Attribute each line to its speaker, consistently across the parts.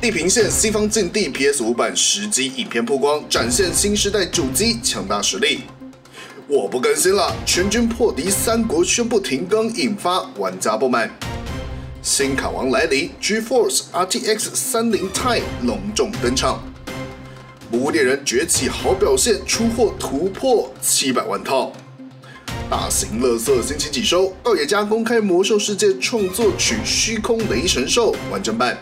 Speaker 1: 地平线：西方禁地 PS 五版实机影片曝光，展现新时代主机强大实力。我不更新了，全军破敌，三国宣布停更，引发玩家不满。新卡王来临，GeForce RTX 30 Ti 隆重登场。《魔物猎人崛起》好表现，出货突破七百万套。大型乐色星期几收？道野家公开《魔兽世界》创作曲《虚空雷神兽》完整版。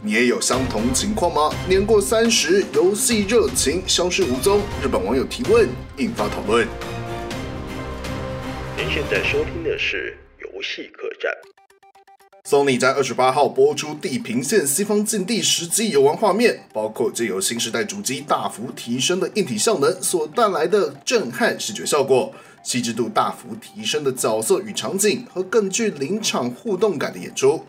Speaker 1: 你也有相同情况吗？年过三十，游戏热情消失无踪。日本网友提问，引发讨论。
Speaker 2: 您现在收听的是《游戏客栈》。
Speaker 1: Sony 在二十八号播出《地平线：西方禁地》实机游玩画面，包括借由新时代主机大幅提升的硬体效能所带来的震撼视觉效果、细致度大幅提升的角色与场景和更具临场互动感的演出。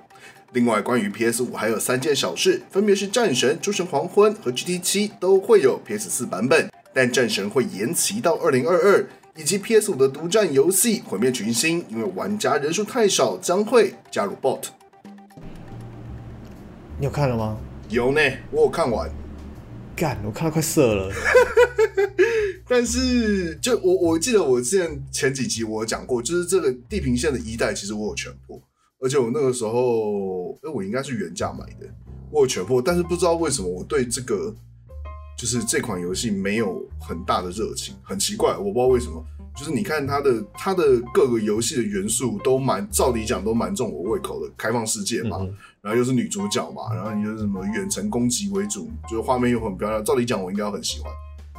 Speaker 1: 另外，关于 PS 五还有三件小事，分别是《战神》《诸神黄昏》和《GT 七》都会有 PS 四版本，但《战神》会延期到二零二二。以及 PS 五的独占游戏《毁灭群星》，因为玩家人数太少，将会加入 bot。
Speaker 3: 你有看了吗？
Speaker 1: 有呢，我有看完，
Speaker 3: 干，我看到快射了。
Speaker 1: 但是就我我记得我之前前几集我有讲过，就是这个地平线的一代，其实我有全破，而且我那个时候，哎，我应该是原价买的，我有全破，但是不知道为什么我对这个就是这款游戏没有很大的热情，很奇怪，我不知道为什么。就是你看它的它的各个游戏的元素都蛮，照理讲都蛮重我胃口的，开放世界嘛，
Speaker 3: 嗯
Speaker 1: 然后又是女主角嘛，然后你就是什么远程攻击为主，就是画面又很漂亮，照理讲我应该要很喜欢，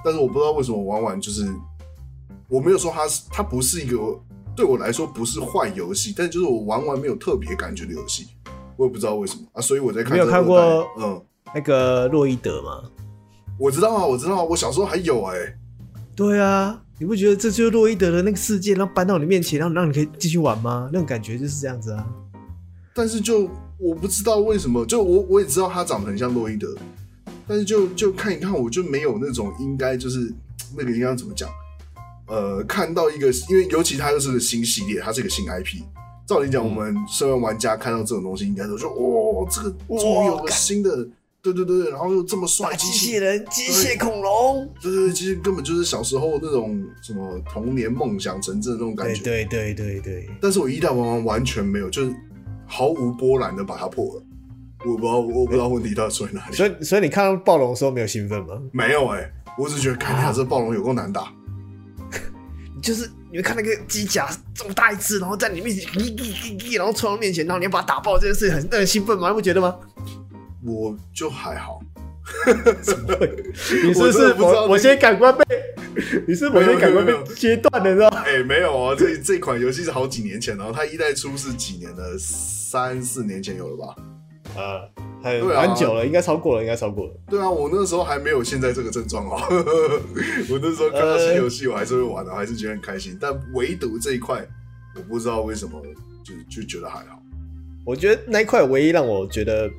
Speaker 1: 但是我不知道为什么我玩完就是，我没有说它是它不是一个对我来说不是坏游戏，但就是我玩完没有特别感觉的游戏，我也不知道为什么啊，所以我在看
Speaker 3: 没有
Speaker 1: 这
Speaker 3: 看
Speaker 1: 二代
Speaker 3: 过
Speaker 1: 嗯，
Speaker 3: 那个洛伊德嘛，
Speaker 1: 我知道啊，我知道啊，我小时候还有哎、
Speaker 3: 对啊，你不觉得这就是洛伊德的那个世界，然后搬到你面前，然后让你可以继续玩吗？那种感觉就是这样子啊。
Speaker 1: 但是就我不知道为什么，就我我也知道他长得很像洛伊德，但是就就看一看，我就没有那种应该就是那个应该怎么讲，呃，看到一个，因为尤其它又是个新系列，它是个新 IP。照理讲，我们身为玩家看到这种东西，应该都说：“哇、这个终于有了新的，对对对，然后又这么帅，机器
Speaker 3: 人、机
Speaker 1: 械
Speaker 3: 恐龙，
Speaker 1: 对对，对其实根本就是小时候那种什么童年梦想成真的那种感
Speaker 3: 对
Speaker 1: 觉。
Speaker 3: 对对对对，
Speaker 1: 但是我一代玩完完全没有，就是毫无波澜的把它破了。我不知道，我不知道问题到底出在哪里。
Speaker 3: 所以所以你看到暴龙的时候没有兴奋吗？
Speaker 1: 没有哎、我只是觉得，看呀，这暴龙有够难打。
Speaker 3: 就是你们看那个机甲这么大一只，然后在你面前叽叽叽叽，然后冲到面前，然后你要把它打爆，这件事很让人兴奋吗？你不觉得吗？
Speaker 1: 我就还 好，我真的不知道
Speaker 3: 你是不是
Speaker 1: 那
Speaker 3: 某
Speaker 1: 个
Speaker 3: 某些感官被，你是某些感官
Speaker 1: 没有没
Speaker 3: 被
Speaker 1: 有没有
Speaker 3: 切断了，你知道吗？
Speaker 1: 哎、没有啊，这这款游戏是好几年前，然后它一代出是几年的，三四年前有了吧？
Speaker 3: 啊，还
Speaker 1: 对啊
Speaker 3: 蛮久了，应该超过了，应该超过了。
Speaker 1: 对啊，我那时候还没有现在这个症状哦。 我那时候看到新游戏，我还是会玩的，还是觉得很开心。但唯独这一块，我不知道为什么，就就觉得还好。
Speaker 3: 我觉得那一块唯一让我觉得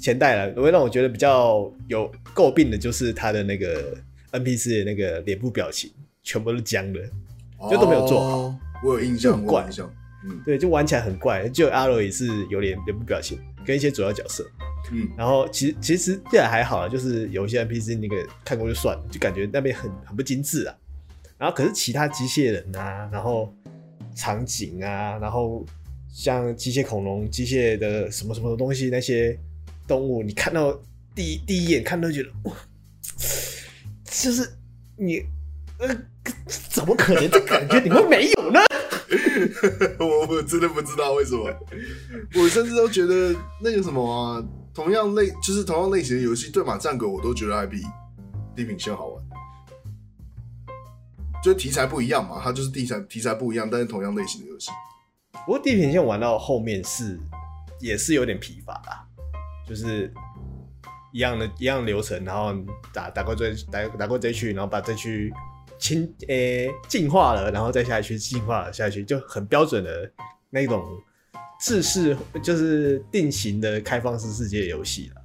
Speaker 3: 前代了，唯一让我觉得比较有诟病的就是他的那个 NPC 的那个脸部表情，全部都僵了。就都没有做好
Speaker 1: 哦我有印
Speaker 3: 就
Speaker 1: 象，
Speaker 3: 很
Speaker 1: 我
Speaker 3: 怪
Speaker 1: 有印象。嗯
Speaker 3: 对，就玩起来很怪，就阿罗也是有脸脸部表情，跟一些主要角色。
Speaker 1: 嗯，
Speaker 3: 然后其实其实这还好啦，啊就是有一些 NPC 那个看过就算了，就感觉那边很很不精致啊。然后可是其他机械人啊，然后场景啊，然后像机械恐龙、机械的什么什么东西那些动物，你看到第一第一眼看到就觉得哇，就是你呃怎么可能这感觉你会没有呢？
Speaker 1: 我我真的不知道为什么，我甚至都觉得那个什么啊，同样类就是同样类型的游戏《对马战鬼》，我都觉得还比《地平线》好玩。就题材不一样嘛，它就是题材题材不一样，但是同样类型的游戏。
Speaker 3: 不过地平线玩到后面是也是有点疲乏啦，就是一样的一样流程，然后打打过这打打过这区，然后把这区清诶进化了，然后再下一区进化了下一区，就很标准的那种制式，就是定型的开放式世界游戏了。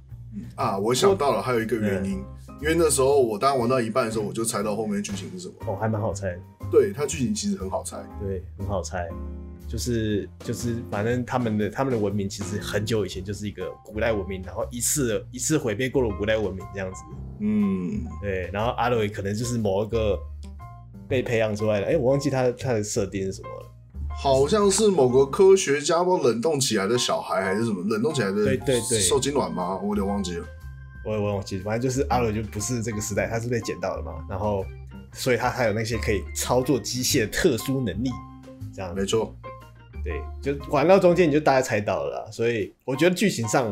Speaker 1: 啊，我想到了，
Speaker 3: 嗯
Speaker 1: 还有一个原因，因为那时候我当玩到一半的时候，我就猜到后面剧情是什么。
Speaker 3: 哦，还蛮好猜的。
Speaker 1: 对它剧情其实很好猜，
Speaker 3: 对，很好猜，就是就是，反正他们的他们的文明其实很久以前就是一个古代文明，然后一次一次毁灭过了古代文明这样子。
Speaker 1: 嗯，
Speaker 3: 对，然后阿瑞可能就是某一个被培养出来的，哎、我忘记他他的设定是什么了。
Speaker 1: 好像是某个科学家不知道冷冻起来的小孩还是什么冷冻起来的，
Speaker 3: 对对对
Speaker 1: 受精卵吗？我有点忘记了。
Speaker 3: 我也忘记，反正就是阿伦就不是这个时代，他是被捡到的嘛，然后所以他才有那些可以操作机械的特殊能力，这样
Speaker 1: 没错，
Speaker 3: 对，就玩到中间你就大概猜到了啦，所以我觉得剧情上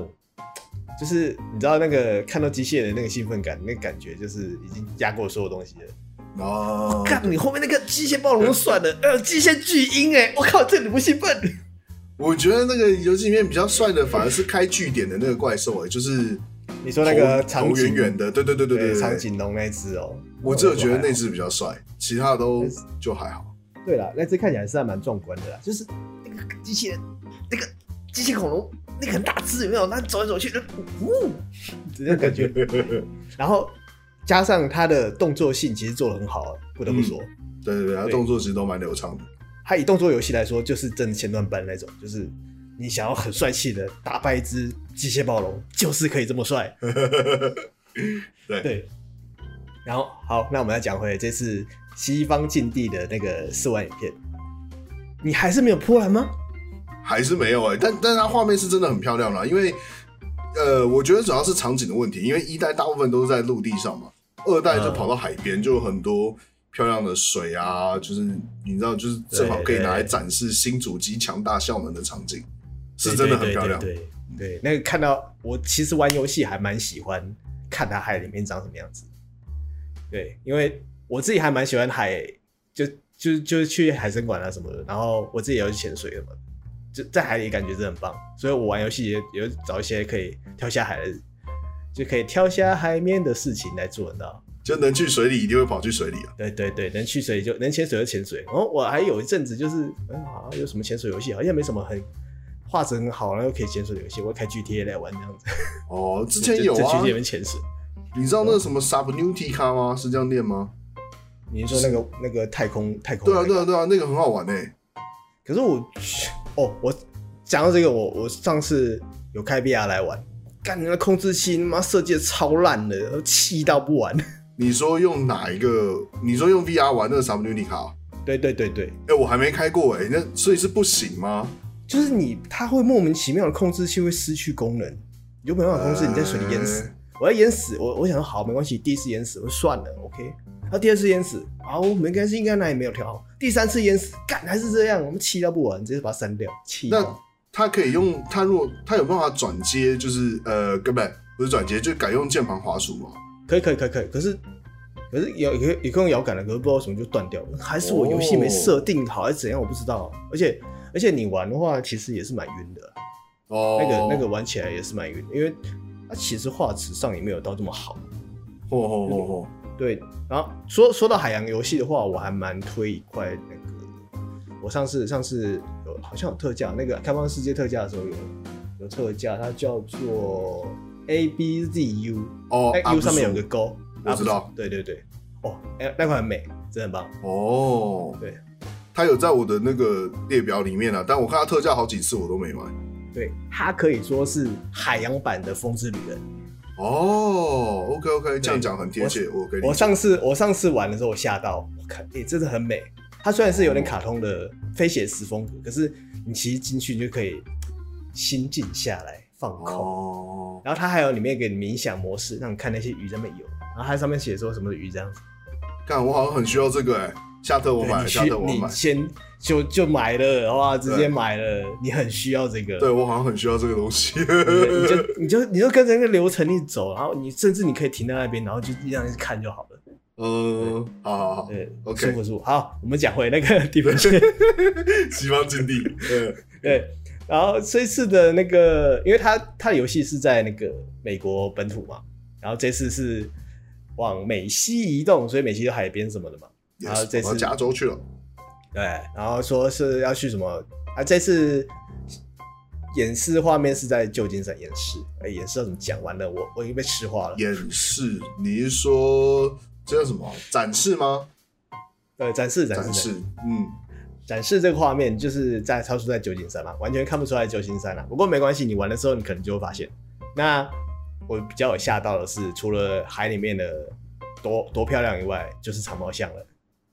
Speaker 3: 就是你知道那个看到机械的那个兴奋感，那个感觉就是已经压过所有东西了。
Speaker 1: 啊，
Speaker 3: 干、你后面那个机械暴龙就算了，呃，机械巨婴哎、我靠，这你不兴奋？
Speaker 1: 我觉得那个游戏里面比较帅的反而是开据点的那个怪兽，哎，就是
Speaker 3: 你说那个
Speaker 1: 头
Speaker 3: 长
Speaker 1: 头
Speaker 3: 颈
Speaker 1: 圆圆的，对对对对对
Speaker 3: 长
Speaker 1: 对，
Speaker 3: 颈龙那一只哦、
Speaker 1: 我只有觉得那只比较帅，其他的 都就还好。
Speaker 3: 对啦，那只看起来是还蛮壮观的啦，就是那个机器人，那个机器恐龙，那个很大只有没有？那走来走去就，呜，这种感觉。然后加上它的动作性其实做的很好啊，不得不说，
Speaker 1: 对对对，它
Speaker 3: 对
Speaker 1: 动作其实都蛮流畅的。
Speaker 3: 它以动作游戏来说，就是真的前段班那种，就是你想要很帅气的打败一只机械暴龙，就是可以这么帅。
Speaker 1: 对，
Speaker 3: 对。然后好，那我们再讲回这次西方禁地的那个试玩影片，你还是没有波兰吗？
Speaker 1: 还是没有哎、但但它画面是真的很漂亮啦，因为呃，我觉得主要是场景的问题，因为一代大部分都是在陆地上嘛，二代就
Speaker 3: 嗯
Speaker 1: 跑到海边，就有很多漂亮的水啊，就是你知道，就是正好可以拿来
Speaker 3: 对对
Speaker 1: 展示新主机强大效能的场景，是真的很漂亮。嗯
Speaker 3: 对对对对对那个看到我其实玩游戏还蛮喜欢看它海里面长什么样子。对，因为我自己还蛮喜欢海，就就就是去海参馆啊什么的，然后我自己也有去潜水的嘛，就在海里感觉真的很棒，所以我玩游戏也也有找一些可以跳下海的，就可以跳下海面的事情来做，你知道。
Speaker 1: 就能去水里，一定会跑去水里啊。
Speaker 3: 对对对，能去水就能潜水就潜水。然后我还有一阵子就是，嗯，好像有什么潜水游戏，好像没什么很画质很好，然后又可以潜水的游戏，我会开 GTA 来玩这样子。
Speaker 1: 哦，之前有啊
Speaker 3: 去，里面潜水。
Speaker 1: 你知道那个什么 Subnautica 吗？是这样念吗？
Speaker 3: 你说那个那个太空太空、
Speaker 1: 对啊，对啊，。对啊，那个很好玩诶、
Speaker 3: 可是我，哦，我讲到这个，我我上次有开 VR 来玩，干你那控制器他妈设计的超烂的，都气到不玩。
Speaker 1: 你说用哪一个？你说用 VR 玩那个 Subnautica？啊
Speaker 3: 对对对对，
Speaker 1: 哎、我还没开过哎、那所以是不行吗？
Speaker 3: 就是你，它会莫名其妙的控制器会失去功能，你就没办法控制你在水里淹死。我要淹死，我我想说好没关系，第一次淹死我就算了，OK。然后第二次淹死，啊，我们应该是应该哪里没有调好。第三次淹死，干还是这样，我们气到不玩，直接把它删掉，气
Speaker 1: 那
Speaker 3: 到。
Speaker 1: 他可以用他如果他有办法转接，就是呃，根本不是转接，就改用键盘滑鼠嘛。
Speaker 3: 可以可以可以可以，可是可是有有有用摇杆的，可是不知道为什么就断掉了，还是我游戏没设定好，还是怎样，我不知道。而且而且你玩的话，其实也是蛮晕的，
Speaker 1: 哦，
Speaker 3: 那个那个，玩起来也是蛮晕的，因为它其实画质上也没有到这么好。
Speaker 1: 吼吼吼吼，
Speaker 3: 对，然后说说到海洋游戏的话，我还蛮推一块那个，我上次上次有好像有特价，那个开放世界特价的时候有有特价，它叫做 A B Z U，
Speaker 1: 哦
Speaker 3: 那
Speaker 1: 阿
Speaker 3: U
Speaker 1: 布
Speaker 3: 上面有
Speaker 1: 苏
Speaker 3: 个勾，
Speaker 1: 我
Speaker 3: 啊
Speaker 1: 知道，
Speaker 3: 对对对，哦，哎、那块很美，真的很棒，
Speaker 1: 哦，
Speaker 3: 对
Speaker 1: 他有在我的那个列表里面啊，但我看他特价好几次我都没买。
Speaker 3: 对，它可以说是海洋版的《风之旅人》。
Speaker 1: 哦，OK OK，这样讲很贴切，我可以理
Speaker 3: 我
Speaker 1: 解。
Speaker 3: 上次我上次玩的时候，我吓到，我看，哎、真的很美。它虽然是有
Speaker 1: 哦
Speaker 3: 点卡通的非写实风格，可是你其实进去你就可以心静下来放空。
Speaker 1: 哦，
Speaker 3: 然后它还有里面给你冥想模式，让你看那些鱼在那边游。然后它上面写说什么鱼这样子，
Speaker 1: 看我好像很需要这个哎、下特我
Speaker 3: 对
Speaker 1: 买，
Speaker 3: 你
Speaker 1: 下
Speaker 3: 需
Speaker 1: 特我买
Speaker 3: 你，先就就买了，哇，直
Speaker 1: 对
Speaker 3: 接买了，你很需要这个。
Speaker 1: 对我好像很需要这个东西。
Speaker 3: 你就你就你就跟着那个流程一走，然后你甚至你可以停在那边，然后就这样看就好了。
Speaker 1: 嗯，好好好，
Speaker 3: 对
Speaker 1: OK
Speaker 3: 舒服舒服。好，我们讲回那 个地方线。
Speaker 1: 西方禁地，嗯，
Speaker 3: 对，然后这次的那个，因为它它的游戏是在那个美国本土嘛，然后这次是往美西移动，所以美西有海边什么的嘛。
Speaker 1: 也
Speaker 3: 然后这
Speaker 1: 是
Speaker 3: 次
Speaker 1: 我到加州去了。
Speaker 3: 对，然后说是要去什么啊？这次演示画面是在旧金山演示，哎，演示要怎么讲？完了，我我已经被吃化了。
Speaker 1: 演示，你是说这叫什么展示吗？
Speaker 3: 呃，展示展示
Speaker 1: 展示，嗯，
Speaker 3: 展示这个画面，就是在超出在九景山嘛，完全看不出来九景山啊。不过没关系，你玩的时候你可能就会发现。那我比较有吓到的是，除了海里面的多多漂亮以外，就是长毛象了。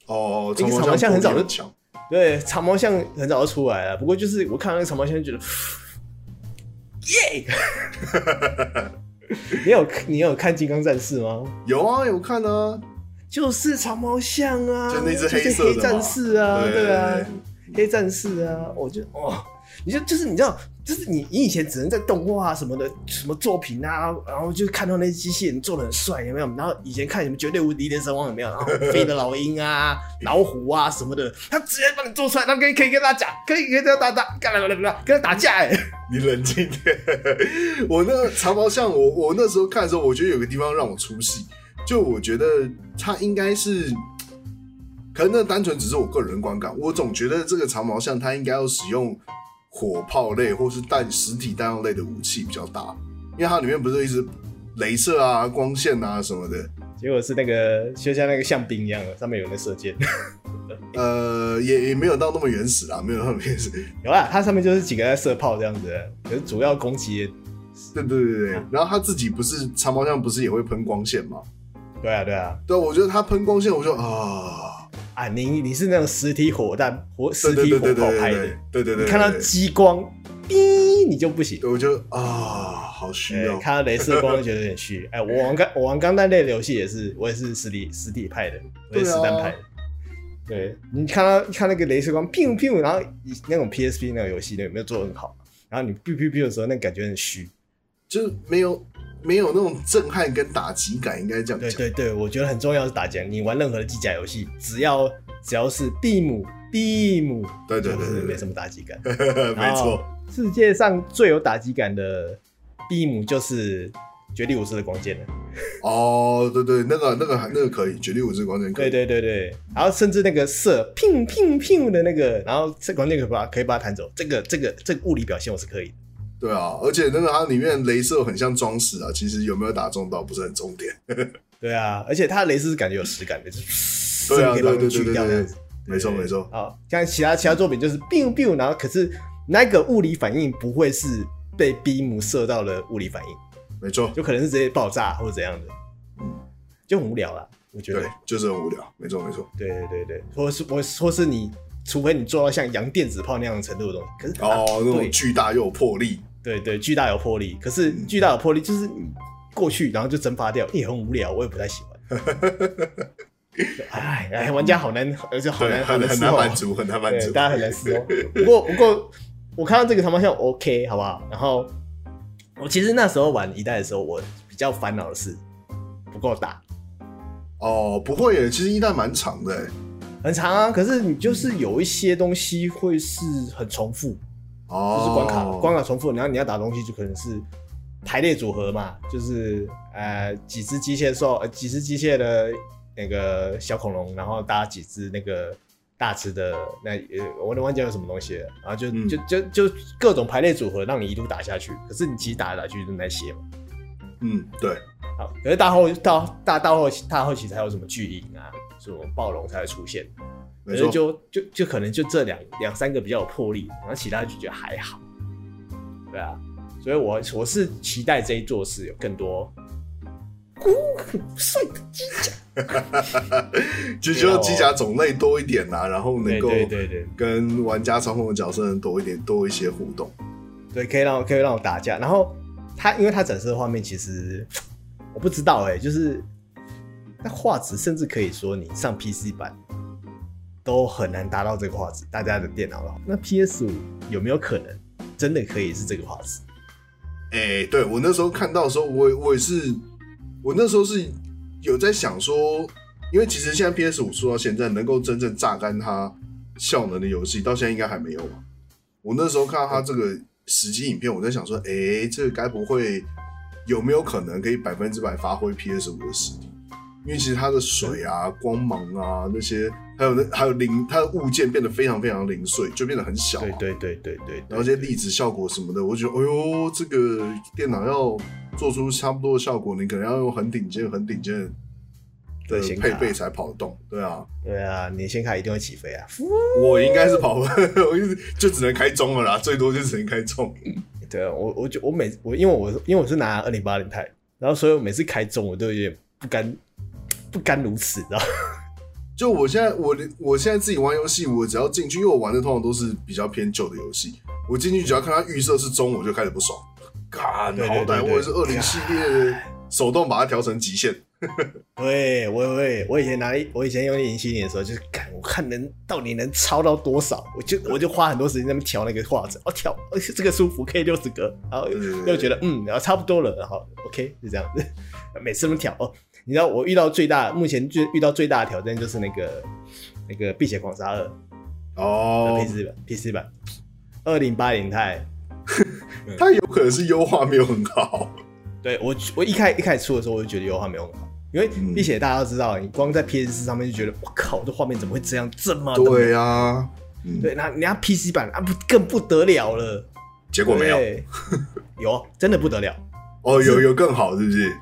Speaker 1: 哦，
Speaker 3: 因为长毛
Speaker 1: 毛
Speaker 3: 象很早就
Speaker 1: 强，
Speaker 3: 对，长毛象很早就出来了，不过就是我看到那个长毛象就觉得，耶！ 你有你有看《金刚战士》吗？
Speaker 1: 有啊，有看啊，
Speaker 3: 就是长毛象啊，
Speaker 1: 就那只
Speaker 3: 是
Speaker 1: 黑色的嘛
Speaker 3: 黑战士啊，
Speaker 1: 对
Speaker 3: 对啊
Speaker 1: 对，
Speaker 3: 黑战士啊，我就哦，你就就是你知道，就是你你以前只能在动画啊什么的什么作品啊，然后就看到那些机器人做的很帅，有没有？然后以前看什么《绝对无敌的神王》有没有？然后飞的老鹰 啊、老虎啊什么的，他直接帮你做出来，然后可以可以跟他讲，可以可以跟他打打，干了干了，跟他打架哎、
Speaker 1: 你冷静点。我那个长毛象，我我那时候看的时候，我觉得有个地方让我出戏，就我觉得它应该是，可能那单纯只是我个人观感，我总觉得这个长毛象它应该要使用火炮类或是弹实体弹药类的武器比较大，因为它里面不是一直镭射啊、光线啊什么的，
Speaker 3: 结果是那个就像那个象兵一样的，上面有那射箭。
Speaker 1: 呃，也也没有到那么原始啦，没有那么原始，
Speaker 3: 有啦，它上面就是几个在射炮这样子，可是主要攻击，
Speaker 1: 对对对对。然后它自己不是长毛象，不是也会喷光线吗？
Speaker 3: 对啊对啊，
Speaker 1: 对，我觉得它喷光线，我就啊。
Speaker 3: 啊你你是那种实体火弹火
Speaker 1: 对对对对对对
Speaker 3: 实体火炮拍的，
Speaker 1: 对对对，
Speaker 3: 你看到激光，哔你就不行，
Speaker 1: 我就啊，好虚
Speaker 3: 对
Speaker 1: 哦，
Speaker 3: 哎看到镭射光就觉得有点 虚。哎，我玩钢我玩钢弹类的游戏也是，我也是实体实体派的，
Speaker 1: 啊
Speaker 3: 我也是实弹派的。对你看到看那个镭射光，砰砰，然后以那种 PSP 那个游戏那有没有做得很好？然后你 biu biu biu 的时候，那感觉很虚。
Speaker 1: 就是没有没有那种震撼跟打击感，应该这样
Speaker 3: 对
Speaker 1: 讲。
Speaker 3: 对对，我觉得很重要是打架。你玩任何的机甲游戏，只要只要是蒂姆蒂姆，
Speaker 1: 对对
Speaker 3: 就
Speaker 1: 对
Speaker 3: 是
Speaker 1: 对
Speaker 3: 没
Speaker 1: 对
Speaker 3: 什么打击感。
Speaker 1: 对， 没错，。
Speaker 3: 哦世界上最有打击感的蒂姆就是《绝地武士》的光剑了。
Speaker 1: 哦，对对，那个那个还那个可以，绝地武士光剑可
Speaker 3: 对
Speaker 1: 以，
Speaker 3: 对对对，然后甚至那个射砰砰砰的那个，然后这光剑可以把可以把它弹走。这个这个这个物理表现我是可以的。
Speaker 1: 对啊，而且那个它里面镭射很像装饰啊，其实有没有打中到不是很重点，
Speaker 3: 对啊，而且它的镭射是感觉有实感的，就是
Speaker 1: 对啊
Speaker 3: 可以
Speaker 1: 对
Speaker 3: 帮
Speaker 1: 对对
Speaker 3: 你去
Speaker 1: 对
Speaker 3: 掉这
Speaker 1: 对
Speaker 3: 样子。
Speaker 1: 没错没错，
Speaker 3: 好，像其他其他作品就是 biu biu，然后可是那个物理反应不会是被 b 姆射到的物理反应，
Speaker 1: 没错，
Speaker 3: 就可能是直接爆炸或者怎样的，就很无聊啦，我觉得
Speaker 1: 对。，就是很无聊，没错没错。
Speaker 3: 对对对对，或是我或是你，除非你做到像洋电子炮那样的程度的东西，可是啊
Speaker 1: 哦，那
Speaker 3: 对
Speaker 1: 种巨大又有魄力，
Speaker 3: 对对巨大有魄力，可是
Speaker 1: 嗯
Speaker 3: 巨大有魄力就是你过去然后就蒸发掉，也很无聊，我也不太喜欢。 哎哎，玩家好难，而且好
Speaker 1: 对，
Speaker 3: 难，好
Speaker 1: 很
Speaker 3: 难
Speaker 1: 很
Speaker 3: 伺
Speaker 1: 难
Speaker 3: 候
Speaker 1: 满足，很难满
Speaker 3: 对，
Speaker 1: 足，
Speaker 3: 大家很难适哦。不过不过，我看到这个长毛象 OK 好不好？然后我其实那时候玩一代的时候，我比较烦恼的是不够大，
Speaker 1: 哦，不会耶，其实一代蛮长的耶，欸
Speaker 3: 很长啊。可是你就是有一些东西会是很重复，
Speaker 1: 哦，
Speaker 3: 就是关卡、关卡重复，然后你要打东西就可能是排列组合嘛，就是呃几只机械兽，呃几只机械的那个小恐龙，然后搭几只那个大只的那呃我都忘记叫什么东西了，然后就、
Speaker 1: 嗯
Speaker 3: 就就就各种排列组合让你一路打下去，可是你其实打来打去就那些嘛，
Speaker 1: 嗯，对，
Speaker 3: 好，可是大后到大到后期大后期才有什么巨影啊，什么暴龙才会出现，可
Speaker 1: 没
Speaker 3: 是
Speaker 1: 错，
Speaker 3: 呃就就就可能就这两两三个比较有魄力，然后其他就觉得还好，对啊，所以我我是期待这一座是有 更多，呜帅的机甲，
Speaker 1: 就就要机甲种类多一点呐、然后能
Speaker 3: 哦对
Speaker 1: 够
Speaker 3: 对对对
Speaker 1: 跟玩家操控的角色能多一点多一些互动。
Speaker 3: 对，可以让我可以让我打架，然后他因为他展示的画面其实我不知道哎、就是那画质甚至可以说你上 PC 版都很难达到这个画质，大家的电脑了，那 PS 五有没有可能真的可以是这个画质？
Speaker 1: 哎、对我那时候看到的时候，我也我也是，我那时候是有在想说，因为其实现在 PS 五出到现在，能够真正榨干它效能的游戏，到现在应该还没有吧？我那时候看到它这个实际影片，我在想说，哎、这个该不会有没有可能可以百分之百发挥 PS 五的实力？因为其实它的水啊、光芒啊那些，还有那还有零，它的物件变得非常非常零碎，就变得很小、啊。
Speaker 3: 对对对对对对
Speaker 1: 然后这些粒子效果什么的，我就觉得，哎呦，这个电脑要做出差不多的效果，你可能要用很顶尖、很顶尖的的
Speaker 3: 对显卡
Speaker 1: 配备才跑得动。对啊，
Speaker 3: 对啊，你的显卡一定会起飞啊！呼
Speaker 1: 我应该是跑不， 我就就只能开中了啦，最多就只能开中。
Speaker 3: 对啊，我我就我每我因为我因为我是拿二零八零钛，然后所以我每次开中我都有点不甘不甘如此，你知道吗？
Speaker 1: 就我现在，我我现在自己玩游戏，我只要进去，因为我玩的通常都是比较偏旧的游戏，我进去只要看它预设是中，我就开始不爽。干，
Speaker 3: 对对
Speaker 1: 好
Speaker 3: 对
Speaker 1: 歹
Speaker 3: 对
Speaker 1: 我也是二零系列的，手动把它调成极限。
Speaker 3: 对，我我也我以前拿我以前用零七年的时候，就是看我看能到底能超到多少，我就我就花很多时间在那边调那个画质，哦调，哦这个舒服，可以六十格，然后
Speaker 1: 对对对
Speaker 3: 又觉得嗯，然后差不多了，然后 OK 就这样子，每次都调哦。你知道我遇到最大目前最遇到最大的挑战就是那个那个《碧血狂杀二》
Speaker 1: 哦
Speaker 3: P，四版 P 四版，二零八零钛。
Speaker 1: 它有可能是优化没有很好。
Speaker 3: 对我我一开一开始出的时候我就觉得优化没有很好，因为
Speaker 1: 嗯
Speaker 3: 并且大家都知道，你光在 PS 上面就觉得我靠，这画面怎么会这样这么的美
Speaker 1: 对啊，嗯，
Speaker 3: 对，那人家 PC 版啊不更不得了了，
Speaker 1: 结果没有。
Speaker 3: 对， 有真的不得了，
Speaker 1: 哦，有有更好，是不是？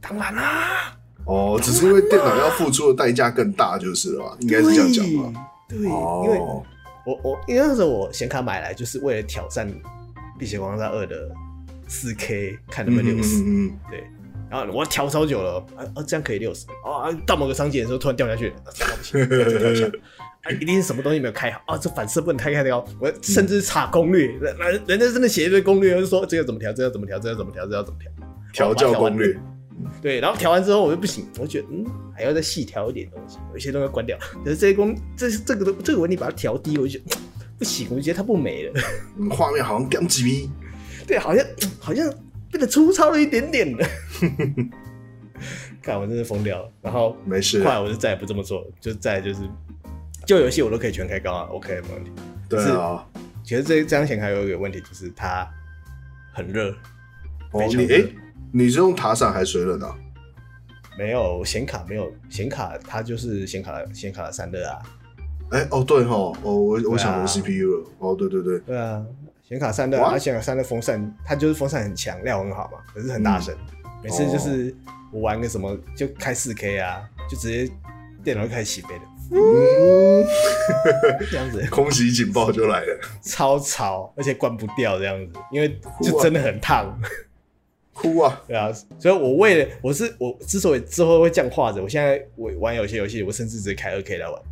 Speaker 3: 当然啦，
Speaker 1: 哦，只是因为电脑要付出的代价更大，就是了吧？应该是这样讲吧？
Speaker 3: 对，对，因为
Speaker 1: 哦，
Speaker 3: 我我因为那时候我显卡买来就是为了挑战《碧血狂杀二》的四 K 看能不能六十、
Speaker 1: 嗯嗯
Speaker 3: 对，然后我调超久了，啊啊这样可以六十，啊啊到某个商界的时候突然掉下去，啊这个 不行，这个掉下去。啊，一定是什么东西没有开好啊！这反射不能太开太高，我甚至查攻略，人人人家真的写一堆攻略，就说这个怎么调，这个怎么调，这个怎么调，这个怎么调。
Speaker 1: 嗯调教攻
Speaker 3: 哦
Speaker 1: 略。
Speaker 3: 对，然后调完之后我就不行，我就觉得嗯还要再细调一点东西，有一些东西要关掉。可是这些工这这个这个问题把它调低，我就觉得嗯不行，我就觉得它不美了。
Speaker 1: 嗯，画面好像刚几米。
Speaker 3: 对，好像嗯好像变得粗糙了一 点点了。看我真是疯掉了。然后
Speaker 1: 没事
Speaker 3: 后来我就再也不这么做了，就再来就是旧游戏我都可以全开高啊，OK 没问题。
Speaker 1: 对啊，
Speaker 3: 其实这这张显卡有一个问题，就是它很热，
Speaker 1: 哦
Speaker 3: 非，常
Speaker 1: 你
Speaker 3: 热
Speaker 1: 哎、你是用塔伞还是水冷啊？
Speaker 3: 没有显卡没有显卡，它就是显卡显卡的散热啊。
Speaker 1: 哎、哦对哈，哦我我想
Speaker 3: 对
Speaker 1: 用
Speaker 3: 啊
Speaker 1: CPU 了。哦对对对，
Speaker 3: 对啊，显卡散热，
Speaker 1: What？
Speaker 3: 而显卡散热风扇，它就是风扇很强，料很好嘛，可是很大声。每次就是我玩个什么就开四 K 啊，就直接电脑就开始起飞了，
Speaker 1: 嗯，
Speaker 3: 这样子
Speaker 1: 空袭警报就来了，
Speaker 3: 超吵，而且关不掉这样子，因为
Speaker 1: 酷啊
Speaker 3: 就真的很烫。
Speaker 1: 哭啊！
Speaker 3: 对啊，所以我为了我是我之所以之后会这样画着，我现在我玩有些游戏，我甚至直接开二 K 来玩，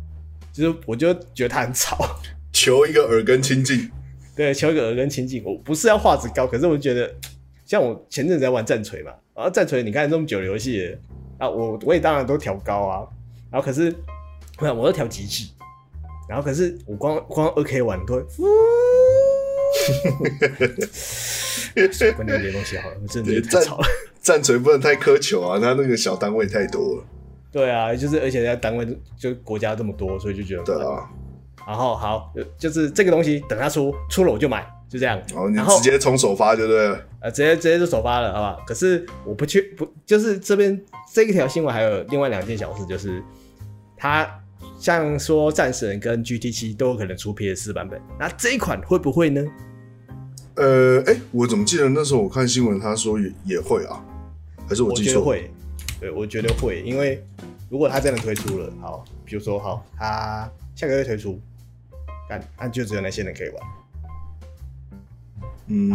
Speaker 3: 就是我就觉得它很吵。
Speaker 1: 求一个耳根清净。
Speaker 3: 对，求一个耳根清净。我不是要画质高，可是我觉得，像我前阵子在玩战锤嘛，然后战锤你看这么久的游戏了啊，我我也当然都调高啊，然后可是我想我都调极致，然后可是我光光二 K 玩都会，关掉这些东西好了，我真的觉得太吵了。
Speaker 1: 战锤不能太苛求啊，他那个小单位太多了。
Speaker 3: 对啊，就是而且在单位就国家这么多，所以就觉得
Speaker 1: 对啊，
Speaker 3: 然后好，就就是这个东西等它出出了我就买，就这样。
Speaker 1: 然哦后你直接从首发就对了。
Speaker 3: 呃，直接直接就首发了，好不好？可是我不去不，就是这边这一条新闻还有另外两件小事，就是它像说战神跟 GT 七都有可能出 PS 四版本，那这一款会不会呢？
Speaker 1: 呃，哎、我怎么记得那时候我看新闻，他说也也会啊，还是我
Speaker 3: 我
Speaker 1: 记
Speaker 3: 觉得
Speaker 1: 错？
Speaker 3: 会，对我觉得会，因为如果它真的推出了，好，比如说好，它下个月推出，但那就只有那些人可以玩，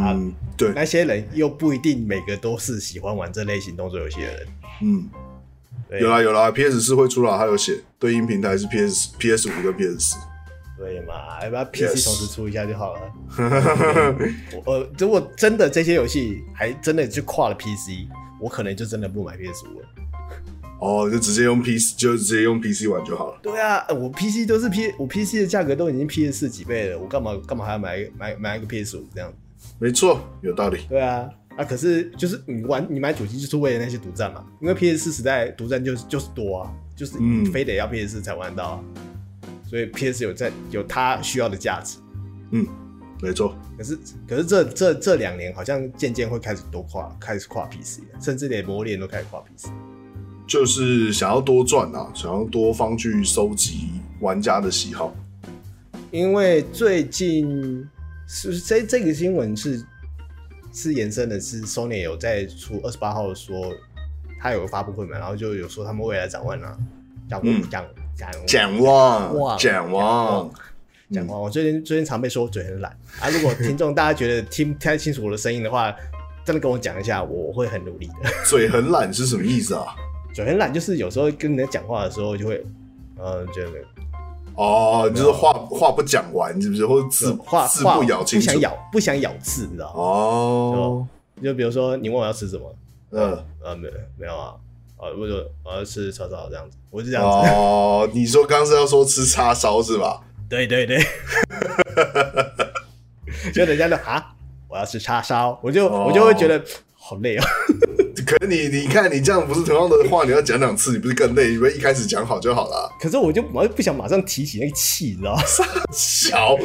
Speaker 3: 啊
Speaker 1: 嗯，对，
Speaker 3: 那些人又不一定每个都是喜欢玩这类型动作游戏的人，
Speaker 1: 嗯，
Speaker 3: 对
Speaker 1: 有啦有啦，PS 四会出啦，它有写对应平台是 PS PS 五跟 PS 四。
Speaker 3: 对嘛，要不要 PC
Speaker 1: Yes
Speaker 3: 同时出一下就好 了。我呃，如果真的这些游戏还真的就跨了 PC，我可能就真的不买 PS 五了。
Speaker 1: 哦，就直接用 PC，就直接用 PC 玩就好了。
Speaker 3: 对啊，呃我 PC 都是 P，我 PC 的价格都已经 PS 四几倍了，我干嘛干嘛还要买买买一个 PS 五这样？
Speaker 1: 没错，有道理。
Speaker 3: 对啊，啊，可是就是你玩你买主机就是为了那些独占嘛，因为 PS 四时代独占就是就是多啊，就是
Speaker 1: 嗯
Speaker 3: 非得要 PS 四才玩得到、啊，所以 PS 有在有它需要的价值。
Speaker 1: 没错，
Speaker 3: 可是，可是这这这两年好像渐渐会开始多跨，开始跨 PC，了甚至连磨练都开始跨 PC。
Speaker 1: 就是想要多赚啊，想要多方去收集玩家的喜好。
Speaker 3: 因为最近是这这个新闻是是延伸的是，Sony 有在出二十八号说他有个发布会嘛，然后就有说他们未来展望啊，展望
Speaker 1: 嗯
Speaker 3: 展展望
Speaker 1: 展望，
Speaker 3: 望
Speaker 1: 展望，
Speaker 3: 讲话。我最近最近常被说我嘴很懒啊，如果听众大家觉得听不太清楚我的声音的话，真的跟我讲一下，我会很努力的。
Speaker 1: 嘴很懒是什么意思啊？
Speaker 3: 嘴很懒就是有时候跟人家讲话的时候就会，呃，觉得
Speaker 1: 哦，就是话话不讲完，是不是？或者字
Speaker 3: 话
Speaker 1: 字
Speaker 3: 话
Speaker 1: 不咬清
Speaker 3: 不想
Speaker 1: 楚？
Speaker 3: 咬不想咬字，你知道吗？
Speaker 1: 哦，
Speaker 3: 就比如说你问我要吃什么，
Speaker 1: 嗯，
Speaker 3: 呃，没没有啊，呃，我就我要吃炒炒这样子，我就这样子。
Speaker 1: 哦，你说刚刚是要说吃叉烧是吧？
Speaker 3: 对对 对，就人家就啊，我要吃叉烧，我就、
Speaker 1: 哦
Speaker 3: 我就会觉得好累哦。
Speaker 1: 可是你你看你这样不是同样的话，你要讲两次，你不是更累？你不是一开始讲好就好了？
Speaker 3: 可是我就我就不想马上提起那个气，你知道吗？
Speaker 1: 小，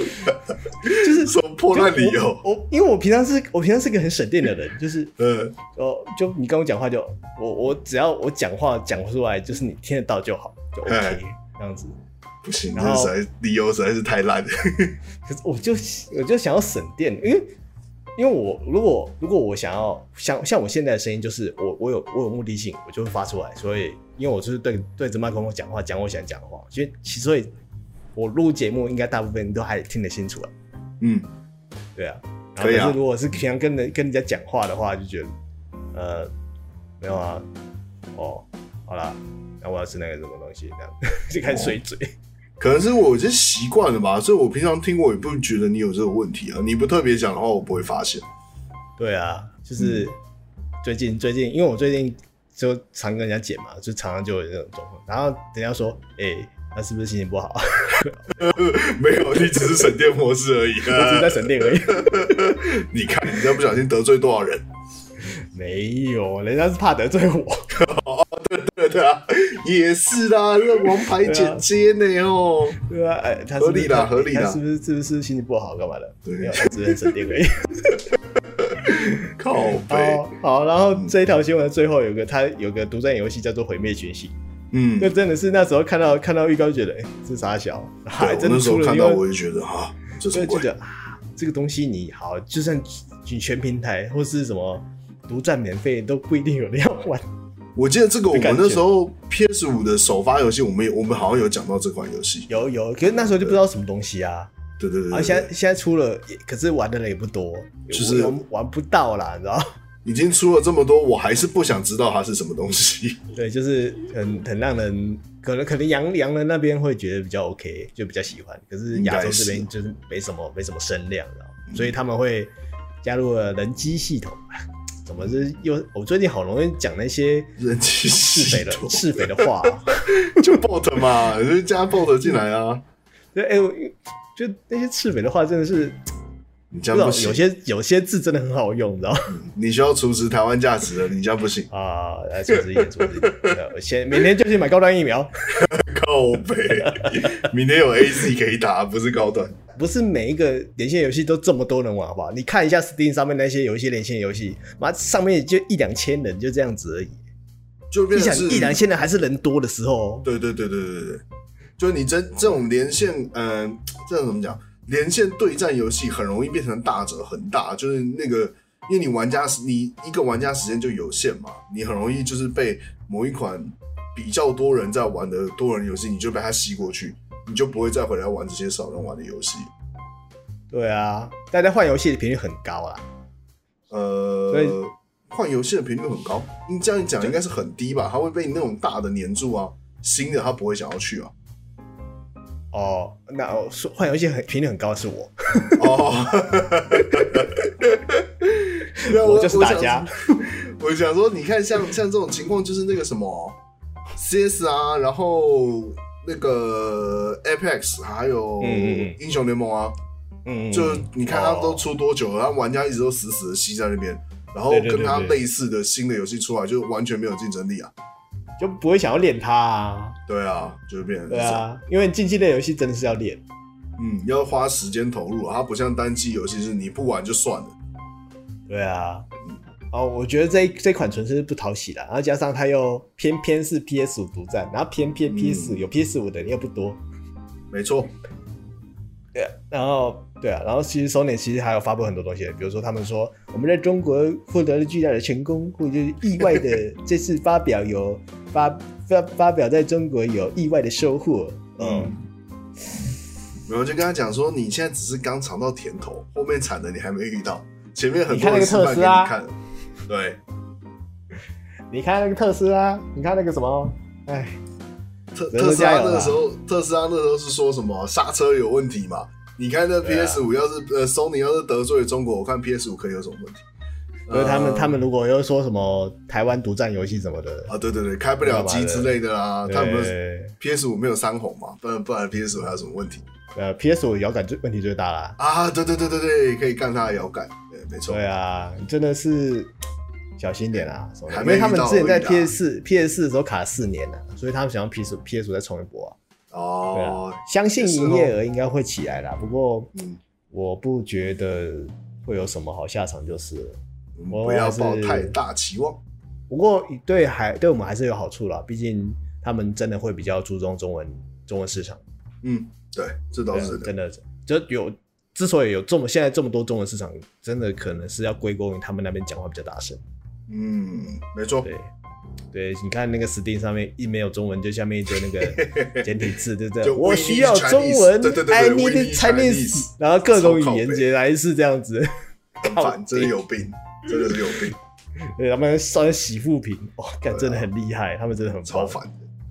Speaker 3: 就是
Speaker 1: 什么破烂理由？
Speaker 3: 我我因为我平常是我平常是个很省电的人，就是
Speaker 1: 嗯，
Speaker 3: 哦，就你跟我讲话就我我只要我讲话讲出来，就是你听得到就好，就 OK 这样子。
Speaker 1: 不行，这
Speaker 3: 然后
Speaker 1: 实在理由实在是太烂了。
Speaker 3: 可是我就我就想要省电，因为因为我如果如果我想要像像我现在的声音，就是我我有我有目的性，我就会发出来。所以因为我就是对对着麦克风讲话，讲我想讲的话，所以其所以我录节目应该大部分都还听得清楚啊，
Speaker 1: 嗯，
Speaker 3: 对啊。然
Speaker 1: 可以啊
Speaker 3: 后可是如果是平常跟人跟人家讲话的话，就觉得呃没有啊，哦，好啦，那我要吃那个什么东西，这样 就开始碎嘴。
Speaker 1: 可能是我已经习惯了吧，所以我平常听我也不觉得你有这个问题啊。你不特别讲的话，我不会发现。
Speaker 3: 对啊，
Speaker 1: 嗯
Speaker 3: 就是最近最近，因为我最近就常跟人家剪嘛，就常常就有这种状况。然后人家说，哎、那是不是心情不好？
Speaker 1: 没有，你只是省电模式而已。
Speaker 3: 我只是在省电 而已。
Speaker 1: 你看，你这不小心得罪多少人？
Speaker 3: 没有，人家是怕得罪我。
Speaker 1: 对对啊，也是啦，这王牌剪接呢哦。
Speaker 3: 对啊，哎、他是不
Speaker 1: 合
Speaker 3: 是
Speaker 1: 理啦
Speaker 3: 他
Speaker 1: 合理啦
Speaker 3: 他是不是是不是心情不好干嘛的？
Speaker 1: 对
Speaker 3: 没有，他只是很省电 而已。
Speaker 1: 靠背，
Speaker 3: 哎好，好，然
Speaker 1: 嗯
Speaker 3: 后这一条新闻的最后有个他有个独占游戏叫做《毁灭全息》，
Speaker 1: 嗯，
Speaker 3: 就
Speaker 1: 对
Speaker 3: 真的是那时候看到看到预告就觉得，哎、这傻小，还
Speaker 1: 我
Speaker 3: 真
Speaker 1: 那
Speaker 3: 的
Speaker 1: 时
Speaker 3: 出
Speaker 1: 候
Speaker 3: 了
Speaker 1: 看
Speaker 3: 一
Speaker 1: 到
Speaker 3: 个。
Speaker 1: 我就觉得啊，这什
Speaker 3: 所
Speaker 1: 么
Speaker 3: 以就
Speaker 1: 鬼？
Speaker 3: 觉得啊，这个东西你好，就算你全平台或是什么独占免费，都不一定有人要玩。
Speaker 1: 我记得这个，我
Speaker 3: 的感
Speaker 1: 们
Speaker 3: 觉
Speaker 1: 那时候 PS 五的首发游戏，我们有我们好像有讲到这款游戏。
Speaker 3: 有有，可是那时候就不知道什么东西啊。
Speaker 1: 对对对
Speaker 3: 啊，
Speaker 1: 对
Speaker 3: 现
Speaker 1: 对
Speaker 3: 在，现在出了，也可是玩的人也不多，
Speaker 1: 就是
Speaker 3: 玩玩不到啦， 你知道？
Speaker 1: 已经出了这么多，我还是不想知道它是什么东西。
Speaker 3: 对，就是很很让人可能可能洋洋人那边会觉得比较 OK，就比较喜欢。可是亚洲这
Speaker 1: 应
Speaker 3: 边就是没什么没什么声量，你知道吗？所以他们会加入了人机系统。 怎么是又？我最近好容易讲那些
Speaker 1: 人机
Speaker 3: 是非
Speaker 1: 系
Speaker 3: 的
Speaker 1: 统
Speaker 3: 是非的话、啊。
Speaker 1: 就 bot 嘛，就加 bot 进来啊。
Speaker 3: 对，哎、我就那些赤匪的话，真的是
Speaker 1: 你
Speaker 3: 不
Speaker 1: 这样
Speaker 3: 知道
Speaker 1: 不行，
Speaker 3: 有些有些字真的很好用，你知道吗。
Speaker 1: 你需要充实台湾价值了，你这样不行
Speaker 3: 啊？来，组织一点，组织一点。对我呃先明天就去买高端疫苗，
Speaker 1: 靠北，明天有 AC 可以打，不是高端。
Speaker 3: 不是每一个连线游戏都这么多人玩，好不好？你看一下 Steam 上面那些有一些连线游戏，妈上面也就一两千人，就这样子而已。
Speaker 1: 就
Speaker 3: 你
Speaker 1: 变成
Speaker 3: 想
Speaker 1: 是
Speaker 3: 一两千人还是人多的时候，哦
Speaker 1: 对对对对对对，就你这这种连线，嗯、这种怎么讲？连线对战游戏很容易变成大者很大，就是那个，因为你玩家时你一个玩家时间就有限嘛，你很容易就是被某一款比较多人在玩的多人游戏，你就被它吸过去，你就不会再回来玩这些少人玩的游戏。
Speaker 3: 对啊，大家换游戏的频率很高啦。所以
Speaker 1: 呃，换游戏的频率很高，你这样讲应该是很低吧？它会被那种大的黏住啊，新的它不会想要 去啊。
Speaker 3: 哦，那哦说换游戏很频率很高的是我，
Speaker 1: 哦，那
Speaker 3: 我就是大家。
Speaker 1: 啊我想我想说，你看像像这种情况，就是那个什么 CS 啊，然后那个 Apex，还有
Speaker 3: 嗯嗯嗯
Speaker 1: 英雄联盟啊，
Speaker 3: 嗯，
Speaker 1: 就你看它都
Speaker 3: 哦
Speaker 1: 出多久了，然后玩家一直都死死的吸在那边。然后
Speaker 3: 对对对
Speaker 1: 跟它
Speaker 3: 对
Speaker 1: 类似的新的游戏出来，就完全没有竞争力啊！
Speaker 3: 就不会想要练它啊。
Speaker 1: 对啊，就是变成
Speaker 3: 对
Speaker 1: 这样。
Speaker 3: 啊，因为竞技类游戏真的是要练。
Speaker 1: 嗯，要花时间投入啊，它不像单机游戏是你不玩就算了。
Speaker 3: 对啊，哦，我觉得这一这款纯粹是不讨喜啦，然后加上它又偏偏是 PS 五独占，然后偏偏
Speaker 1: 嗯
Speaker 3: PS 有 PS 五的人又不多，
Speaker 1: 没错，
Speaker 3: 对，然后对啊，然后其实 Sony 其实还有发布很多东西，比如说他们说我们在中国获得了巨大的成功，或者是意外的这次发表有发发发表在中国有意外的收获，嗯，
Speaker 1: 然后就跟他讲说，你现在只是刚尝到甜头，后面惨的你还没遇到，前面很多人示范给你
Speaker 3: 你
Speaker 1: 看。对，
Speaker 3: 你看那个特斯拉，你看那个什么，哎，
Speaker 1: 特
Speaker 3: 人都
Speaker 1: 特斯
Speaker 3: 加
Speaker 1: 拉
Speaker 3: 油
Speaker 1: 那
Speaker 3: 啦
Speaker 1: 个时候，特斯拉那时候是说什么刹车有问题嘛？你看那
Speaker 3: 对啊
Speaker 1: PS 五要是、呃 Sony 要是得罪中国，我看 PS 五可以有什么问题？
Speaker 3: 因为他们、
Speaker 1: 呃
Speaker 3: 他们如果又说什么台湾独占游戏什么的，
Speaker 1: 啊，对对对，开不了机之类的啦，啊他们
Speaker 3: 对
Speaker 1: PS 五没有三红嘛，不然不然 PS 五还有什么问题
Speaker 3: 呃 PS 五遥感最问题最大啦，
Speaker 1: 啊？对对对对对，可以干他的摇杆，对，没错，
Speaker 3: 对啊，真的是小心点啊，什么的
Speaker 1: 还
Speaker 3: 因
Speaker 1: 没
Speaker 3: 为他们之前在
Speaker 1: 遇到而已啦
Speaker 3: PS 四 PS 四的时候卡四年了、所以他们想要 PS PS 五再冲一波啊。对
Speaker 1: 哦
Speaker 3: 啊，，相信
Speaker 1: 也是哦
Speaker 3: 营业额应该会起来啦，不过
Speaker 1: 嗯
Speaker 3: 我不觉得会有什么好下场就是了。
Speaker 1: 我们
Speaker 3: 我
Speaker 1: 嗯不要
Speaker 3: 还是
Speaker 1: 抱太大期望，
Speaker 3: 不过对还对我们还是有好处啦，毕竟他们真的会比较注重中文中文市场，
Speaker 1: 嗯，对，这倒
Speaker 3: 对
Speaker 1: 是
Speaker 3: 啊
Speaker 1: 真的。
Speaker 3: 真的就有。之所以有这么现在这么多中文市场，真的可能是要归功于他们那边讲话比较大声。
Speaker 1: 嗯，没错，
Speaker 3: 对，对，你看那个 Steam 上面一没有中文，就下面一堆 那个简体字，对不对？
Speaker 1: 就
Speaker 3: 我
Speaker 1: we
Speaker 3: 需要
Speaker 1: need Chinese，
Speaker 3: 中文
Speaker 1: 对对对
Speaker 3: ，I
Speaker 1: 对，we
Speaker 3: need
Speaker 1: need
Speaker 3: Chinese，
Speaker 1: Chinese
Speaker 3: 然后各种
Speaker 1: 超靠
Speaker 3: 语言
Speaker 1: 北
Speaker 3: 节来是这 样子，
Speaker 1: 很
Speaker 3: 靠
Speaker 1: 烦，真的有病，真的是有 病，
Speaker 3: 对，他们算是洗复评，哇、
Speaker 1: 对
Speaker 3: 干
Speaker 1: 啊
Speaker 3: 真的很厉害，他们真的很
Speaker 1: 超
Speaker 3: 棒，
Speaker 1: 烦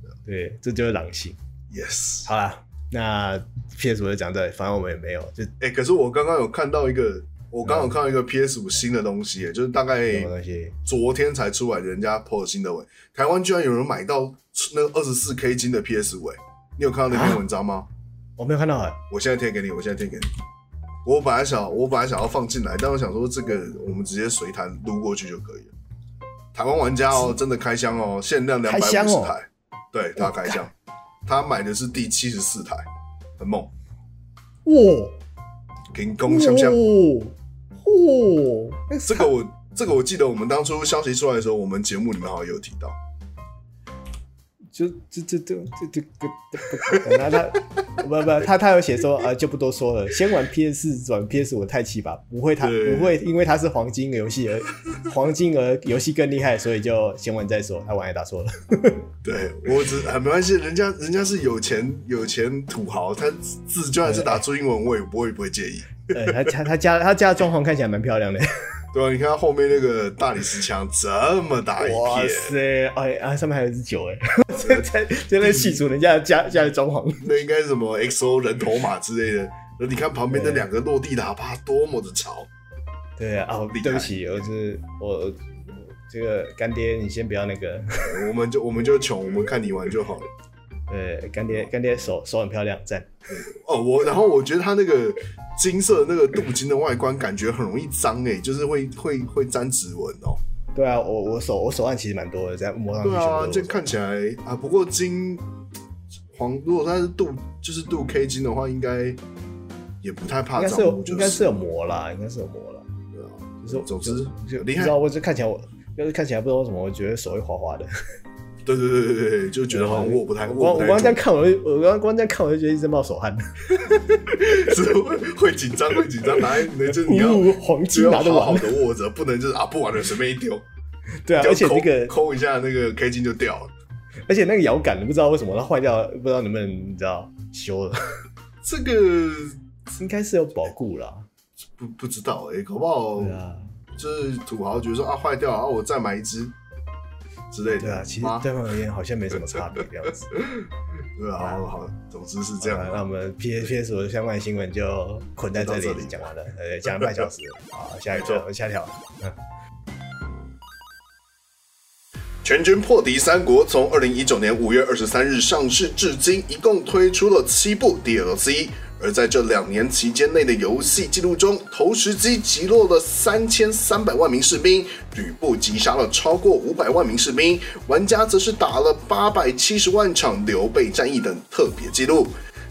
Speaker 1: 的。
Speaker 3: 对，这就是狼性。
Speaker 1: Yes，
Speaker 3: 好啦，那 PS 我就讲这里，反正我们也没有，就
Speaker 1: 哎、可是我刚刚有看到一个，我刚刚有看到一个 PS 五新的东西耶，就是大
Speaker 3: 嗯什
Speaker 1: 概
Speaker 3: 么东西，
Speaker 1: 昨天才出来，人家 PO 的新的文，台湾居然有人买到那二十四 K 金的 PS 五，哎，你有看到那
Speaker 3: 啊
Speaker 1: 篇文章吗？
Speaker 3: 我没有看到哎、
Speaker 1: 我现在贴给你，我现在贴给你。我本来想，我本来想要放进来，但我想说这个我们直接随谈撸过去就可以了。台湾玩家哦，真的开箱哦，限量两百
Speaker 3: 开
Speaker 1: 五
Speaker 3: 箱哦
Speaker 1: 十台，对他开箱，他买的是第七十四台，很猛，
Speaker 3: 哇，
Speaker 1: 给攻香香。
Speaker 3: 哇，那
Speaker 1: 这个我这个我记得我们当初消息出来的时候，我们节目里面好像有提到，
Speaker 3: 就就就就就就就，然后他不不，他他有写说呃就不多说了，先玩 PS 四转 PS 五太气吧，不会他
Speaker 1: 对
Speaker 3: 不会因为它是黄金游戏而黄金而游戏更厉害，所以就先玩再说，他玩也打错了，
Speaker 1: 对我 只啊没关系，人家人家是有钱有钱土豪，他字就算是打出英文，我也不会不会介意，
Speaker 3: 对他家他家他家的装潢看起来蛮漂亮的，
Speaker 1: 对吧、啊你看他后面那个大理石墙这么大一
Speaker 3: 哇
Speaker 1: 片，
Speaker 3: 塞，哎啊上面还有一只酒哎，在在在那细数人家的家家的装潢，
Speaker 1: 那应该是什么 XO 人头马之类的。那你看旁边的两个落地喇叭多么的吵，
Speaker 3: 对啊，哦
Speaker 1: 厉害
Speaker 3: 对不起，我是我我这个干爹，你先不要那个。
Speaker 1: 对呃我们就我们就穷，我们看你玩就好了。
Speaker 3: 呃，干爹，干爹手手很漂亮，赞。
Speaker 1: 哦，我然后我觉得它那个金色那个镀金的外观，感觉很容易脏诶、就是会会会沾指纹哦。
Speaker 3: 对啊，我我手我手汗其实蛮多的，这样摸上去
Speaker 1: 对
Speaker 3: 全部
Speaker 1: 啊，
Speaker 3: 都
Speaker 1: 这
Speaker 3: 是
Speaker 1: 看起来啊，不过金黄如果它是镀就是镀 K 金的话，应该也不太怕
Speaker 3: 应该
Speaker 1: 脏
Speaker 3: 是有
Speaker 1: 污，就
Speaker 3: 应该是有磨啦，应该是有磨啦。
Speaker 1: 对啊
Speaker 3: 就是
Speaker 1: 总之
Speaker 3: 就
Speaker 1: 厉
Speaker 3: 不
Speaker 1: 害
Speaker 3: 知，道，我就看起来我就是看起来不知道为什么，我觉得手会滑滑的，
Speaker 1: 对对对对对，就觉得好像握不太
Speaker 3: 我
Speaker 1: 握
Speaker 3: 光
Speaker 1: 不
Speaker 3: 我
Speaker 1: 太
Speaker 3: 光这样
Speaker 1: 住，
Speaker 3: 看我就我光光这样看我就觉得一直冒手汗。
Speaker 1: 是会会紧张会紧张，拿那就你要
Speaker 3: 呜 黄
Speaker 1: 只
Speaker 3: 金
Speaker 1: 有
Speaker 3: 拿得
Speaker 1: 好好
Speaker 3: 完，
Speaker 1: 的握着，不能就是啊不玩了随便一丢，
Speaker 3: 对啊，
Speaker 1: 就
Speaker 3: 而且
Speaker 1: 抠
Speaker 3: 那个
Speaker 1: 抠一下那个 K 金就掉了。
Speaker 3: 而且那个摇杆，你不知道为什么它坏掉了，不知道能不能你知道修了，
Speaker 1: 这个
Speaker 3: 应该是有保固啦。
Speaker 1: 不不知道哎、搞不好
Speaker 3: 对啊，
Speaker 1: 就是土豪觉得说啊坏掉了啊，我再买一只之类的。
Speaker 3: 对啊，其实
Speaker 1: 妈
Speaker 3: 对方而言好像没什么差别这样子。
Speaker 1: 对啊，好好，总之是这样
Speaker 3: 好了那我
Speaker 1: 啊。
Speaker 3: 们 P P S 相关的新闻哦就捆在这
Speaker 1: 就到这
Speaker 3: 里
Speaker 1: 里
Speaker 3: 讲完了，呃，讲了半小时，好，下一
Speaker 1: 没错
Speaker 3: 个下一条，嗯，
Speaker 1: 全军破敌三国从二零一九年五月二十三日上市至今，一共推出了七部 DLC。而在这两年期间内的游戏记录中，投石机击落了三千三百万名士兵，吕布击杀了超过五百万名士兵，玩家则是打了八百七十万场刘备战役等特别记录。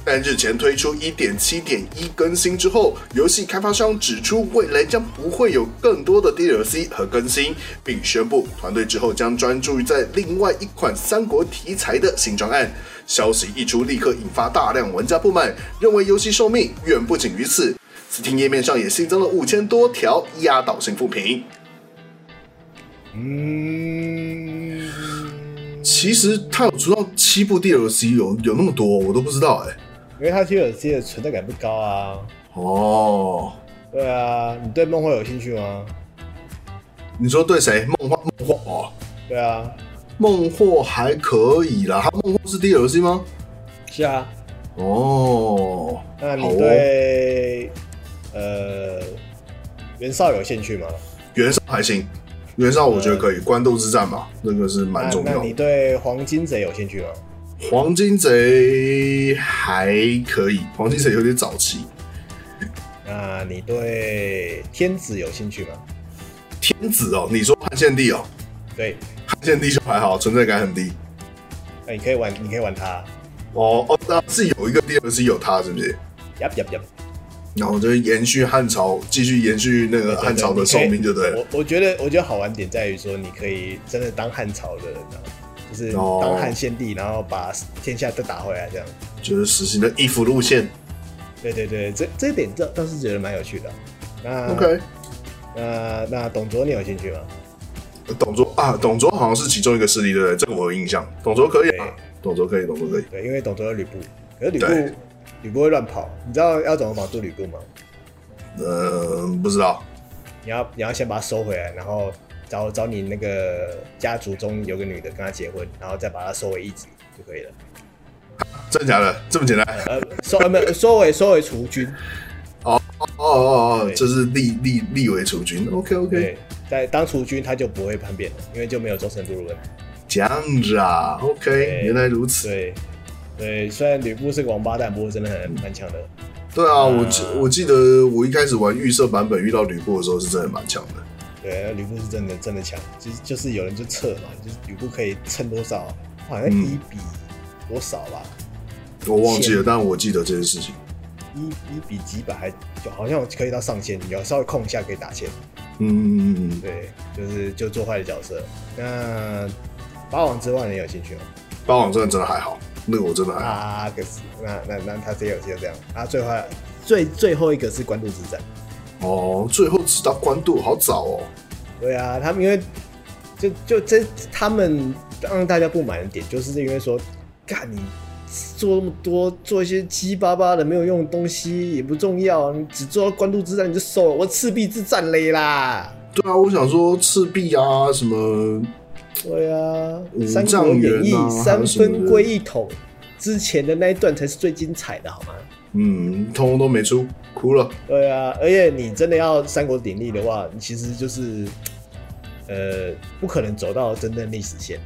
Speaker 1: 但日前推出1.7.1更新之后，游戏开发商指出未来将不会有更多的 DLC 和更新，并宣布团队之后将专注于在另外一款三国题材的新专案。消息一出，立刻引发大量玩家不满，认为游戏寿命远不仅于此。 Steam 页面上也新增了五千多条压倒性负评。
Speaker 3: 嗯，
Speaker 1: 其实它有出到七部 DLC，有有那么多，我都不知道哎、
Speaker 3: 因为它 TLC 的存在感不高啊。
Speaker 1: 哦，
Speaker 3: 对啊，你对梦幻有兴趣吗？
Speaker 1: 你说对谁？梦幻梦幻哦，
Speaker 3: 对啊，
Speaker 1: 孟获还可以啦，他孟获是 DLC 吗？
Speaker 3: 是啊。
Speaker 1: 哦，
Speaker 3: 那
Speaker 1: 好
Speaker 3: 你
Speaker 1: 哦
Speaker 3: 对、呃袁绍有兴趣吗？
Speaker 1: 袁绍还行，袁绍我觉得可以，官渡之战嘛，哎那个是蛮重
Speaker 3: 那
Speaker 1: 要
Speaker 3: 那你
Speaker 1: 的。
Speaker 3: 对黄金贼有兴趣吗？
Speaker 1: 黄金贼还可以，黄金贼有点早期。
Speaker 3: 那你对天子有兴趣吗？
Speaker 1: 天子哦，你说汉献帝哦，
Speaker 3: 对，
Speaker 1: 汉献帝就还好，存在感很低。
Speaker 3: 那你可以玩，你可以玩它。
Speaker 1: 哦哦，那是有一个 DLC 有他，是不是？
Speaker 3: 呀呀呀！
Speaker 1: 然后就是延续汉朝，继续延续那个汉朝的寿命，就对了。
Speaker 3: 我我觉得我觉得好玩点在于说，你可以真的当汉朝的人啊，就是
Speaker 1: 哦
Speaker 3: 当汉献帝，然后把天下都打回来这样。
Speaker 1: 就是实行的衣服路线。
Speaker 3: 对对对，这这一点倒倒是觉得蛮有趣的。啊那
Speaker 1: OK，
Speaker 3: 那那董卓你有兴趣吗？
Speaker 1: 董卓啊，董卓好像是其中一个势力，对不对？这个我有印象。董卓可以啊
Speaker 3: 对，
Speaker 1: 董卓可以，董卓可以。
Speaker 3: 对，因为董卓有吕布，可是吕
Speaker 1: 对
Speaker 3: 布吕布会乱跑，你知道要怎么绑住吕布吗？
Speaker 1: 呃，不知道。
Speaker 3: 你要你要先把他收回来，然后找找你那个家族中有个女的跟他结婚，然后再把他收为义子就可以了。
Speaker 1: 真的假的？这么简单？
Speaker 3: 呃，收呃没有收为收为储君，
Speaker 1: 哦哦哦，
Speaker 3: 对
Speaker 1: 这是立立立为储君。OK OK，
Speaker 3: 对，在当储君他就不会叛变了，因为就没有忠诚度的问题。
Speaker 1: 这样子啊。OK，
Speaker 3: 对
Speaker 1: 原来如此。
Speaker 3: 对，对，虽然吕布是个王八蛋，不过真的很蛮强的。
Speaker 1: 对啊，我记
Speaker 3: 啊
Speaker 1: 我记得我一开始玩预设版本遇到吕布的时候是真的蛮强的。
Speaker 3: 对，那吕布是真的真的强，就是就是有人就测嘛，就是吕布可以蹭多少，好像一比多少吧，
Speaker 1: 我忘记了，
Speaker 3: 线
Speaker 1: 但我记得这件事情。
Speaker 3: 一一比几百还就好像可以到上千，你要稍微控一下可以打千。
Speaker 1: 嗯嗯嗯嗯，
Speaker 3: 对，就是就做坏的角色。那八王之外你有兴趣吗？
Speaker 1: 霸王真的真的还好，那个我真的还好。
Speaker 3: 啊，可是那那那他这游戏就这样啊，最坏最最后一个是官渡之战。
Speaker 1: 哦，最后只到官渡，好早哦。
Speaker 3: 对啊，他们因为就就这他们让大家不满的点，就是因为说，干你做那么多，做一些七七八八的没有用的东西也不重要，你只做到官渡之战你就收了，我赤壁之战嘞啦。
Speaker 1: 对啊，我想说赤壁啊，什么
Speaker 3: 对啊，
Speaker 1: 五
Speaker 3: 《三
Speaker 1: 丈
Speaker 3: 国演
Speaker 1: 原
Speaker 3: 义》
Speaker 1: 啊还有
Speaker 3: 三
Speaker 1: 什么
Speaker 3: 分
Speaker 1: 的
Speaker 3: 归一统之前的那一段才是最精彩的，好吗？
Speaker 1: 嗯，通通都没出，哭了。
Speaker 3: 对啊，而且你真的要三国鼎立的话，你其实就是，呃，不可能走到真正历史线。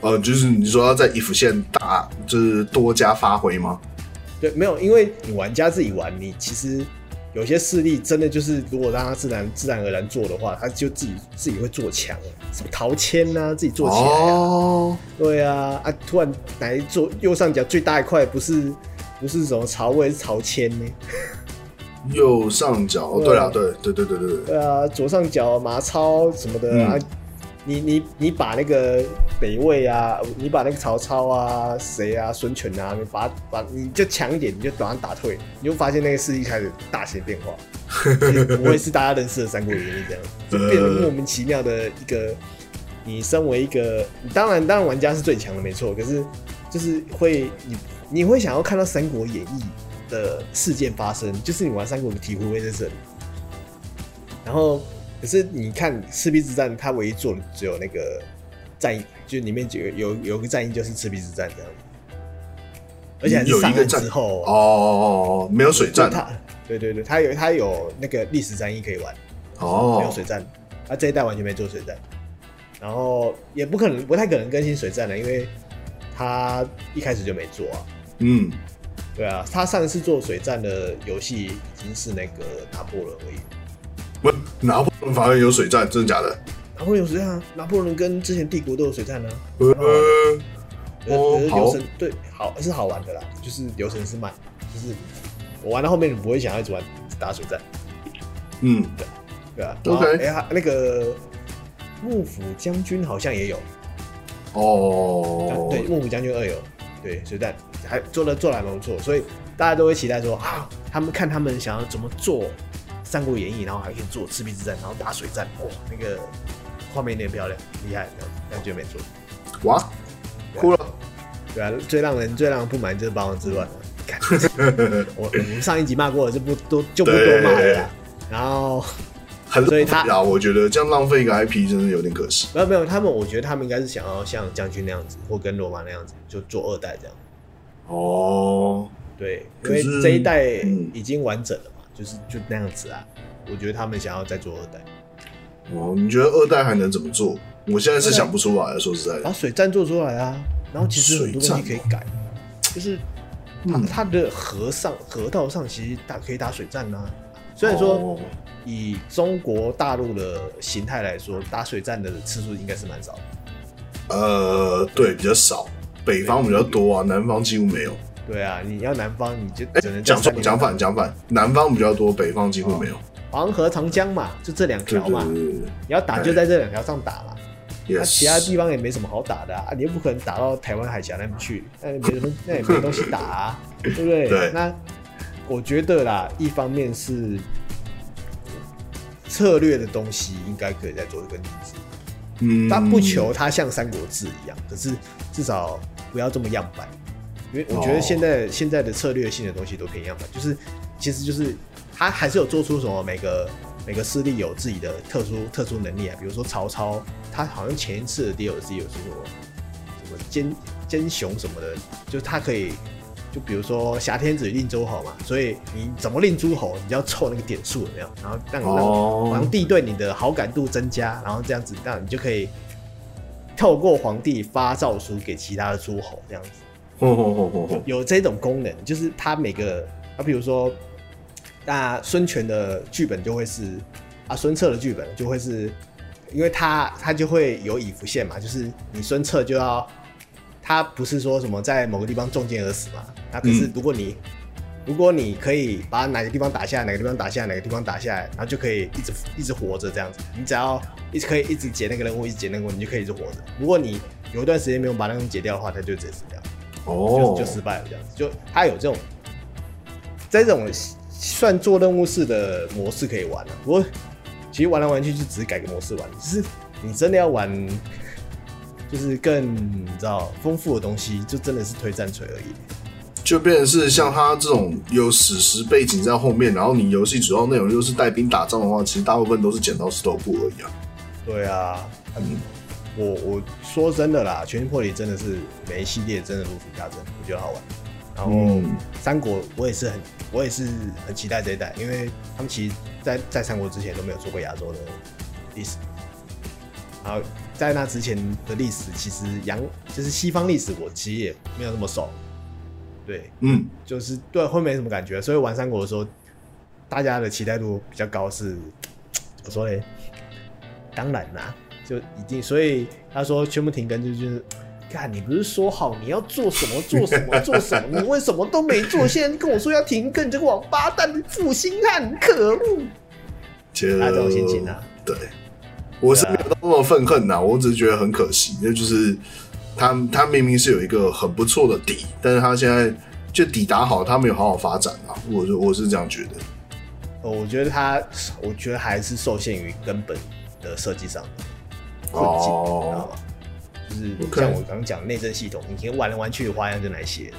Speaker 1: 呃，就是你说要在衣服线大，就是多加发挥吗？
Speaker 3: 对，没有，因为你玩家自己玩，你其实有些势力真的就是，如果让他自然自然而然做的话，他就自己自己会做强，什么陶谦呐、自己做起来、啊。
Speaker 1: 哦，
Speaker 3: 对啊，啊，突然来做右上角最大一块，不是不是什么曹魏，是曹谦呢？
Speaker 1: 右上角。哦，对
Speaker 3: 对
Speaker 1: 了，
Speaker 3: 啊
Speaker 1: 对对对对对对，
Speaker 3: 对啊，左上角马超什么的、
Speaker 1: 嗯
Speaker 3: 啊，你你你把那个北魏啊，你把那个曹操啊，谁啊，孙权啊，你把把你就强一点，你就把他打退，你就发现那个势力开始大型变化，就不会是大家认识的三国演义这样，就变得莫名其妙的一个。你身为一个，你当然当然玩家是最强的没错，可是就是会你你会想要看到《三国演义》的事件发生，就是你玩三国的体会会在这里。然后，可是你看赤壁之战，它唯一做的只有那个战役，就里面有有有个战役就是赤壁之战这样子，而且还
Speaker 1: 有
Speaker 3: 是
Speaker 1: 一
Speaker 3: 上
Speaker 1: 个
Speaker 3: 岸
Speaker 1: 战
Speaker 3: 之后啊
Speaker 1: 哦哦哦，没有水
Speaker 3: 就
Speaker 1: 战。
Speaker 3: 它对对对，它有它有那个历史战役可以玩，没有
Speaker 1: 哦
Speaker 3: 水战，它、这一代完全没做水战，然后也不可能不太可能更新水战了，因为它一开始就没做啊。
Speaker 1: 嗯，
Speaker 3: 对啊，他上一次做水战的游戏已经是那个拿破仑而已。
Speaker 1: 不，拿破仑反而有水战，真的假的？
Speaker 3: 拿破仑有水战啊，拿破仑跟之前帝国都有水战啊。
Speaker 1: 呃，哦
Speaker 3: 可是可是
Speaker 1: 好
Speaker 3: 流程对好是好玩的啦，就是流程是慢，就是我玩到后面你不会想要一直玩打水战，
Speaker 1: 嗯，
Speaker 3: 对吧、啊
Speaker 1: OK
Speaker 3: 哎呀，那个幕府将军好像也有，
Speaker 1: 哦，
Speaker 3: 对，幕府将军二有对水战还做的做的还蛮不错，所以大家都会期待说啊，他们看他们想要怎么做《三国演义》，然后还可以做赤壁之战，然后打水战，哇，那个画面有点漂亮，厉害，这样子但就没做。
Speaker 1: 哇，哭了。
Speaker 3: 对啊，最让人最让人不满就是《八王之乱》了。啊看 我我们上一集骂过了，就不多就不多骂了啦。 然后
Speaker 1: 很
Speaker 3: 所以
Speaker 1: 浪费啊，我觉得这样浪费一个 IP 真的有点可惜。
Speaker 3: 没有没有，他们我觉得他们应该是想要像将军那样子，或跟罗马那样子，就做二代这样。
Speaker 1: 哦，
Speaker 3: 对，因
Speaker 1: 可
Speaker 3: 为
Speaker 1: 是
Speaker 3: 这一代
Speaker 1: 嗯
Speaker 3: 已经完整了嘛，就是就那样子啊。我觉得他们想要再做二代，
Speaker 1: 哦，你觉得二代还能怎么做？我现在是想不出来了，说实在的
Speaker 3: 把。水战做出来啊，然后其实很多东西可以
Speaker 1: 水嗯
Speaker 3: 改，就是它它的河上河道上其实打可以打水战啊。虽然说
Speaker 1: 哦
Speaker 3: 以中国大陆的形态来说，打水战的次数应该是蛮少的。
Speaker 1: 呃，对，比较少，北方比较多啊，南方几乎没有。
Speaker 3: 对啊，你要南方你就
Speaker 1: 哎
Speaker 3: 只能，在
Speaker 1: 讲
Speaker 3: 山
Speaker 1: 错
Speaker 3: 里，面
Speaker 1: 讲反，讲反，南方比较多，北方几乎没
Speaker 3: 哦
Speaker 1: 有。
Speaker 3: 黄河、长江嘛，就这两
Speaker 1: 对
Speaker 3: 条
Speaker 1: 对
Speaker 3: 嘛
Speaker 1: 对，对对
Speaker 3: 你要打就在这两条上打嘛。那、
Speaker 1: 也
Speaker 3: 啊其他地方也没什么好打的啊，啊你又不可能打到台湾海峡那边去，那也没什么，那也没东西打、啊，对不对？
Speaker 1: 对
Speaker 3: 那我觉得啦，一方面是策略的东西应该可以再做一个例子，
Speaker 1: 嗯，
Speaker 3: 他不求它像《三国志》一样，可是至少不要这么样板，因为我觉得
Speaker 1: 哦
Speaker 3: 现在、现在的策略性的东西都偏样板，就是其实就是他还是有做出什么每个每个势力有自己的特殊特殊能力啊，比如说曹操，他好像前一次的 DLC 有是什么什么奸奸雄什么的，就是他可以。就比如说挟天子令诸侯嘛，所以你怎么令诸侯，你就要凑那个点数有没有？然后让让
Speaker 1: 哦
Speaker 3: 皇，帝对你的好感度增加，然后这样子，那你就可以透过皇帝发诏书给其他的诸侯，这样子
Speaker 1: 吼吼吼吼吼，
Speaker 3: 有这种功能，就是他每个啊，比如说，那孙权的剧本就会是啊，孙策的剧本就会是，因为他他就会有以服线嘛，就是你孙策就要，他不是说什么在某个地方中箭而死嘛，那可是
Speaker 1: 嗯
Speaker 3: 如果你、如果你可以把哪个地方打下来，哪个地方打下来，哪个地方打下来，然后就可以一直一直活着这样子。你只要一直可以一直解那个任务，一直解那个任务，你就可以一直活着。如果你有一段时间没有把那个解掉的话，它就直接死掉，
Speaker 1: 哦
Speaker 3: 就就失败了这样子。就它有这种，在这种算做任务式的模式可以玩了、啊不过其实玩来玩去就只是改个模式玩，只是你真的要玩，就是更你知道丰富的东西，就真的是推战锤而已。
Speaker 1: 就变成是像他这种有史实背景在后面，然后你游戏主要内容又是带兵打仗的话，其实大部分都是剪刀石头布而已啊。
Speaker 3: 对啊，嗯，我我说真的啦，《全军破例》真的是每一系列真的如数家珍，我觉得好玩。然后《
Speaker 1: 嗯
Speaker 3: 三国》我也是很我也是很期待这一代，因为他们其实在在三国之前都没有做过亚洲的历史，然后在那之前的历史，其实洋就是西方历史，我其实也没有那么熟。对，
Speaker 1: 嗯，
Speaker 3: 就是对会没什么感觉，所以玩三国的时候，大家的期待度比较高是，怎么说嘞？当然啦，就一定，所以他说全部停更就就是，看你不是说好你要做什么做什么做什么，你为什么都没做？现在跟我说要停更，你这个王八蛋负心汉，可恶！
Speaker 1: 其实
Speaker 3: 他这种心情啊，
Speaker 1: 对，我是没有到那么愤恨呐、我只是觉得很可惜，那就是他他明明是有一个很不错的底，但是他现在就底打好，他没有好好发展啊，我就我是这样觉得。
Speaker 3: 呃我觉得他，我觉得还是受限于根本的设计上的困境，你知道
Speaker 1: 哦，
Speaker 3: 吗？就是像
Speaker 1: OK
Speaker 3: 我刚刚讲内政系统，以前玩来玩去的花样就那些了。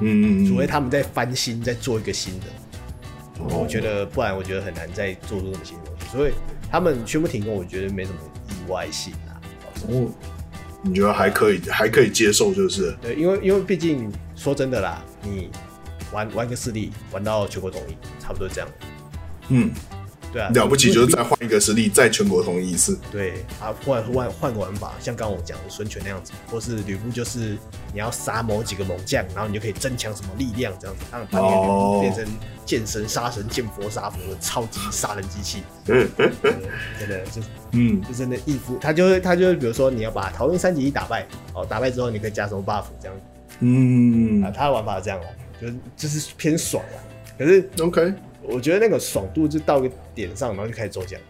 Speaker 1: 嗯，
Speaker 3: 除非他们在翻新，再做一个新的，
Speaker 1: 哦
Speaker 3: 我觉得不然，我觉得很难再做出什么新的东西。所以他们宣布停工，我觉得没什么意外性啊。老实说
Speaker 1: 哦，你觉得还可以，还可以接受，就是
Speaker 3: 对，因为因为毕竟说真的啦，你玩玩个势力，玩到全国统一，差不多这样。
Speaker 1: 嗯，
Speaker 3: 对啊，
Speaker 1: 了不起就是
Speaker 3: 你
Speaker 1: 再换一个实力，再全国统一一次。
Speaker 3: 对啊，换换换个玩法，像刚刚我讲的孙权那样子，或是吕布，就是你要杀某几个猛将，然后你就可以增强什么力量，这样子，让把你的吕布
Speaker 1: 哦
Speaker 3: 变成见神杀神、见佛杀佛的超级杀人 机器。对真的就
Speaker 1: 嗯，
Speaker 3: 就真的义夫，他就会他就会比如说你要把桃园三结义打败，哦，打败之后你可以加什么 buff 这样子
Speaker 1: 嗯
Speaker 3: 啊，他的玩法是这样的，就是就是偏爽啊。可是
Speaker 1: ，OK，
Speaker 3: 我觉得那个爽度就到一个点上，然后就开始抽奖，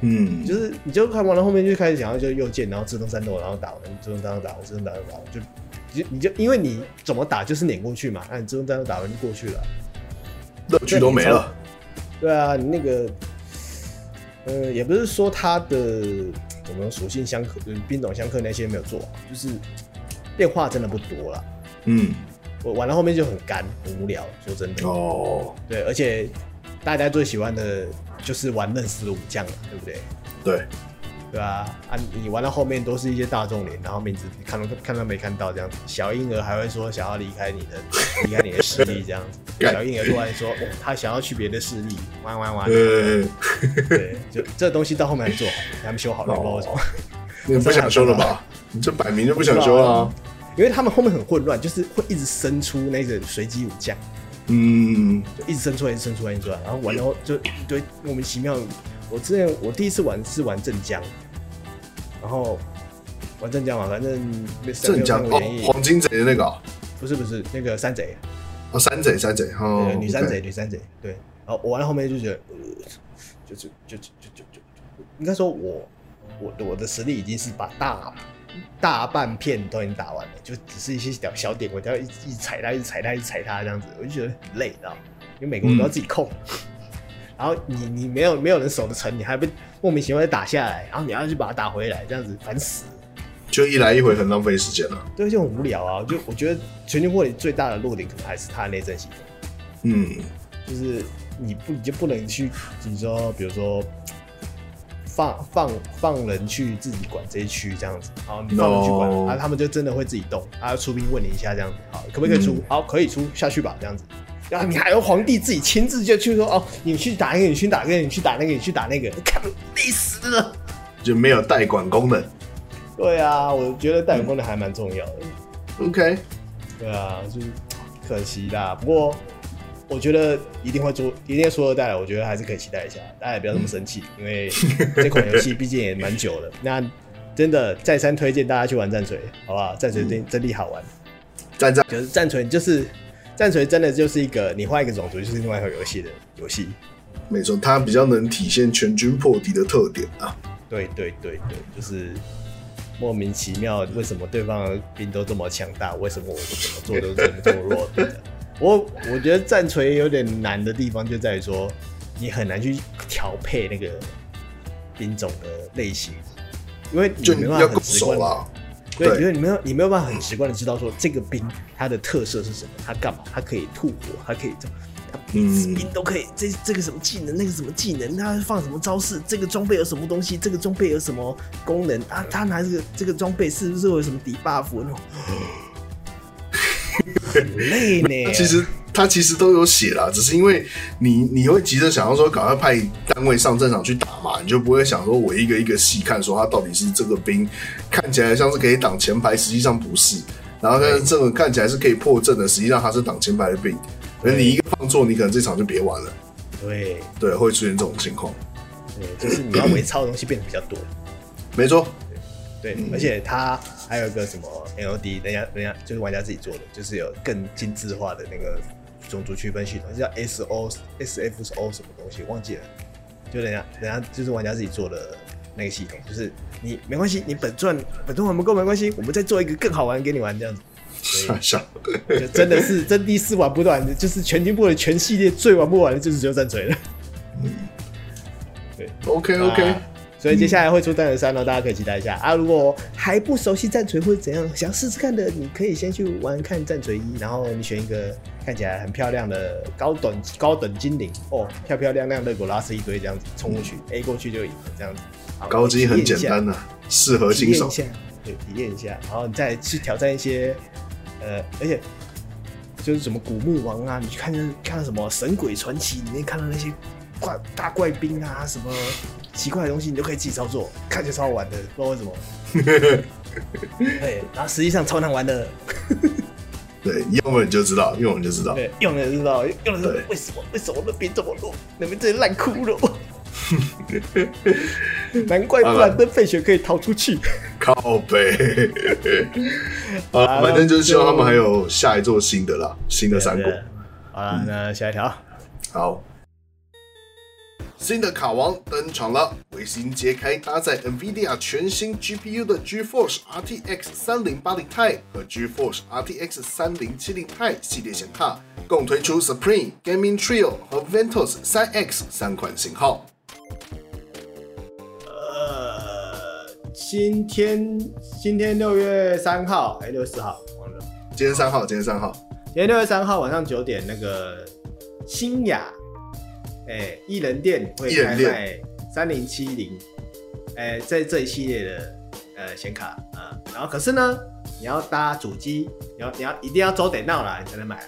Speaker 1: 嗯，
Speaker 3: 就是你就看完了后面就开始想要就右键，然后自动战斗，然后打完自动战斗打完自动战斗打完，就就你就因为你怎么打就是碾过去嘛，那你自动战斗打完就过去了啊。
Speaker 1: 乐趣都没了。
Speaker 3: 对啊，你那个，呃，也不是说它的怎么属性相克，就是兵种相克那些没有做好，就是变化真的不多了。
Speaker 1: 嗯，
Speaker 3: 我玩到后面就很干，很无聊。说真的，
Speaker 1: 哦，
Speaker 3: 对，而且大家最喜欢的就是玩认识的武将了，对不对？
Speaker 1: 对，
Speaker 3: 对啊，啊，你玩到后面都是一些大众脸，然后名字看都看都没看到这样子。小婴儿还会说想要离开 你的，离开你的势力这样子。
Speaker 1: 干
Speaker 3: 小婴儿突然说，哦，他想要去别的势力，玩玩玩。
Speaker 1: 呃，
Speaker 3: 啊 对，就这东西到后面还没做好，还没修
Speaker 1: 哦
Speaker 3: 好，不知道为什么，
Speaker 1: 你不想修了吧？你这摆明就不想修啊。
Speaker 3: 因为他们后面很混乱，就是会一直生出那个随机武将，
Speaker 1: 嗯，
Speaker 3: 就一直生出来，一直生出来，一直生出来，然后玩到就一堆莫名其妙。我之前我第一次玩是玩镇江，然后玩镇江嘛，反正
Speaker 1: 镇江
Speaker 3: 没有
Speaker 1: 哦
Speaker 3: 没有，演绎
Speaker 1: 黄金贼的那个啊
Speaker 3: 不是不是那个山贼，啊
Speaker 1: 哦，山贼山贼哦
Speaker 3: 对，女山
Speaker 1: OK
Speaker 3: 贼，女山贼，对。然后我玩到后面就觉得，呃，就就就就就就就，应该说我我我的实力已经是把大大半片都已经打完了，就只是一些小小点，我都要一直一直踩它，一直踩它，一直踩它这样子，我就觉得很累，你知道吗？因为每个我都要自己控。然后你你没有没有人守得成，你还被莫名其妙地打下来，然后你要去把它打回来，这样子烦死了。
Speaker 1: 就一来一回很浪费时间了。
Speaker 3: 对，就很无聊啊！就我觉得全球破里最大的弱点可能还是它的内政系统。
Speaker 1: 嗯，
Speaker 3: 就是你不你就不能去，你说比如说放放放人去自己管这一区这样子，好，你放人去管
Speaker 1: No
Speaker 3: 啊，他们就真的会自己动，啊，出兵问你一下这样子，好，可不可以出？
Speaker 1: 嗯
Speaker 3: 好，可以出，下去吧这样子。然后你还要皇帝自己亲自就去说哦，你去打那个，你去打那个，你去打那个，你去打那个，看累死了。
Speaker 1: 就没有代管功能。
Speaker 3: 对啊，我觉得代理功能还蛮重要的。
Speaker 1: OK，
Speaker 3: 对啊，就是可惜啦。不过我觉得一定会做，一定会出二代了。我觉得还是可以期待一下，大家也不要那么生气，因为这款游戏毕竟也蛮久了。那真的再三推荐大家去玩战锤，好不好？战锤真真的好玩，
Speaker 1: 站在
Speaker 3: 就是战锤就是战锤真的就是一个你换一个种族就是另外一个游戏的游戏。
Speaker 1: 没错，它比较能体现全军破敌的特点啊。
Speaker 3: 对对对对，就是莫名其妙，为什么对方的兵都这么强大？为什么我怎么做都这么这么弱对的？我我觉得战锤有点难的地方就在于说，你很难去调配那个兵种的类型，因为你
Speaker 1: 就
Speaker 3: 嗯没
Speaker 1: 你
Speaker 3: 办法
Speaker 1: 要够
Speaker 3: 很直
Speaker 1: 手
Speaker 3: 观地
Speaker 1: 啦。
Speaker 3: 对，
Speaker 1: 对
Speaker 3: 因为你没有你没有办法很直观的知道说这个兵它的特色是什么，它干嘛，它可以吐火，它可以这么，它
Speaker 1: 嗯
Speaker 3: 兵都可以，这这个什么技能，那个什么技能，它放什么招式，这个装备有什么东西，这个装备有什么功能啊？它拿这个这个装备是不是会有什么抵 buff 那种？很累呢，
Speaker 1: 其实他其实都有写啦，只是因为你你会急着想要说赶快派单位上战场去打嘛，你就不会想说我一个一个细看，说他到底是这个兵看起来像是可以挡前排，实际上不是。然后但是这个看起来是可以破阵的，实际上他是挡前排的兵。而你一个放错，你可能这场就别玩了。
Speaker 3: 对
Speaker 1: 对，会出现这种情况。
Speaker 3: 对，就是你要微操的东西变得比较多。
Speaker 1: 没错，
Speaker 3: 对，而且它还有一个什么 LD，人家人家就是玩家自己做的，就是有更精致化的那个种族区分系统，就叫 SO、SFO 什么东西忘记了，就人家人家就是玩家自己做的那个系统，就是你没关系，你本传本传玩不够没关系，我们再做一个更好玩给你玩这样子。所
Speaker 1: 傻笑。
Speaker 3: 以就真的是真的是玩不完的，就是全军部的全系列最玩不完的就是只有战锤了。
Speaker 1: OK OK，
Speaker 3: 啊所以接下来会出战锤三了，大家可以期待一下
Speaker 1: 嗯
Speaker 3: 啊！如果还不熟悉战锤或者怎样，想要试试看的，你可以先去玩看战锤一，然后你选一个看起来很漂亮的高等高等精灵哦，漂漂亮亮的狗拉斯一堆这样子冲过去、a 过去就赢了这样子。好
Speaker 1: 高级很简单
Speaker 3: 体
Speaker 1: 呐、适合
Speaker 3: 验
Speaker 1: 新
Speaker 3: 一下
Speaker 1: 手。
Speaker 3: 体验一下，对，体验一下，然后你再去挑战一些呃，而且。就是什么古墓王啊，你去看看什么《神鬼传奇》里面看到那些怪大怪兵啊，什么奇怪的东西，你都可以自己操作，看起来超好玩的，不知道为什 么。对，然后实际上超难玩的，
Speaker 1: 对，用了你就知道，用了你就知道。
Speaker 3: 对，用了就知道，用了就知
Speaker 1: 对
Speaker 3: 道为什么为什么那边这么 弱，那边这烂窟窿，难怪布兰登费雪可以逃出去。
Speaker 1: 靠背。啊，
Speaker 3: 好
Speaker 1: 反正就是希望他们
Speaker 3: 那就
Speaker 1: 还有下一座新的啦，新的三国。
Speaker 3: 好了，那下一条。
Speaker 1: 好，新的卡王登场了，维新揭开搭载 NVIDIA 全新 GPU 的 GeForce RTX 3080 Ti 和 GeForce RTX 3070 Ti 系列显卡，共推出 Supreme、Gaming Trio 和 Ventus 3X 三款型号。
Speaker 3: 呃，今天今天六月三号，哎、六月四号忘了，
Speaker 1: 今天三号，今天三号，
Speaker 3: 今天六月三号晚上九点，那个新雅，哎、艺人店会
Speaker 1: 艺
Speaker 3: 开
Speaker 1: 人店
Speaker 3: 卖三零七零，哎，在这一系列的呃显卡啊、然后可是呢，你要搭主机，你要你要一定要周得闹啦，你才能买。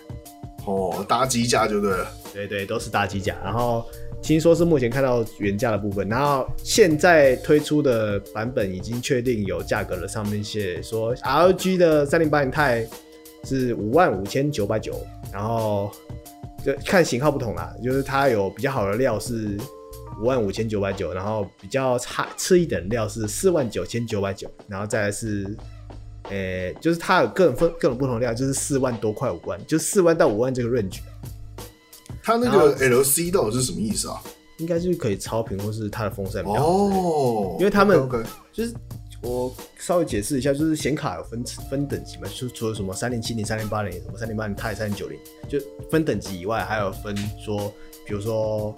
Speaker 1: 哦，搭机架就对了。
Speaker 3: 对对，都是大机甲。然后听说是目前看到原价的部分，然后现在推出的版本已经确定有价格了，上面写说 RG 的三零八零钛是五万五千九百九，然后就看型号不同啦，就是它有比较好的料是五万五千九百九，然后比较差次一点的料是四万九千九百九，然后再来是。诶、就是它有各种分各种不同的料，就是四万多块五万，就四万到五万这个 range。
Speaker 1: 它那个 LC 到底是什么意思啊？
Speaker 3: 应该就是可以超频或是它的风扇比较好。
Speaker 1: 哦，
Speaker 3: 因为他们
Speaker 1: OK，
Speaker 3: 就是我稍微解释一下，就是显卡有分分等级嘛，就是除了什么三零七零、三零八零、什么三零八零钛、三零九零，就分等级以外，还有分说，比如说，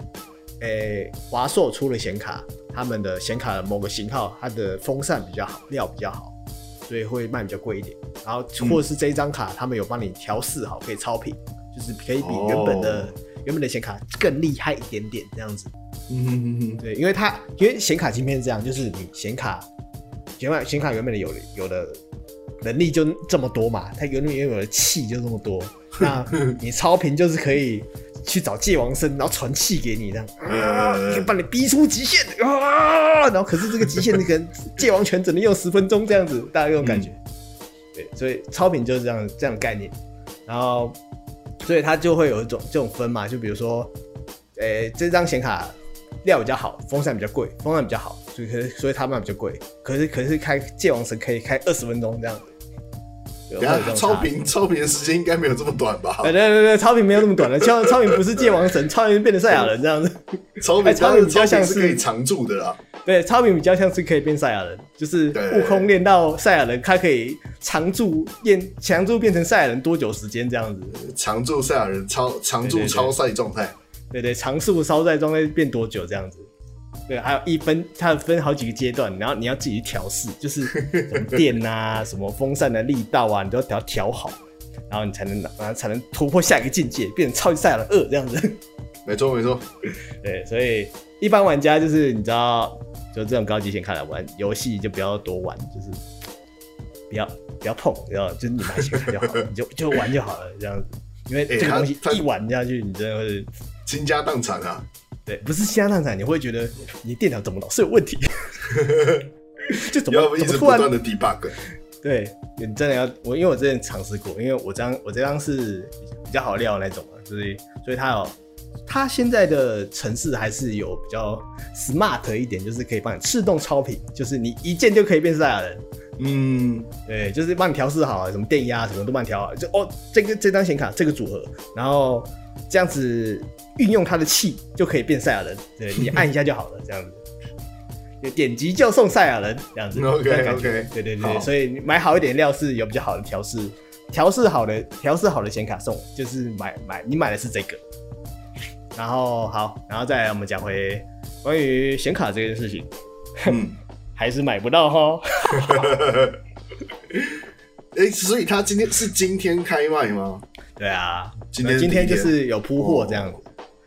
Speaker 3: 诶、华硕出了显卡，他们的显卡的某个型号，它的风扇比较好，料比较好，所以会卖比较贵一点。然后
Speaker 1: 嗯
Speaker 3: 或者是这一张卡，他们有帮你调试好，可以超频，就是可以比原本的、
Speaker 1: 哦
Speaker 3: 原本的显卡更厉害一点点这样子。
Speaker 1: 嗯哼哼哼，
Speaker 3: 对，因为它因为显卡晶片是这样，就是你显卡显卡显卡原本的有有的能力就这么多嘛，它原本原有的气就这么多，那你超频就是可以去找界王生，然后传气给你这样，啊，就把你逼出极限啊，然后可是这个极限可能界王拳只能用十分钟这样子，大家这种感觉。对，所以超频就是这样这样的概念，然后所以它就会有一种这种分嘛，就比如说，诶、这张显卡料比较好，风扇比较贵，风扇比较好，所以可是所以它卖比较贵，可是可是开界王神可以开二十分钟这样子，对
Speaker 1: 等一
Speaker 3: 会有
Speaker 1: 下
Speaker 3: 这种
Speaker 1: 超
Speaker 3: 差别
Speaker 1: 频超频的时间应该没有这么短吧？
Speaker 3: 对对对对，超频没有那么短了，超超频不是界王神，超频变成赛亚人这样子。
Speaker 1: 超
Speaker 3: 哎
Speaker 1: 频
Speaker 3: 超
Speaker 1: 超
Speaker 3: 频
Speaker 1: 频
Speaker 3: 比较
Speaker 1: 超
Speaker 3: 像
Speaker 1: 频
Speaker 3: 是
Speaker 1: 是可以常驻的啦。
Speaker 3: 对，超频比较像是可以变赛亚人，就是
Speaker 1: 对
Speaker 3: 悟空练到赛亚人，他可以常驻变常驻变成赛亚人多久时间这样子？
Speaker 1: 常驻赛亚人超常
Speaker 3: 对
Speaker 1: 驻
Speaker 3: 对对
Speaker 1: 超赛状态，
Speaker 3: 对对，常速烧在状态变多久这样子？对，还有一分，它分好几个阶段，然后你要自己去调试，就是什么电啊、什么风扇的力道啊，你都要调调好，然后你才能拿，然后才能突破下一个境界，变成超级赛亚人二这样子。
Speaker 1: 没错没错。
Speaker 3: 对，所以一般玩家就是你知道，就这种高级显卡来玩游戏就不要多玩，就是不要不要碰，然后就是你买显卡就好了，你就就玩就好了这样子，因为
Speaker 1: 欸
Speaker 3: 这个
Speaker 1: 它
Speaker 3: 东西
Speaker 1: 它
Speaker 3: 一玩下去，你真的会
Speaker 1: 倾家荡产啊！
Speaker 3: 对，不是瞎烂产，你会觉得你电脑怎么老是有问题， 就怎
Speaker 1: 要不
Speaker 3: 么
Speaker 1: 一
Speaker 3: 怎么
Speaker 1: 直
Speaker 3: 突
Speaker 1: 不
Speaker 3: 然
Speaker 1: 断的 debug，
Speaker 3: 对，你真的要我，因为我之前尝试过，因为我这张我这张是比较好料的那种嘛，所以所以它有它现在的城市还是有比较 smart 一点，就是可以帮你自动超频，就是你一键就可以变赛亚人，
Speaker 1: 嗯，
Speaker 3: 对，就是帮你调试好啊，什么电压什么都帮你调好，就哦这个这张显卡这个组合，然后这样子运用它的气就可以变赛亚人，对你按一下就好了，这样子。就点击就送赛亚人这样 子
Speaker 1: OK，
Speaker 3: 这种感觉
Speaker 1: OK，
Speaker 3: 对对对，
Speaker 1: 好
Speaker 3: 所以你买好一点料是有比较好的调试，调试好的调试好的显卡送，就是买买你买的是这个，然后好，然后再来我们讲回关于显卡这件事情，
Speaker 1: 嗯，
Speaker 3: 还是买不到哦哈，
Speaker 1: 哎、所以他今天是今天开卖吗？
Speaker 3: 对啊，
Speaker 1: 今天是
Speaker 3: 今天
Speaker 1: 第
Speaker 3: 就
Speaker 1: 一天
Speaker 3: 是有铺货这样子。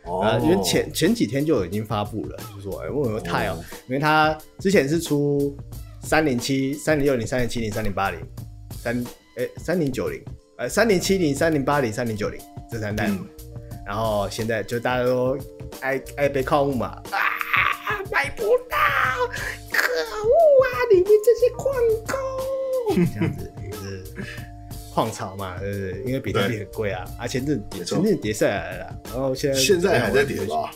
Speaker 3: 啊，
Speaker 1: 哦，
Speaker 3: 因为前前几天就已经发布了，就说哎，为什么太哦
Speaker 1: 哦？
Speaker 3: 因为它之前是出三零七、三零六零、三零七零、三零八零、三哎三零九零，呃三零七零、三零八零、三零九零这三代，
Speaker 1: 嗯
Speaker 3: 然后现在就大家都爱爱被矿物嘛啊，买不到，可恶啊！里面这些矿工这样子就是矿潮嘛，对不对？因为比特币
Speaker 1: 对
Speaker 3: 很贵啊，啊前阵
Speaker 1: 没错
Speaker 3: 前阵跌下来了啦，然后现在
Speaker 1: 现在还在跌吧？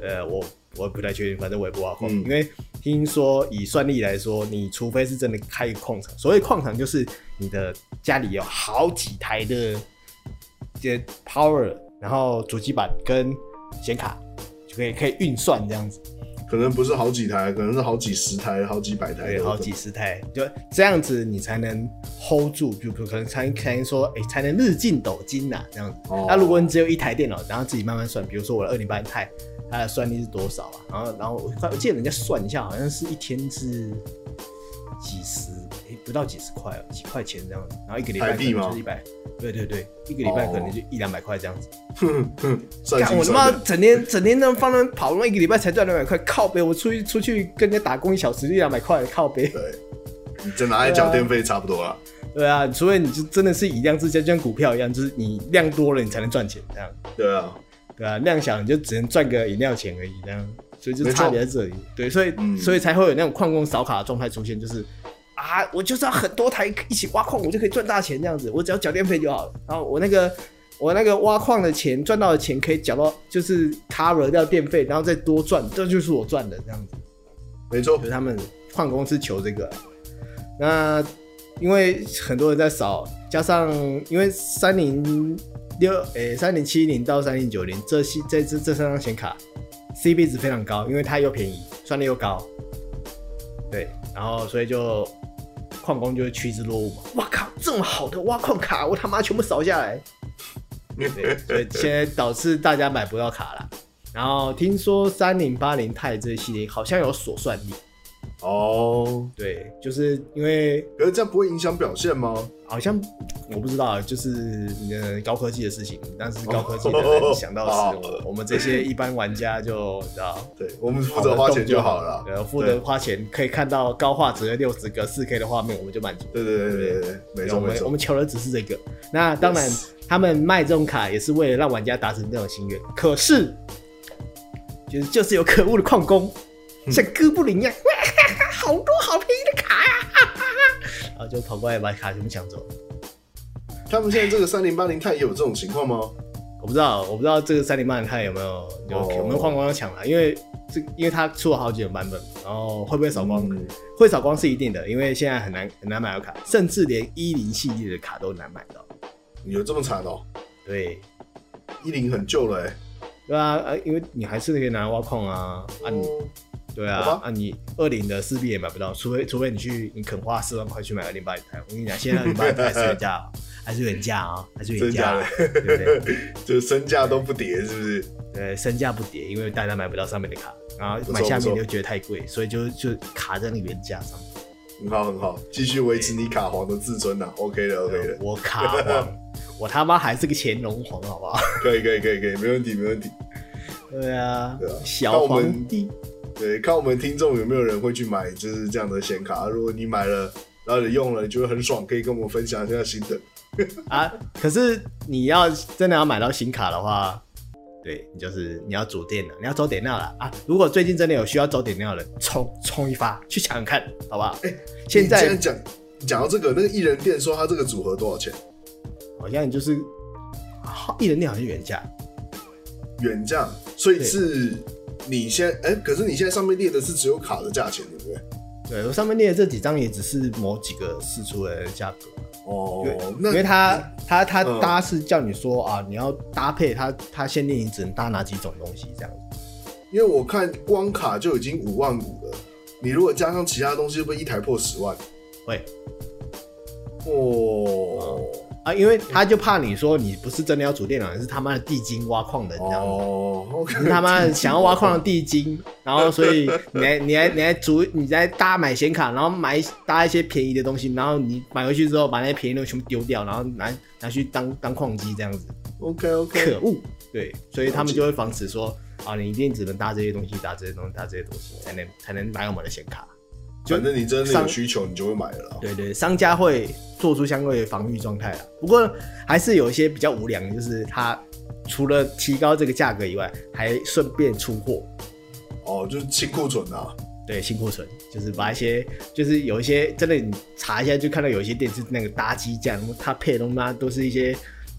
Speaker 3: 呃，我我不太确定，反正我也不挖矿，
Speaker 1: 嗯
Speaker 3: 因为听说以算力来说，你除非是真的开一个矿场，所谓矿场就是你的家里有好几台的这些 power，然后主机板跟显卡，可以可以运算这样子，
Speaker 1: 可能不是好几台，可能是好几十台、好几百台
Speaker 3: 对，
Speaker 1: 都有可能，
Speaker 3: 好几十台，就这样子你才能 hold 住，就可能才才能说，哎、才能日进斗金呐、这样子。
Speaker 1: 哦。
Speaker 3: 那如果你只有一台电脑，然后自己慢慢算，比如说我的二零八钛，它的算力是多少啊？然后，然后我看我记得人家算一下，好像是一天是几十，诶不到几十块，几块钱这样子。然后一个礼拜
Speaker 1: 台
Speaker 3: 可
Speaker 1: 币
Speaker 3: 能就
Speaker 1: 吗
Speaker 3: 是一百，对对对，一个礼拜可能就一两百块这样子。
Speaker 1: 哼哼， 算
Speaker 3: 干
Speaker 1: 计
Speaker 3: 我他妈
Speaker 1: 算的，
Speaker 3: 整天整天那放那边跑，那么一个礼拜才赚两百块，靠背！我出去出去跟人家打工一小时就一两百块，靠背。
Speaker 1: 对，你再拿来缴电费差不多了。
Speaker 3: 对啊，除非你就真的是以量制价，就像股票一样，就是你量多了你才能赚钱这样。
Speaker 1: 对啊，
Speaker 3: 对啊，量小你就只能赚个饮料钱而已，这样，所以就
Speaker 1: 没错
Speaker 3: 差别在这里。对，所以、
Speaker 1: 嗯
Speaker 3: 所以才会有那种矿工扫卡的状态出现，就是啊，我就是要很多台一起挖矿，我就可以赚大钱这样子，我只要缴电费就好了。然后我那个我那个挖矿的钱赚到的钱可以缴到，就是 cover 掉电费，然后再多赚，这就是我赚的这样子。
Speaker 1: 没错
Speaker 3: 就，是他们换公司求这个。那因为很多人在扫，加上因为三零六诶三零七零到三零九零这系这这这三张显卡 CP 值非常高，因为它又便宜，算力又高，对，然后所以就矿工就会趋之若鹜嘛。哇靠，这么好的挖矿卡，我他妈全部扫下来。对，所以现在导致大家买不到卡了。然后听说三零八零钛这一系列好像有锁算力，
Speaker 1: 哦，
Speaker 3: 对，就是因为
Speaker 1: 可是这样不会影响表现吗？
Speaker 3: 好像我不知道，啊就是你的高科技的事情，但是高科技的人想到的是
Speaker 1: 哦
Speaker 3: 我我们这些一般玩家就你知道，
Speaker 1: 对我们负责花钱就好了啦。
Speaker 3: 呃，负责花钱可以看到高画质的六十个四 K 的画面，我们就满足。
Speaker 1: 对对对对对对，没错
Speaker 3: 我
Speaker 1: 没
Speaker 3: 们我
Speaker 1: 错
Speaker 3: 们。求的只是这个。那当然
Speaker 1: Yes，
Speaker 3: 他们卖这种卡也是为了让玩家达成这种心愿。可是，就是就是有可恶的矿工，
Speaker 1: 嗯
Speaker 3: 像哥布林一样，哇哈哈，好多好便宜的卡呀、哈哈哈，然后就跑过来把卡全部抢走。
Speaker 1: 他们现在这个三零八零钛也有这种情况吗？
Speaker 3: 我不知道，我不知道这个三零八零看有没有有、
Speaker 1: 哦
Speaker 3: 有没有矿工要抢啊了，因为这因为它出了好几个版本，然后会不会扫光？
Speaker 1: 嗯
Speaker 3: 会扫光是一定的，因为现在很难很难买到卡，甚至连一零系列的卡都难买到。
Speaker 1: 有这么惨哦？
Speaker 3: 对，
Speaker 1: 一零很旧了哎。
Speaker 3: 对啊，啊，因为你还是可以拿来挖矿啊，啊你，对
Speaker 1: 哦好
Speaker 3: 啊
Speaker 1: 吧，
Speaker 3: 啊你二零的势必也买不到，除非除非你去你肯花四万块去买二零八零台，我跟你讲，现在二零八零台还是原价啊，还是原价啊，还是原价 啊，对不对？
Speaker 1: 就是身价都不跌，是不是？
Speaker 3: 对，身价不跌，因为大家买不到上面的卡，然后
Speaker 1: 错
Speaker 3: 买下
Speaker 1: 不错
Speaker 3: 面就觉得太贵，所以就就卡在那个原价上面。
Speaker 1: 很好，很好，继续维持你卡皇的自尊呐、OK 啊的，OK 的，
Speaker 3: 我卡王，我他妈还是个乾隆皇，好不好？
Speaker 1: 可以，可以，可以，可以，没问题，没问题。
Speaker 3: 对啊
Speaker 1: 对啊，那
Speaker 3: 小
Speaker 1: 我们
Speaker 3: 皇帝，
Speaker 1: 对，看我们听众有没有人会去买就是这样的显卡。如果你买了，然后你用了，你觉得很爽，可以跟我们分享一下心得。
Speaker 3: 啊，可是你要真的要买到新卡的话，对你就是你要组电脑，你要走点料了啊！如果最近真的有需要走点料的，冲冲一发去抢抢看，好不好？
Speaker 1: 哎
Speaker 3: 现
Speaker 1: 你既然
Speaker 3: 在
Speaker 1: 讲讲到这个，那个艺人店说他这个组合多少钱？
Speaker 3: 好像就是啊一人店好像原价，
Speaker 1: 原价，所以
Speaker 3: 对
Speaker 1: 是你现哎、可是你现在上面列的是只有卡的价钱，对不对？
Speaker 3: 对我上面列的这几张也只是某几个试出来的价格，
Speaker 1: 哦，那
Speaker 3: 因为他他他
Speaker 1: 嗯
Speaker 3: 搭是叫你说啊，你要搭配他他限定你只能搭哪几种东西这样子，
Speaker 1: 因为我看光卡就已经五万五了，你如果加上其他东西，会不会一台破十万？
Speaker 3: 会
Speaker 1: 哦
Speaker 3: 啊，因为他就怕你说你不是真的要组电脑，你是他妈的地精挖矿人这样子。
Speaker 1: 哦，OK，
Speaker 3: 你是他 妈的想要挖矿的地精，然后所以你还你还你还租你在大买显卡，然后买搭一些便宜的东西，然后你买回去之后把那些便宜的东西全部丢掉，然后拿拿去当当矿机这样子，
Speaker 1: ，OK
Speaker 3: 可
Speaker 1: OK，
Speaker 3: 恶！对，所以他们就会防止说啊，你一定只能搭这些东西，搭这些东西，搭这些东西，才能才能买我们的显卡。
Speaker 1: 反正你真的有
Speaker 3: 上
Speaker 1: 需求，你就会买了啦。
Speaker 3: 对对，商家会做出相对的防御状态啦。不过还是有一些比较无良的，就是他除了提高这个价格以外，还顺便出货。
Speaker 1: 哦，就是清库存啊。
Speaker 3: 对，新库存就是把一些，就是有一些真的，你查一下就看到有一些店是那个搭机架，然后它配的他妈都是一些，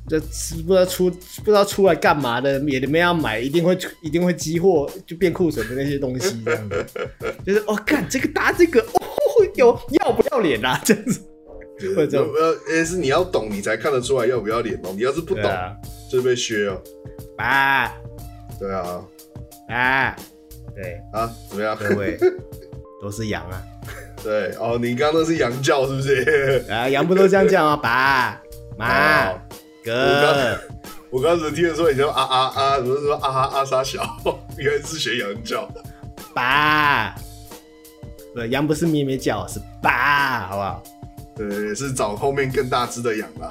Speaker 3: 这不知道出不知道出来干嘛的，也没要买，一定会一定会激货就变库存的那些东西，这样子，就是哦，干这个搭这个，哦，有要不要脸啊，这样子，
Speaker 1: 就是
Speaker 3: 会这样
Speaker 1: 有有也是你要懂，你才看得出来要不
Speaker 3: 啊
Speaker 1: 要脸哦。你要是不
Speaker 3: 对
Speaker 1: 懂，
Speaker 3: 啊，
Speaker 1: 就被削哦。
Speaker 3: 啊，
Speaker 1: 对啊，
Speaker 3: 啊，对，
Speaker 1: 啊，怎么样？
Speaker 3: 各位都是羊啊，
Speaker 1: 对，哦，你刚刚那是羊叫是不是？
Speaker 3: 啊，羊不都这样叫吗？爸妈
Speaker 1: 哦
Speaker 3: 哥，
Speaker 1: 我刚刚只听的时候，你就啊啊啊，怎么说啊啊啊傻小， 原来是学羊叫。
Speaker 3: 爸，不，羊不是咩咩叫，是爸，好不好？
Speaker 1: 对，是找后面更大只的羊啦。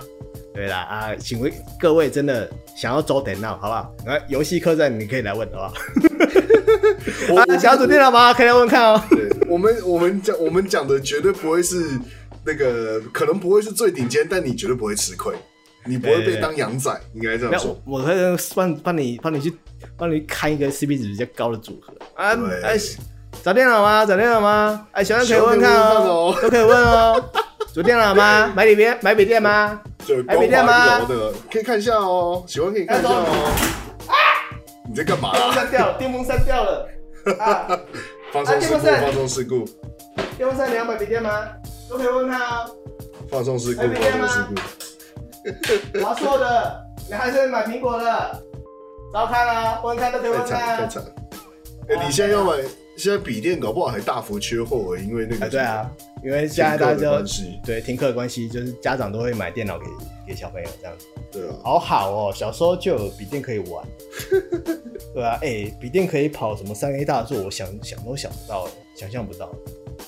Speaker 3: 对啦啊，请问各位真的想要走点闹好不好？那游戏客栈你可以来问好不 好？
Speaker 1: 我
Speaker 3: 啊，想要组电脑吗？可以来问看 哦。
Speaker 1: 对，我们我们讲我们讲的绝对不会是那个，可能不会是最顶尖，但你绝对不会吃亏，你不会被当羊仔，应该这样
Speaker 3: 那
Speaker 1: 说
Speaker 3: 我。我可以帮帮你帮你去帮你看一个 CP 值比较高的组合 啊
Speaker 1: 对
Speaker 3: 哎，找电脑吗？找电脑吗？哎，小亮可以问看哦，
Speaker 1: 小亮可以问看哦
Speaker 3: 都可以问 哦。组电脑吗？买笔边买笔电吗？
Speaker 1: 对，
Speaker 3: 哎
Speaker 1: 光
Speaker 3: 没电
Speaker 1: 滑
Speaker 3: 吗
Speaker 1: 一楼的可以看一下哦，喜欢可以看一下哦。你在干嘛
Speaker 3: 电风
Speaker 1: 啦？
Speaker 3: 扇掉了，电风扇掉了啊！
Speaker 1: 放松事故，
Speaker 3: 啊电风扇
Speaker 1: 放松事故，
Speaker 3: 电风扇你要买笔电吗？都可以问看哦。
Speaker 1: 放松事故，
Speaker 3: 哎没电
Speaker 1: 放松
Speaker 3: 吗
Speaker 1: 事故。
Speaker 3: 华硕的，你还是买苹果的？找看啊，问看都可以
Speaker 1: 太
Speaker 3: 问
Speaker 1: 惨
Speaker 3: 看
Speaker 1: 太
Speaker 3: 啊。
Speaker 1: 惨！哎、你现在要买，现在笔电搞不好还大幅缺货、因为那个
Speaker 3: 哎，对啊，因为现
Speaker 1: 停
Speaker 3: 在
Speaker 1: 课
Speaker 3: 大
Speaker 1: 的
Speaker 3: 家
Speaker 1: 关系，
Speaker 3: 对停课的关系，就是家长都会买电脑给给小朋友这样子。
Speaker 1: 对啊，
Speaker 3: 好好哦，小时候就有笔电可以玩， 对啊，哎、笔电可以跑什么三 A 大作，我想想都想不到，想象不到。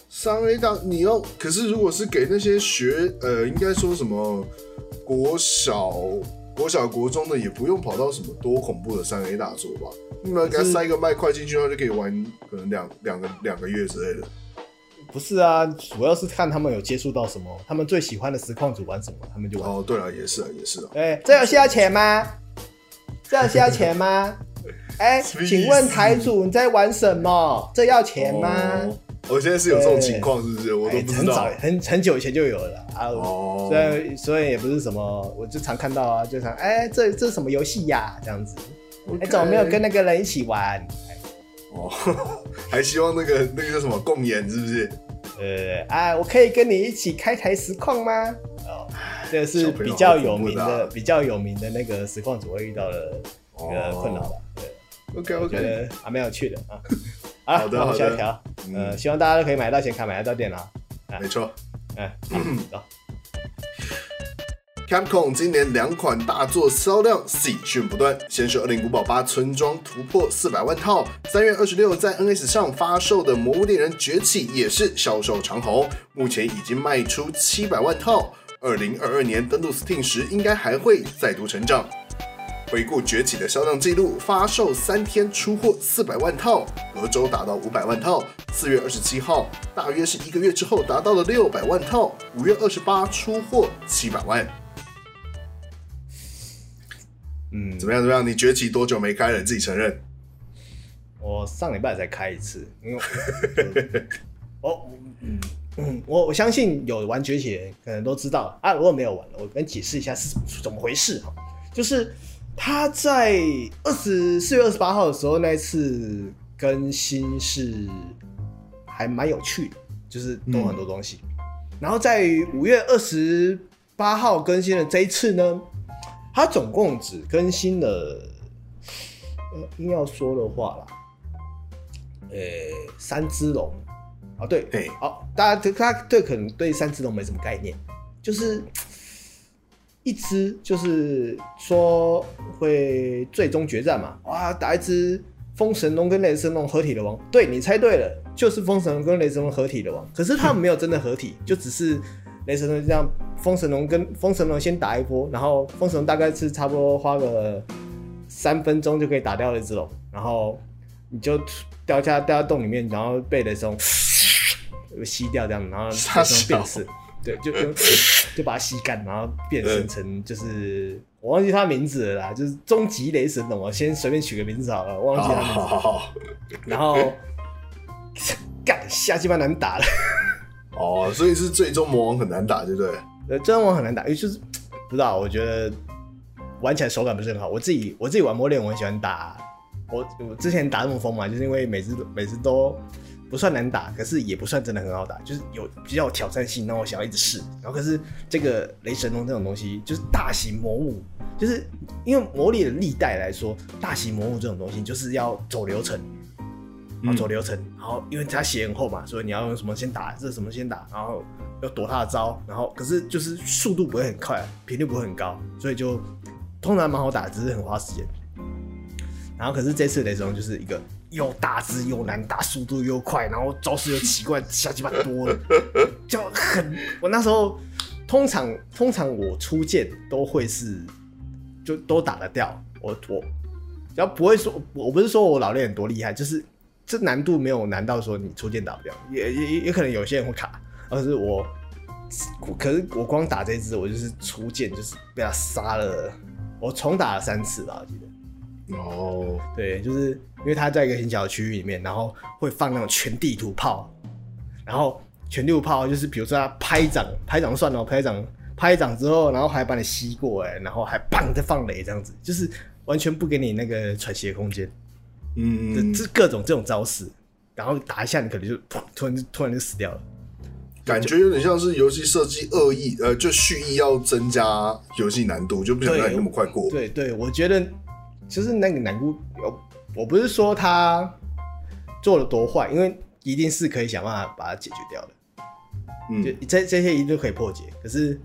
Speaker 1: 三 A 大你要，可是如果是给那些学呃，应该说什么国小、国小、国中的，也不用跑到什么多恐怖的三 A 大作吧？你们给他
Speaker 3: 可是
Speaker 1: 塞个麦块进去，他就可以玩可能两两个两个月之类的。
Speaker 3: 不是啊，主要是看他们有接触到什么，他们最喜欢的实况组玩什么，他们就玩。
Speaker 1: 哦，对了，也是啊，也是啊。
Speaker 3: 对，哎这游戏要钱吗？这游戏要 钱吗？哎、
Speaker 1: 什么意思
Speaker 3: 请问台主你在玩什么？这要钱吗？
Speaker 1: 哦？我、现在是有这种情况，是不是？我都
Speaker 3: 哎
Speaker 1: 不知
Speaker 3: 很
Speaker 1: 道。
Speaker 3: 早很很久以前就有了啊。
Speaker 1: 哦
Speaker 3: 虽，然虽然也不是什么，我就常看到啊，就常哎、这这什么游戏呀这样子，哎、怎么没有跟那个人一起玩？
Speaker 1: 哦，还希望那个那个叫什么共演，是不是？
Speaker 3: 呃，啊，我可以跟你一起开台实况吗？哦，这个是
Speaker 1: 小朋友
Speaker 3: 比较有名
Speaker 1: 好恐怖
Speaker 3: 的、
Speaker 1: 的啊
Speaker 3: 比较有名的那个实况组会遇到的那个
Speaker 1: 哦
Speaker 3: 困扰吧。对，
Speaker 1: OK
Speaker 3: 我觉
Speaker 1: OK，
Speaker 3: 得还蛮有趣的 啊。好
Speaker 1: 嗯好
Speaker 3: 了，
Speaker 1: 的
Speaker 3: 那我们下
Speaker 1: 好的
Speaker 3: 一条，呃，
Speaker 1: 嗯
Speaker 3: 希望大家都可以买到显卡，买得到电脑。
Speaker 1: 没错。
Speaker 3: 嗯，好，
Speaker 1: Capcom 今年两款大作销量喜讯不断，先是《恶灵古堡八村庄》突破四百万套，三月二十六在 NS 上发售的《魔物猎人崛起》也是销售长虹，目前已经卖出七百万套。二零二二年登陆 Steam 时，应该还会再度成长。回顾崛起的销量记录，发售三天出货四百万套，隔周达到五百万套，四月二十七号，大约是一个月之后达到了六百万套，五月二十八出货七百万。
Speaker 3: 嗯
Speaker 1: 怎，么样？怎么样？你崛起多久没开了？你自己承认。
Speaker 3: 我上礼拜才开一次，因为我我嗯嗯，我我相信有玩崛起的人可能都知道啊。如果没有玩的，我跟解释一下是怎么是怎么回事哈。就是他在二十四月二十八号的时候那一次更新是还蛮有趣的，就是懂很多东西。然后在五月二十八号更新的这一次呢，它总共只更新了，呃，硬要说的话啦，呃、三只龙啊，对
Speaker 1: 嘿，
Speaker 3: 好、大家对大家对可能对三只龙没什么概念，就是一只就是说会最终决战嘛，哇，打一只风神龙跟雷神龙合体的王，对你猜对了，就是风神龙跟雷神龙合体的王。可是他们没有真的合体，就只是雷神龙这样，风神龙跟风神龙先打一波，然后风神龙大概是差不多花个三分钟就可以打掉了一只龙，然后你就掉下掉到洞里面，然后被雷神龙 吸掉这样，然后雷神龙变身。对，就就就把它吸干，然后变身成就是我忘记他名字了啦，就是终极雷神龙，我先随便取个名字好了，我忘
Speaker 1: 哦好
Speaker 3: 记他名字。
Speaker 1: 好好好。
Speaker 3: 然后 干下鸡巴难打了，
Speaker 1: 哦，所以是最终魔王很难打，对不对？
Speaker 3: 呃，真王很难打，因为就是不知道，我觉得玩起来手感不是很好。我自己我自己玩魔猎，我很喜欢打，我我之前打那么疯嘛，就是因为每次每次都不算难打，可是也不算真的很好打，就是有比较有挑战性，让我想要一直试。然后可是这个雷神龙这种东西，就是大型魔物，就是因为魔力的历代来说，大型魔物这种东西就是要走流程，然后走流程，然后因为它血很厚嘛，所以你要用什么先打，这什么先打，然后要躲他的招，然后可是就是速度不会很快，啊频率不会很高，所以就通常蛮好打，只是很花时间。然后可是这次雷神龙就是一个又大只又难打，速度又快，然后招式又奇怪，下鸡巴多了，就很我那时候通常通常我出剑都会是就都打得掉，我我只要不会说，我不是说我老练很多厉害，就是这难度没有难到说你出剑打不掉，也也也也可能有些人会卡，而是我。我可是我光打这一只，我就是出剑就是被他杀了，我重打了三次吧，我记得。
Speaker 1: 哦，
Speaker 3: 对，就是因为它在一个很小的区域里面，然后会放那种全地图炮，然后全地图炮就是比如说它拍掌，拍掌算了，拍掌拍掌之后，然后还把你吸过来，然后还砰再放雷这样子，就是完全不给你那个喘息的空间，这、
Speaker 1: 嗯，
Speaker 3: 这各种这种招式，然后打一下你可能就砰突然就突然就死掉了。
Speaker 1: 嗯感觉有点像是游戏设计恶意，呃，就蓄意要增加游戏难度，就不想让你那么快过。
Speaker 3: 对对，我觉得就是那个难度，我我不是说他做的多坏，因为一定是可以想办法把它解决掉的。就
Speaker 1: 嗯，
Speaker 3: 这这些一定可以破解，可是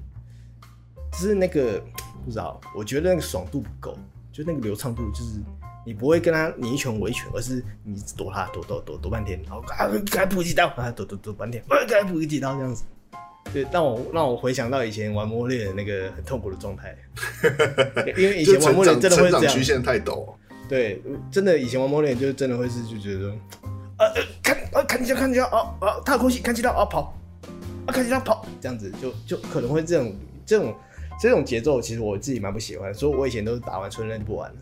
Speaker 3: 只是那个不知道，我觉得那个爽度不够，就那个流畅度，就是你不会跟他你一拳我一拳，而是你躲他躲躲躲躲半天，然后啊该补几刀啊躲躲躲半天，啊该补几刀这样子，对，让我让我回想到以前玩魔猎的那个很痛苦的 状态，因为以
Speaker 1: 就
Speaker 3: 前玩
Speaker 1: 成
Speaker 3: 魔猎
Speaker 1: 长
Speaker 3: 真的会
Speaker 1: 成
Speaker 3: 这
Speaker 1: 长
Speaker 3: 样
Speaker 1: 曲，线太陡。
Speaker 3: 对，真的以前玩猫脸就真的会是就觉得说，呃呃看啊看一下看一下啊啊，他有空隙看见到啊跑，啊看见到跑，这样子就就可能会这种这种这种节奏，其实我自己蛮不喜欢，所以我以前都是打完春刃就不玩了。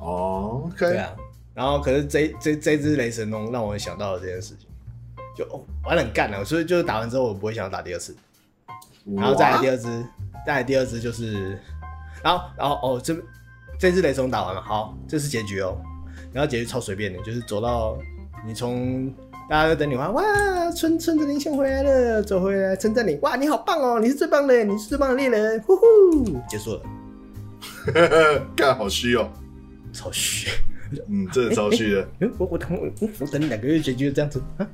Speaker 1: 哦
Speaker 3: 对
Speaker 1: ，OK，
Speaker 3: 啊，然后可是这这这只雷神龙让我想到了这件事情，就哦玩得很干了、所以就是打完之后我不会想要打第二次。然后再来第
Speaker 1: 哇
Speaker 3: 二只，再来第二只就是，然后然后哦这这只雷神打完了，好，这是结局哦。然后结局超随便的，就是走到你从大家都等你哇哇，村村子林先回来了，走回来称赞你，哇你好棒哦，你是最棒的，你是最棒的猎人，呼呼，结束了，
Speaker 1: 干好虚哦，
Speaker 3: 超 虚。
Speaker 1: 嗯，真的超虚 的。
Speaker 3: 嗯，我我等我我等你两个月结局就这样子啊？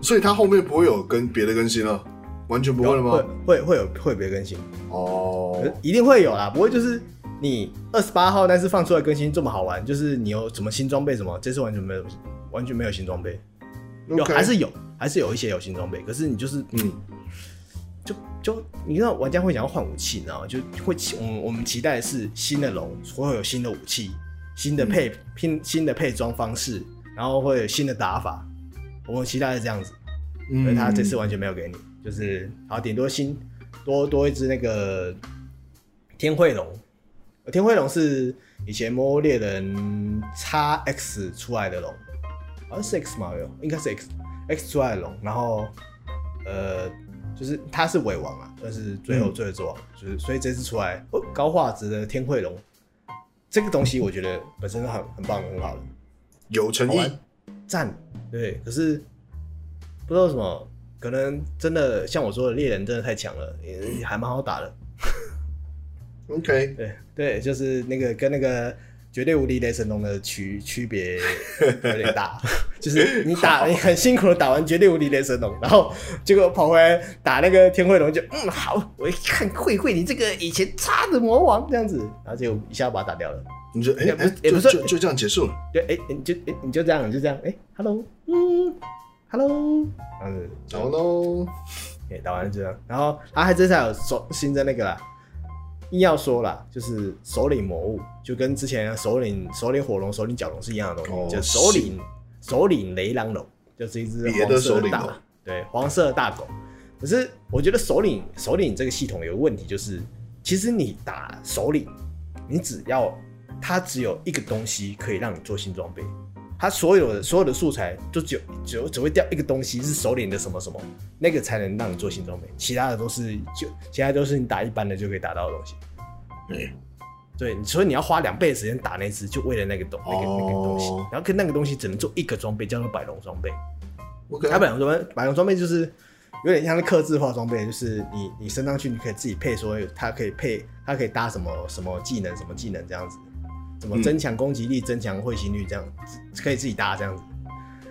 Speaker 1: 所以它后面不会有跟别的更新了，完全不会了吗？
Speaker 3: 会会会有会有别的更新，
Speaker 1: 哦
Speaker 3: 呃，一定会有啦，不会就是你二十八号但是放出来更新这么好玩，就是你有什么新装备什么，这次完全没有，完全没有新装备，有
Speaker 1: OK
Speaker 3: 还是有，还是有一些有新装备，可是你就是嗯，
Speaker 1: 嗯
Speaker 3: 就就你知道玩家会想要换武器，你知道吗？就会期我们我们期待的是新的龙会有新的武器，新的配拼、新的配装方式，然后会有新的打法，我们期待是这样子。
Speaker 1: 嗯
Speaker 3: 所以他这次完全没有给你，就是好顶多新多多一只那个天惠龙，呃天惠龙是以前魔物猎人 x X 出来的龙，好像是 X 嘛有，应该是 X X 出来的龙，然后呃就是他是尾王啊，算是最后
Speaker 1: 嗯
Speaker 3: 最后之王，就是所以这次出来、哦、高画质的天惠龙，这个东西我觉得本身是很很棒很好的，
Speaker 1: 有诚
Speaker 3: 好玩
Speaker 1: 意，
Speaker 3: 赞，对，可是不知道为什么，可能真的像我说的猎人真的太强了，也还蛮好打的。
Speaker 1: OK，
Speaker 3: 对对，就是那个跟那个绝对无敌雷神龙的区区别有点大，就是你打你很辛苦的打完绝对无敌雷神龙，然后结果跑回来打那个天慧龙就嗯好，我一看慧慧你这个以前差的魔王这样子，然后结果一下把它打掉了。
Speaker 1: 你就哎
Speaker 3: 也不
Speaker 1: 哎，
Speaker 3: 也
Speaker 1: 就
Speaker 3: 不是
Speaker 1: 就就这样结束了，
Speaker 3: 对，哎、你就哎、你就这样，你就这样，哎、h e l l o 嗯，hello，这样子，
Speaker 1: 然后呢？
Speaker 3: 哎、打完就这样，然后啊，还真是有手新增那个啦，硬要说啦，就是首领魔物，就跟之前首领首领火龙、首领角龙是一样的东西，
Speaker 1: 哦
Speaker 3: 就首领首领雷狼龙，就是一只
Speaker 1: 别
Speaker 3: 黄
Speaker 1: 的
Speaker 3: 色
Speaker 1: 首领
Speaker 3: 大
Speaker 1: 龙，
Speaker 3: 对，黄色的大狗。可是我觉得首领首领这个系统有个问题，就是其实你打首领，你只要它只有一个东西可以让你做新装备，它所有的所有的素材就只有只有只会掉一个东西是首领的什么什么，那个才能让你做新装备，其他的都是就其他都是你打一般的就可以打到的东西。
Speaker 1: 哎
Speaker 3: 对，所以你要花两倍的时间打那只，就为了那个东那个那个东西
Speaker 1: 哦，
Speaker 3: 然后跟那个东西只能做一个装备，叫做百龙装备。
Speaker 1: ，OK，
Speaker 3: 它百种装备，百种装备就是有点像是刻制化装备，就是你你升上去，你可以自己配说，它可以配，它可以搭什么什么技能，什么技能这样子，怎么
Speaker 1: 嗯
Speaker 3: 增强攻击力、增强会心率这样，自可以自己搭这样子。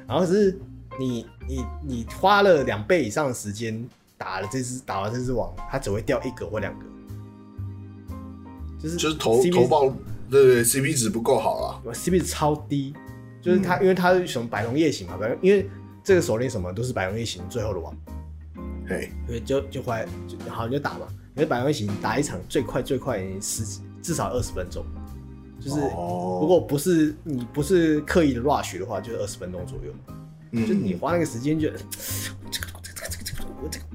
Speaker 3: 然后只是你你你花了两倍以上的时间打了这只打了这只网，它只会掉一个或两个，就是
Speaker 1: 就是投
Speaker 3: CP
Speaker 1: 投报，对对对，CP 值不够好啦。
Speaker 3: 我 CP 值超低，就是
Speaker 1: 嗯
Speaker 3: 它，因为它是什么百龙夜行嘛，百龙因为这个手链什么都是百龙夜行最后的王，
Speaker 1: 嘿，
Speaker 3: 对，就就回来就好你就打嘛，因为百龙夜行打一场最快最快也十几至少二十分钟，就是
Speaker 1: 哦
Speaker 3: 如果不是你不是刻意的 rush 的话，就是二十分钟左右，
Speaker 1: 嗯
Speaker 3: 就是你花那个时间就这个这个这个这个这个我这个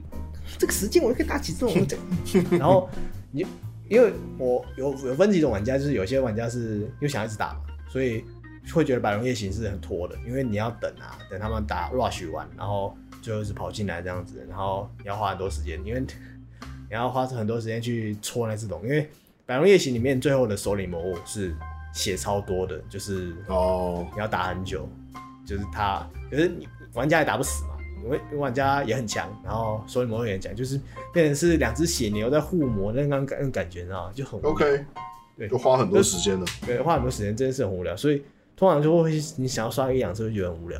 Speaker 3: 这个时间我就可以打几只龙，我这个然后你因为我有有分几种玩家，就是有些玩家是又想一直打嘛，所以会觉得百龙夜行是很拖的，因为你要等啊，等他们打 rush 完，然后最后是跑进来这样子，然后你要花很多时间，因为你要花很多时间去戳那只龙，因为百龙夜行里面最后的首领魔物是血超多的，就是
Speaker 1: 哦，
Speaker 3: 你要打很久，就是他，可是你玩家也打不死嘛，因为因为玩家也很强，然后所以魔也很强，就是变成是两只血牛在互磨那种感那种感觉，你知道吗？就很无聊
Speaker 1: OK，
Speaker 3: 对
Speaker 1: 就花很多时间了。
Speaker 3: 对，花很多时间，真的是很无聊，所以通常就会你想要刷一两次会觉得很无聊，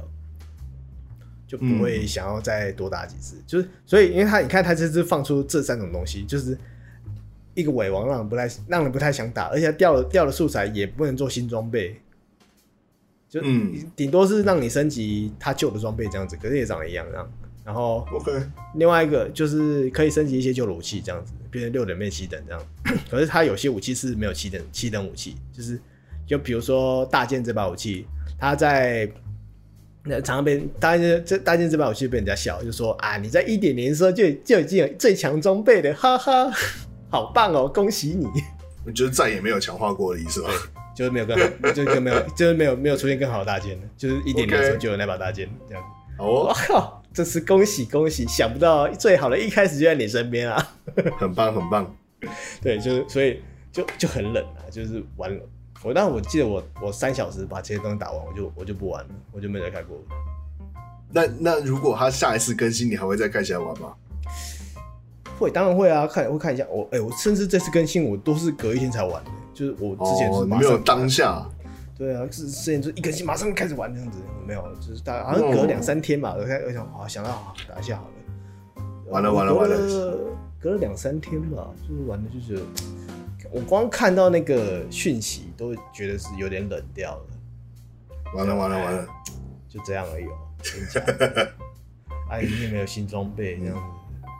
Speaker 3: 就不会想要再多打几次。就是所以，因为他你看他这次放出这三种东西，就是一个尾王让人不太让人不太想打，而且它掉了掉了素材也不能做新装备，就
Speaker 1: 嗯
Speaker 3: 顶多是让你升级他旧的装备这样子，可是也长得一样这样。然后
Speaker 1: OK，
Speaker 3: 另外一个就是可以升级一些旧的武器，这样子变成六等变七等这样。 可是它有些武器是没有七等七等武器，就是就比如说大剑这把武器，它在那常常被大剑这大剑这把武器被人家笑，就说啊你在一点零的时候就就已经有最强装备了，哈哈， 好棒哦，恭喜你！
Speaker 1: 你就是再也没有强化过的意思吧？
Speaker 3: 就是没有更好，就是更没有，就是没有没有出现更好的大剑了，就是一点零的时候就有那把大剑这样子。
Speaker 1: 好
Speaker 3: 我
Speaker 1: 哦，
Speaker 3: 靠，这是恭喜恭喜！想不到最好的一开始就在你身边啊。
Speaker 1: 很棒很棒。
Speaker 3: 对，就是所以就就很冷啊，就是玩了。我但我记得我我三小时把这些东西打完，我就我就不玩了，我就没再开过。
Speaker 1: 那那如果他下一次更新，你还会再开起来玩吗？
Speaker 3: 会，当然会啊，看会看一下我，哎、我甚至这次更新我都是隔一天才玩的，就是我之前
Speaker 1: 哦、
Speaker 3: 是
Speaker 1: 你
Speaker 3: 马
Speaker 1: 没
Speaker 3: 上、
Speaker 1: 有当下，
Speaker 3: 对啊，是之前就一更新马上开始玩这样子，没有，就是大概好
Speaker 1: 哦
Speaker 3: 像隔两三天吧，我看我想啊，想到好打一下好了。
Speaker 1: 完了
Speaker 3: 我
Speaker 1: 完了
Speaker 3: 隔
Speaker 1: 完了
Speaker 3: 隔了两三天吧，就是玩的就觉得，我光看到那个讯息都觉得是有点冷掉了。
Speaker 1: 完了完了完了，
Speaker 3: 就这样而已哦。跟你讲，哎，你也没有新装备这样子。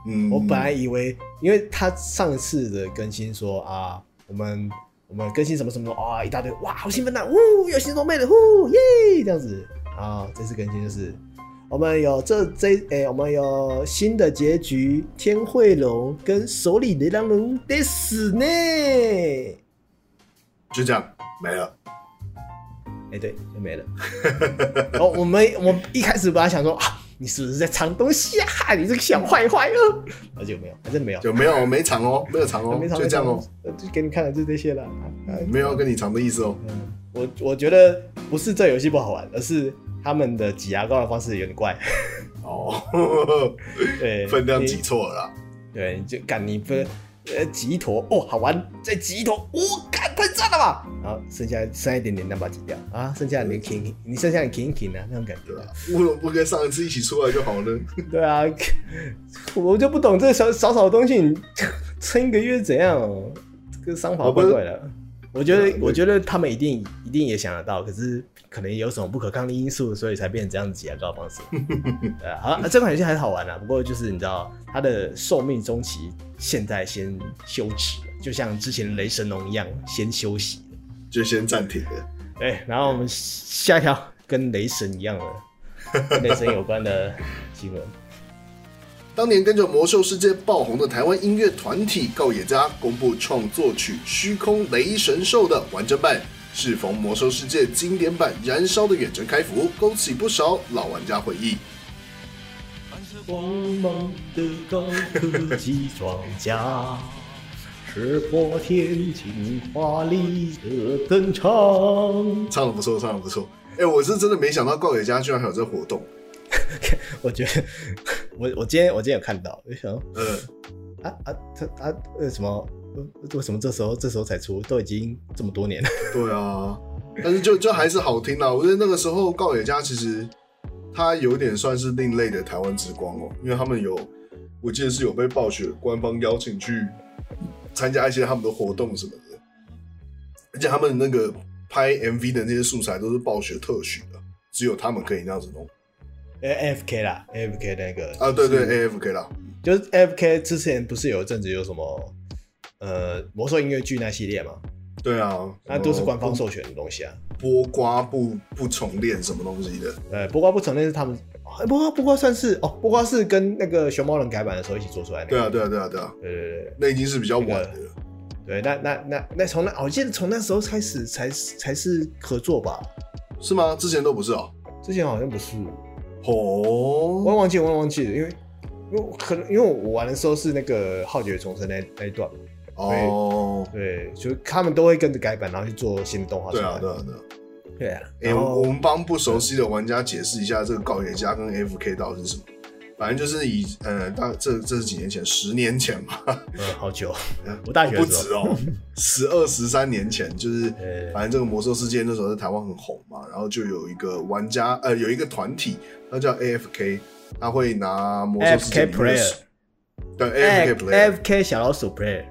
Speaker 1: 嗯，
Speaker 3: 我本来以为，因为他上次的更新说啊，我们我们更新什么什么啊，一大堆，哇，好兴奋呐、呜，有新装备了，呼耶，这样子。啊，这次更新就是我们有这这哎、我们有新的结局，天惠龙跟手里雷狼龙得死呢。哎、
Speaker 1: 就这样没了。
Speaker 3: 哎对，就没了。 哦，我们我一开始本来想说啊，你是不是在藏东西啊？你这个小坏坏哦！而且没有，还真没有，
Speaker 1: 就没有没藏哦，没有藏哦，
Speaker 3: 没藏
Speaker 1: 就这样哦，，
Speaker 3: 没藏就给你看的就这些了。啊
Speaker 1: 嗯没有要跟你藏的意思哦。
Speaker 3: 嗯，我我觉得不是这游戏不好玩，而是他们的挤牙膏的方式有点怪。
Speaker 1: 哦，
Speaker 3: 对，
Speaker 1: 分量挤
Speaker 3: 你
Speaker 1: 错了啦。
Speaker 3: 对，你就干你不呃挤一坨哦，好玩，再挤一坨，我、哦、干太赞了吧！然后剩下剩下一点点，那把它挤掉啊，剩下
Speaker 1: 嗯
Speaker 3: 你 king，你剩下你 king king 啊，那种感觉
Speaker 1: 对。吧？乌龙不跟上一次一起出来就好了。
Speaker 3: 对啊，我就不懂这小少少的东西，你撑一个月怎样、哦？这个商法怪怪的。我觉
Speaker 1: 对啊
Speaker 3: 得，
Speaker 1: 对
Speaker 3: 我觉得他们一定一定也想得到，可是可能有什么不可抗力因素，所以才变成这样子挤牙膏的方式。 对啊，好啊，这款游戏还是好玩啊，不过就是你知道，它的寿命中期现在先休止了，就像之前雷神龙一样，先休息了。
Speaker 1: 就先暂停了。
Speaker 3: 对，然后我们下一条跟雷神一样的， 跟雷神有关的新闻。
Speaker 1: 当年跟着《魔兽世界》爆红的台湾音乐团体告野家公布创作曲《虚空雷神兽》的完整版，适逢《魔兽世界》经典版《燃烧的远征》开服，勾起不少老玩家回忆。
Speaker 3: 光芒的高科技装甲，石破天惊华丽的登场。
Speaker 1: 唱的不错，唱的不错。哎、我是真的没想到告野家居然还有这活动，
Speaker 3: 我觉得我我今天我今天有看到，我就想说
Speaker 1: 嗯，
Speaker 3: 啊啊他啊呃什么呃为什么这时候这时候才出，都已经这么多年了，
Speaker 1: 对啊，但是就就还是好听啦。我觉得那个时候告野家其实他有点算是另类的台湾之光哦、因为他们有，我记得是有被暴雪官方邀请去参加一些他们的活动什么的，而且他们那个拍 MV 的那些素材都是暴雪特许的，只有他们可以那样子弄
Speaker 3: 呃 F K 啦 F K 那个
Speaker 1: 啊。对
Speaker 3: 就是
Speaker 1: 对，AFK 啦，
Speaker 3: 就是 F K 之前不是有一阵子有什么呃魔兽音乐剧那系列嘛，
Speaker 1: 对啊，
Speaker 3: 那都是官方授权的东西啊。
Speaker 1: 剥瓜不不重练什么东西的，
Speaker 3: 呃，波瓜不承认是他们，哎波瓜波瓜算是哦，波瓜是跟那个熊猫人改版的时候一起做出来的。
Speaker 1: 对啊对啊对啊对啊，
Speaker 3: 对对对
Speaker 1: 那已经是比较晚的
Speaker 3: 那
Speaker 1: 了。
Speaker 3: 对，那那那那从那哦我记得从那时候开始才是才是合作吧，
Speaker 1: 是吗？之前都不是哦、
Speaker 3: 之前好像不是，我也
Speaker 1: 哦，
Speaker 3: 忘记我也忘记了，因为因为我可能因为我玩的时候是那个浩劫重生那那一段嘛，
Speaker 1: 哦，
Speaker 3: 对，就是他们都会跟着改版，然后去做新的动画出
Speaker 1: 对
Speaker 3: 来
Speaker 1: 啊，。对啊，对啊。
Speaker 3: 对啊，
Speaker 1: 哎、
Speaker 3: 然
Speaker 1: 我
Speaker 3: 后
Speaker 1: 我们帮不熟悉的玩家解释一下，这个告野家跟 FK 到底是什么？反正就是以呃，大这这是几年前，十年前吧，
Speaker 3: 嗯，好久， 我大学
Speaker 1: 不
Speaker 3: 的时
Speaker 1: 止
Speaker 3: 候，
Speaker 1: 哦，十二十三年前，就是
Speaker 3: 对
Speaker 1: 反正这个魔兽世界那时候在台湾很红嘛，然后就有一个玩家呃，有一个团体，他叫 AFK，他会拿魔兽世界
Speaker 3: FK
Speaker 1: 里面的
Speaker 3: player
Speaker 1: 对 AFK player，
Speaker 3: F K 小老鼠 player，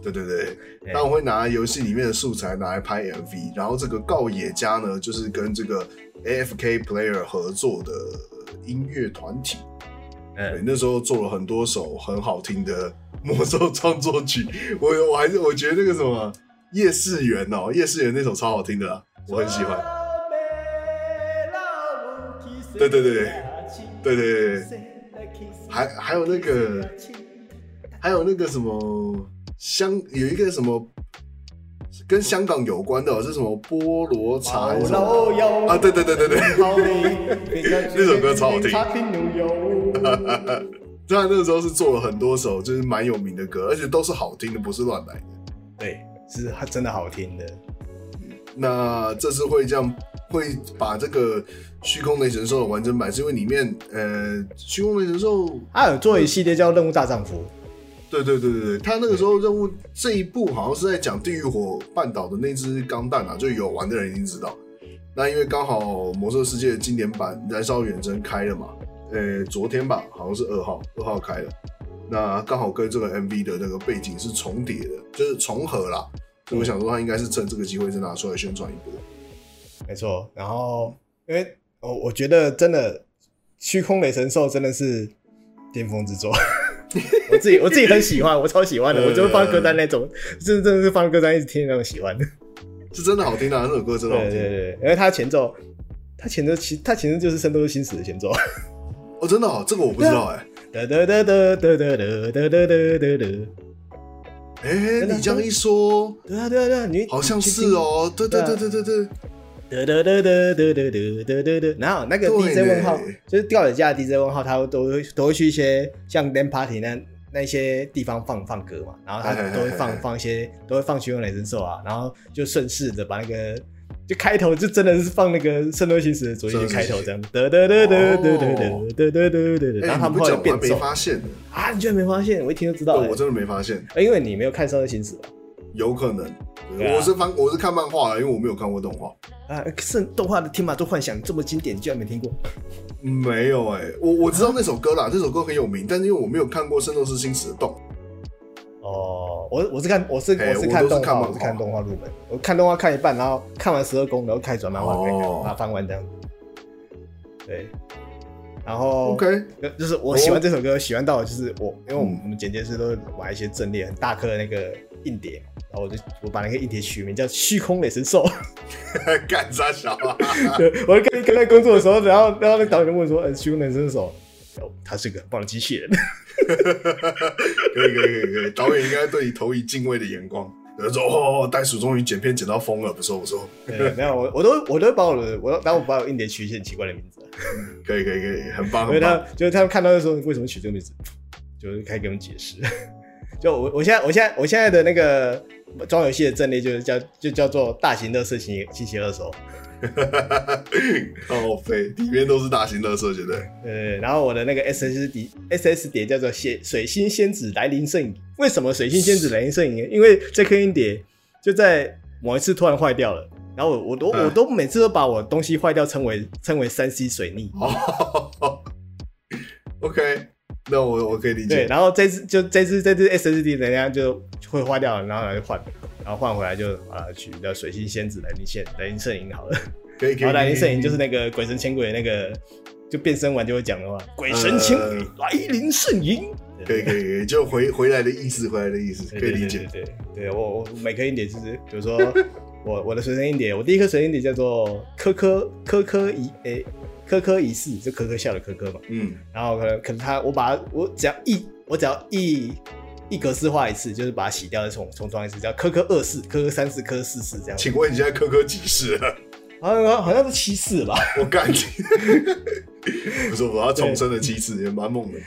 Speaker 1: 对对对，
Speaker 3: 哎
Speaker 1: 那我会拿游戏里面的素材拿来拍 MV，然后这个告野家呢，就是跟这个 AFK Player 合作的音乐团体，对，
Speaker 3: 嗯，
Speaker 1: 那时候做了很多首很好听的魔兽创作曲， 我我还是我觉得那个什么夜市园哦，夜市园那首超好听的啦，我很喜欢。对对对对对对对，还还有那个，还有那个什么香，有一个什么跟香港有关的哦、是什么菠萝茶还是什么啊？对对对对对， 那首歌超 好听。虽然那个时候是做了很多首就是蛮有名的歌，而且都是好听的，不是乱来的。
Speaker 3: 对，是它真的好听的。
Speaker 1: 那这次会这样，会把这个《虚空雷神兽》的完整版，是因为里面呃，《虚空雷神兽》
Speaker 3: 它有做一系列叫《任务大丈夫
Speaker 1: 对对对对对，
Speaker 3: 嗯
Speaker 1: 他那个时候任务这一部好像是在讲地狱火半岛的那只钢弹啊，就有玩的人一定知道。那因为刚好《魔兽世界》的经典版《燃烧远征》开了嘛，呃，昨天吧，好像是二号，二号开了。那刚好跟这个 MV 的那个背景是重叠的，就是重合啦。所以我想说，他应该是趁这个机会再拿出来宣传一波。》，
Speaker 3: 没错。然后，因为我我觉得真的《虚空雷神兽》真的是巅 峰之作，我自己我自己很喜欢，我超喜欢的，我就放歌单那种，真的真的是放歌单一直听那种喜欢的。
Speaker 1: 是真的好听啊，那首歌真的好
Speaker 3: 对
Speaker 1: 听。
Speaker 3: 对对，因为它前奏，它前奏其它前奏就是《圣斗士星矢》的前奏。
Speaker 1: 哦，真的哦，这个我不知道哎、
Speaker 3: 哒哒哒哒哒哒哒哒哒哒哒哒。
Speaker 1: 哎、
Speaker 3: 真的
Speaker 1: 你这样一说，
Speaker 3: 对啊对啊对啊，你
Speaker 1: 好像是。哦。对对对对对对。
Speaker 3: 得得得得得得得得得得，然后那个
Speaker 1: 对
Speaker 3: DJ 问号
Speaker 1: 嘞，
Speaker 3: 就是吊人家的 DJ 问号，他都会都会去一些像 d a n party 那那些地方放放歌嘛，然后他
Speaker 1: 哎哎哎
Speaker 3: 都会放
Speaker 1: 哎
Speaker 3: 放一些都会放《虚空雷神兽》啊，然后就顺势的把那个就开头就真的是放那个《圣斗士星矢》的主题曲开头这样，得得得得得得
Speaker 1: 哦
Speaker 3: 得得得得得得，
Speaker 1: 哎、
Speaker 3: 然后
Speaker 1: 你
Speaker 3: 他们
Speaker 1: 不
Speaker 3: 后来
Speaker 1: 讲我还
Speaker 3: 变
Speaker 1: 没
Speaker 3: 奏
Speaker 1: 发现呢，
Speaker 3: 啊，你居然没发现，我一听就知道
Speaker 1: 对
Speaker 3: 了
Speaker 1: 我，真的没发现，
Speaker 3: 呃因为你没有看《圣斗士星矢》吧？
Speaker 1: 有可能。
Speaker 3: 对啊
Speaker 1: 我是翻我是看漫画啦，啊因为我没有看过动画。
Speaker 3: 啊，圣动画的《天马座幻想》这么经典，你居然没听过？
Speaker 1: 没有哎、我我知道那首歌啦，这首歌很有名，但是因为我没有看过《圣斗士星矢》的动，
Speaker 3: 哦，我我是看我是
Speaker 1: 哎
Speaker 3: 我是
Speaker 1: 我
Speaker 3: 看
Speaker 1: 都是
Speaker 3: 动
Speaker 1: 看
Speaker 3: 画，
Speaker 1: 漫画
Speaker 3: 我是看动画入门，我看动画看一半，然后看完十二宫，然后开始转漫画，
Speaker 1: 哦
Speaker 3: 把它翻完这样子。对，然后
Speaker 1: OK 哦嗯
Speaker 3: 就就是我喜欢这首歌，喜欢到就是我，因为我们我们剪接师都会买一些阵列很大颗的那个硬碟嘛，然后我就我把那个硬碟取名叫《虚空雷神兽》。
Speaker 1: 干啥小啊？
Speaker 3: 对，我跟跟在工作的时候，然后然后那导演就问说：“呃，虚空雷神兽，哦他是个很棒的机器人。”
Speaker 1: 可以可以可以可以，导演应该对你投以敬畏的眼光。有人说哦，袋鼠终于剪片剪到疯了，不错不错，
Speaker 3: 对，没有，我我都我都会把我的我都，然后我把我硬碟取一些很奇怪的名字，
Speaker 1: 可以可以可以，很棒
Speaker 3: 因为
Speaker 1: 很
Speaker 3: 他
Speaker 1: 棒。
Speaker 3: 就是他们看到的时候，为什么取这个名字，就是开始给我们解释。 就我我现在我现在我现在的那个装游戏的阵列就是叫就叫做大型乐色型新型二手，
Speaker 1: 靠飞，里面都是大型乐色，绝对。
Speaker 3: 呃，然后我的那个 S S 底 S S 碟叫做仙水星仙子来临摄影。为什么水星仙子来临摄影呢？因为这颗音碟就在某一次突然坏掉了，然后我我都
Speaker 1: 嗯
Speaker 3: 我都每次都把我东西坏掉称为称为三 C 水逆。
Speaker 1: 哦，OK，那我我可以理
Speaker 3: 对，
Speaker 1: 解。
Speaker 3: 然后这次就这次这次 SSD 人家就会花掉了，然后就换了，然后换回来就啊取叫水星仙子来临现来临圣影好了。
Speaker 1: 可以可以。
Speaker 3: 然后来临圣影
Speaker 1: 可以
Speaker 3: 就是那个鬼神千鬼那个，就变身完就会讲的话，鬼神千鬼
Speaker 1: 呃
Speaker 3: 来临圣影。
Speaker 1: 可以可以可以，就回回来的意思，回来的意思，
Speaker 3: 对
Speaker 1: 可以理解。
Speaker 3: 对对对对对我我每颗硬碟就是，比如说我我的随身硬碟，我第一颗随身硬碟叫做科科科科一诶科科一世，就科科笑的科科嘛。
Speaker 1: 嗯，
Speaker 3: 然后可能可能他我把它我只要一我只要一一格式化一次，就是把它洗掉再重重装一次，叫科科二四、科科三四、科科四四这样子。
Speaker 1: 请问你现在科科几世了？
Speaker 3: 好像好像是七四吧？
Speaker 1: 我干你！ 我说我要重生的七次，也蛮猛的。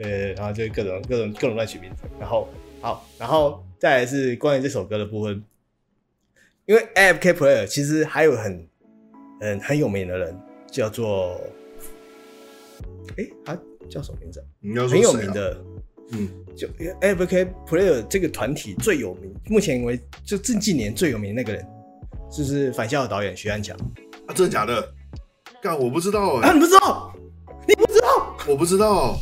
Speaker 3: 对，然后就各种各种各种乱取名字。然后好，然后再来是关于这首歌的部分，因为 AFK Player 其实还有很嗯很有名的人叫做，诶，他叫什么名字啊？
Speaker 1: 你要说
Speaker 3: 很有
Speaker 1: 谁啊
Speaker 3: 名，的，
Speaker 1: 嗯，
Speaker 3: 就 AFK Player 这个团体最有名，目前为就近几年最有名的那个人，就是《返校》的导演徐安强
Speaker 1: 啊真的假的？干，我不知道哎、
Speaker 3: 啊，你不知道？
Speaker 1: 我不知道。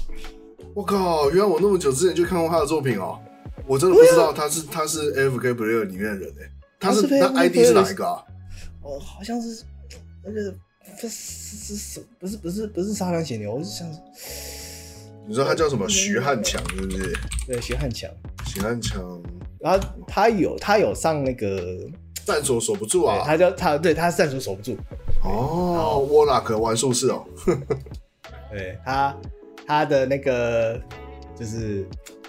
Speaker 1: 我靠，原来我那么久之前就看过他的作品哦、我真的不知道他是他是 FK Player 里面的人哎、他是
Speaker 3: 他是
Speaker 1: 他
Speaker 3: AFK
Speaker 1: ID 是哪一个啊？
Speaker 3: 哦，好像是那个不是是是不是不是不是沙狼血牛，我是想
Speaker 1: 你说他叫什么？徐汉强是不是？
Speaker 3: 对徐汉强，
Speaker 1: 徐汉强，
Speaker 3: 然后他有他有上那个，
Speaker 1: 战所守不住
Speaker 3: 对
Speaker 1: 啊！
Speaker 3: 他叫他对他是战术守不住，
Speaker 1: 哦，沃拉克玩术士哦，
Speaker 3: 对他他的那个就是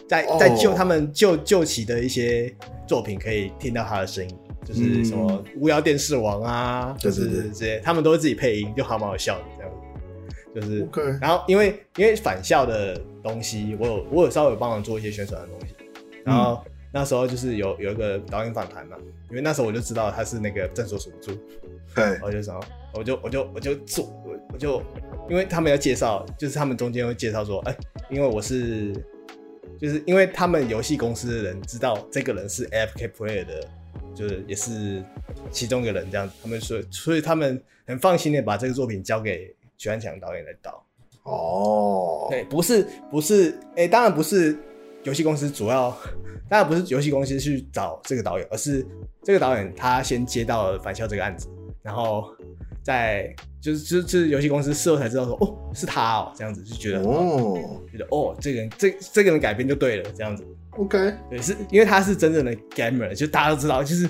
Speaker 3: 在
Speaker 1: 哦
Speaker 3: 在旧他们旧旧期的一些作品可以听到他的声音，就是什么巫妖电视王啊，就
Speaker 1: 嗯对对对
Speaker 3: 是这些，他们都会自己配音，就还蛮好笑的这样子，就是
Speaker 1: OK
Speaker 3: 然后因为因为返校的东西，我有我有稍微帮忙做一些宣传的东西，
Speaker 1: 嗯
Speaker 3: 然后。那时候就是有有一个导演访谈嘛，因为那时候我就知道他是那个正所守不住，
Speaker 1: 对
Speaker 3: 然，后就想，我就我就我就做，我我就因为他们要介绍，就是他们中间会介绍说，哎、因为我是，就是因为他们游戏公司的人知道这个人是 AFK Player 的，就是也是其中一个人这样，他们所以所以他们很放心的把这个作品交给徐安强导演来导，
Speaker 1: 哦，
Speaker 3: 对，不是不是，哎、当然不是游戏公司主要，当然不是游戏公司去找这个导演，而是这个导演他先接到了《返校》这个案子，然后在就是就是就是游戏公司事后才知道说，哦，是他哦，这样子就觉得、
Speaker 1: 哦
Speaker 3: 觉得哦，这个人这这个人改编就对了，这样子，
Speaker 1: ，OK，
Speaker 3: 对，是因为他是真正的 gamer，就大家都知道，就是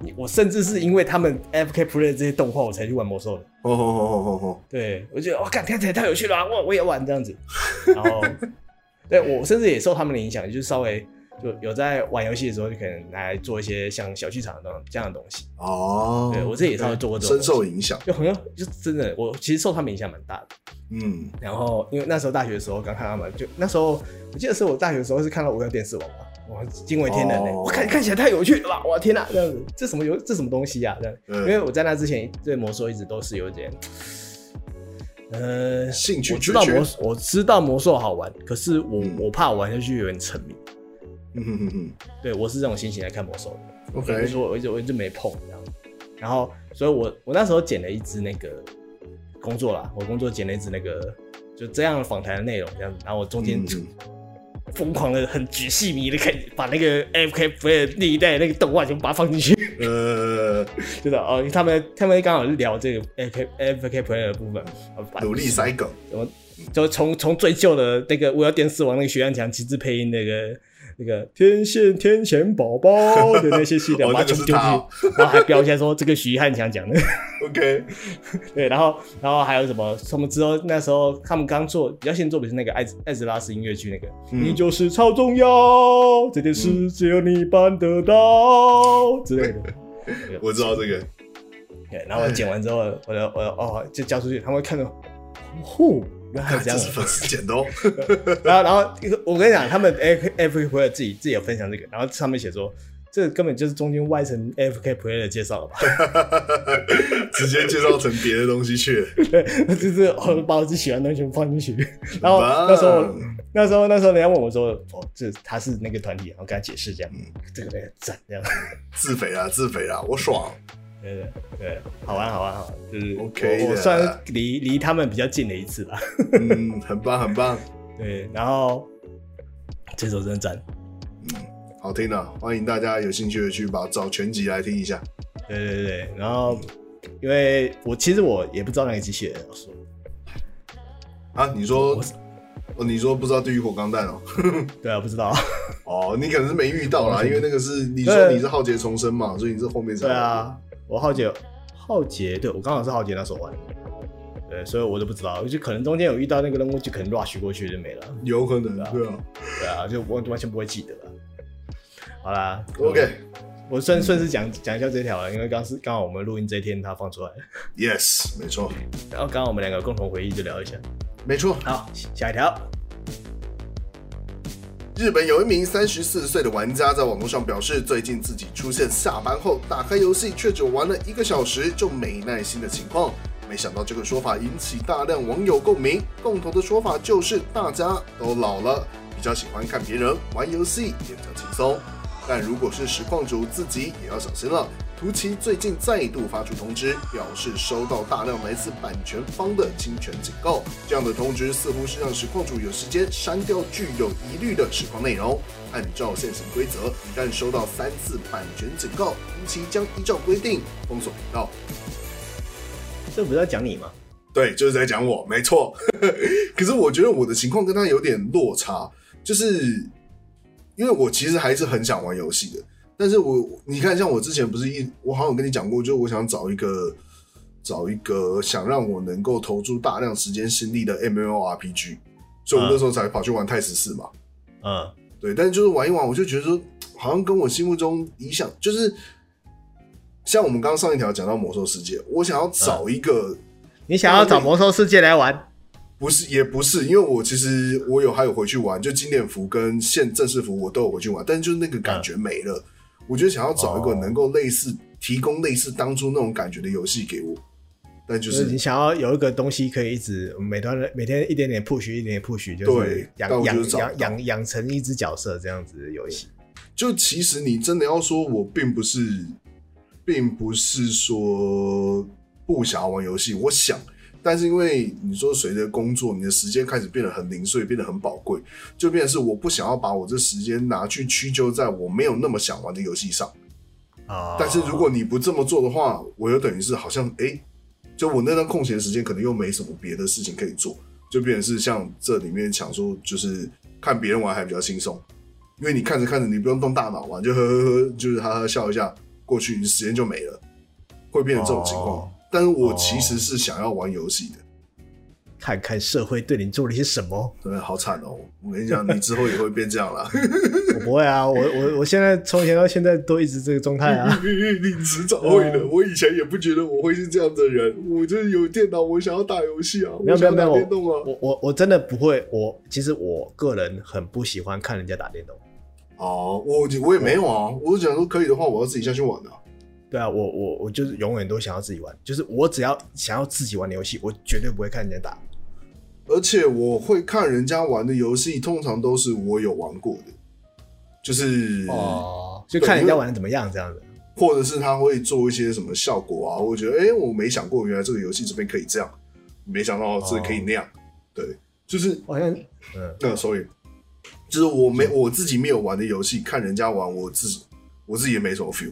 Speaker 3: 你我甚至是因为他们 FK Play 这些动画我才去玩魔兽的。
Speaker 1: 哦哦哦哦
Speaker 3: 对，我觉得哇，看看起来太有趣了、啊，哇，我也玩这样子。然后，对我甚至也受他们的影响，就是稍微就有在玩游戏的时候，就可能拿来做一些像小剧场那种这样的东西，
Speaker 1: 哦，哦，
Speaker 3: 对我自己也稍微做过这种
Speaker 1: 深受影响，
Speaker 3: 就很有，就真的我其实受他们影响蛮大的。
Speaker 1: 嗯，
Speaker 3: 然后因为那时候大学的时候刚看他们，就那时候我记得是我大学的时候是看到《无聊电视网》嘛，哇，惊为天人呢、
Speaker 1: 哦
Speaker 3: 我看看起来太有趣了吧，哇天哪、这样子，这什么游这什么东西啊呀、这样，因为
Speaker 1: 呃，
Speaker 3: 我在那之前对魔兽一直都是有点，呃，
Speaker 1: 兴趣
Speaker 3: 我
Speaker 1: 缺
Speaker 3: 知道
Speaker 1: 缺
Speaker 3: 魔，我知道魔兽好玩，可是我、
Speaker 1: 嗯
Speaker 3: 我怕我玩下去有点沉迷。
Speaker 1: 嗯哼哼哼
Speaker 3: 对我是这种心情来看魔兽的，所以
Speaker 1: ，OK，
Speaker 3: 说我一直我一直没碰这样。然后，所以我我那时候剪了一支那个工作啦，我工作剪了一支那个就这样的访谈的内容这样子。然后我中间
Speaker 1: 嗯嗯
Speaker 3: 疯狂的很举戏迷的看，把那个 FK Play 那一代那个动画全部把它放进去。
Speaker 1: 呃，
Speaker 3: 真的哦，他们他们刚好是聊这个 FK FK Play 的部分，把
Speaker 1: 努力塞梗，
Speaker 3: 什么，就从从最旧的那个《我要电视王》那个徐安强亲自配音那个那个天线天钱宝宝的那些戏
Speaker 1: 哦
Speaker 3: 料，把它
Speaker 1: 那个
Speaker 3: 全
Speaker 1: 是
Speaker 3: 部丢进
Speaker 1: 他哦
Speaker 3: 去，然后还标一下说这个徐汉强讲的，
Speaker 1: OK，
Speaker 3: 对，然后然后还有什么什么之后那时候他们刚做比较先做的是那个艾兹艾兹拉斯音乐剧那个，
Speaker 1: 嗯
Speaker 3: 你就是超重要，这件事只有你办得到之类的。
Speaker 1: 我知道这个，哎
Speaker 3: 对，然后我剪完之后，我的我的哦，就交出去，他们会看着，哦，原来还有
Speaker 1: 看
Speaker 3: 这
Speaker 1: 这
Speaker 3: 样
Speaker 1: 是
Speaker 3: 的。
Speaker 1: 粉丝剪的哦，
Speaker 3: 然后然后我跟你讲，他们 F F K Player 自己自己有分享这个，然后上面写说。这根本就是中间外层 F K Player 的介绍了吧？
Speaker 1: 直接介绍成别的东西去了。
Speaker 3: 对，就是哦，把我自己喜欢的东西全部放进去。 然后
Speaker 1: 哇哦
Speaker 3: 那时候那时候那时候人家问我说，哦，这他是那个团体，然后跟他解释这样，
Speaker 1: 嗯
Speaker 3: 这个那个赞这样，
Speaker 1: 自肥啦，自肥啦，我爽。
Speaker 3: 对对对，好玩好玩好玩，就是
Speaker 1: OK
Speaker 3: 我我
Speaker 1: 的
Speaker 3: 算是离离他们比较近的一次吧。
Speaker 1: 嗯，很棒，很棒，
Speaker 3: 对，然后这首真的赞，
Speaker 1: 好听的、欢迎大家有兴趣的去把找全集来听一下。
Speaker 3: 对对对，然后因为我其实我也不知道那个机器人，老实说
Speaker 1: 啊，你说，哦，你说不知道地狱火钢弹哦？
Speaker 3: 对啊，不知道，
Speaker 1: 哦，你可能是没遇到啦，因为那个是你说
Speaker 3: 对
Speaker 1: 你是浩劫重生嘛，所以你是后面才
Speaker 3: 对啊，我浩劫浩劫，对我刚好是浩劫那时候玩的，对，所以我都不知道，就可能中间有遇到那个任务，就可能 rush 过去就没了，
Speaker 1: 有可能
Speaker 3: 对啊
Speaker 1: 对啊。
Speaker 3: 对啊，就完完全不会记得了。好啦
Speaker 1: OK，
Speaker 3: 我顺顺势讲讲一下这条了，因为刚是刚好我们录音这一天它放出来了，
Speaker 1: Yes，没错，
Speaker 3: 然后刚好我们两个共同回忆就聊一下。
Speaker 1: 没错。
Speaker 3: 好，下一条，
Speaker 1: 日本有一名三十四岁的玩家在网络上表示，最近自己出现下班后打开游戏却只玩了一个小时就没耐心的情况。没想到这个说法引起大量网友共鸣，共同的说法就是大家都老了，比较喜欢看别人玩游戏也比较轻松。但如果是实况主自己也要小心了。图奇最近再度发出通知，表示收到大量来自版权方的侵权警告。这样的通知似乎是让实况主有时间删掉具有疑虑的实况内容。按照现行规则，一旦收到三次版权警告，图奇将依照规定封锁频道。
Speaker 3: 这不是在讲你吗？
Speaker 1: 对，就是在讲我，没错。 可是我觉得我的情况跟他有点落差，就是因为我其实还是很想玩游戏的，但是我你看，像我之前不是一，我好像有跟你讲过，就是我想找一个找一个想让我能够投注大量时间心力的 MMORPG，所以我那时候才跑去玩太史四嘛。
Speaker 3: 嗯，
Speaker 1: 对，但就是玩一玩，我就觉得说，好像跟我心目中理想就是，像我们刚刚上一条讲到魔兽世界，我想要找一个。
Speaker 3: 你想要找魔兽世界来玩？
Speaker 1: 不是，也不是，因为我其实我有还有回去玩，就经典服跟现正式服我都有回去玩，但是就是那个感觉没了。我就想要找一个
Speaker 3: 哦
Speaker 1: 能够类似、提供类似当初那种感觉的游戏给我，但就
Speaker 3: 就是是你想要有一个东西可以一直每段每天一点点 push 一点点 push，就是
Speaker 1: 对但
Speaker 3: 养
Speaker 1: 我就
Speaker 3: 养
Speaker 1: 是找不
Speaker 3: 养
Speaker 1: 到
Speaker 3: 养养成一只角色这样子的游戏。
Speaker 1: 就其实你真的要说，我并不是，并不是说不想要玩游戏，我想，但是因为你说随着工作，你的时间开始变得很零碎，变得很宝贵，就变成是我不想要把我这时间拿去屈就在我没有那么想玩的游戏上。
Speaker 3: 啊
Speaker 1: 但是如果你不这么做的话，我又等于是好像诶，就我那段空闲时间可能又没什么别的事情可以做，就变成是像这里面想说，就是看别人玩还比较轻松，因为你看着看着你不用动大脑嘛，就呵呵呵，就是哈哈笑一下过去，时间就没了，会变成这种情况。
Speaker 3: 哦
Speaker 1: 但是我其实是想要玩游戏的，
Speaker 3: 看看社会对你做了些什么。
Speaker 1: 真的好惨哦！我跟你讲，你之后也会变这样啦。
Speaker 3: 我不会啊，我我我现在从以前到现在都一直这个状态 啊。
Speaker 1: 你迟早会的。
Speaker 3: 哦
Speaker 1: 我以前也不觉得我会是这样的人，我就是有电脑，我想要打游戏啊，我
Speaker 3: 没有没有
Speaker 1: 想
Speaker 3: 没
Speaker 1: 打
Speaker 3: 有，
Speaker 1: 电动啊。
Speaker 3: 我我我真的不会。我其实我个人很不喜欢看人家打电动。
Speaker 1: 哦，我我也没有啊，我就想说可以的话，我要自己下去玩的、啊。
Speaker 3: 对啊，我我我就是永远都想要自己玩，就是我只要想要自己玩的游戏，我绝对不会看人家打。
Speaker 1: 而且我会看人家玩的游戏，通常都是我有玩过的，就是，哦
Speaker 3: 就看人家玩的怎么样这样子。
Speaker 1: 或者是他会做一些什么效果啊，我觉得哎、诶我没想过原来这个游戏这边可以这样，没想到这可以那样，对，就是
Speaker 3: 我好像嗯，
Speaker 1: 那 sorry，就是我没我自己没有玩的游戏，看人家玩，我自己我自己也没什么 feel，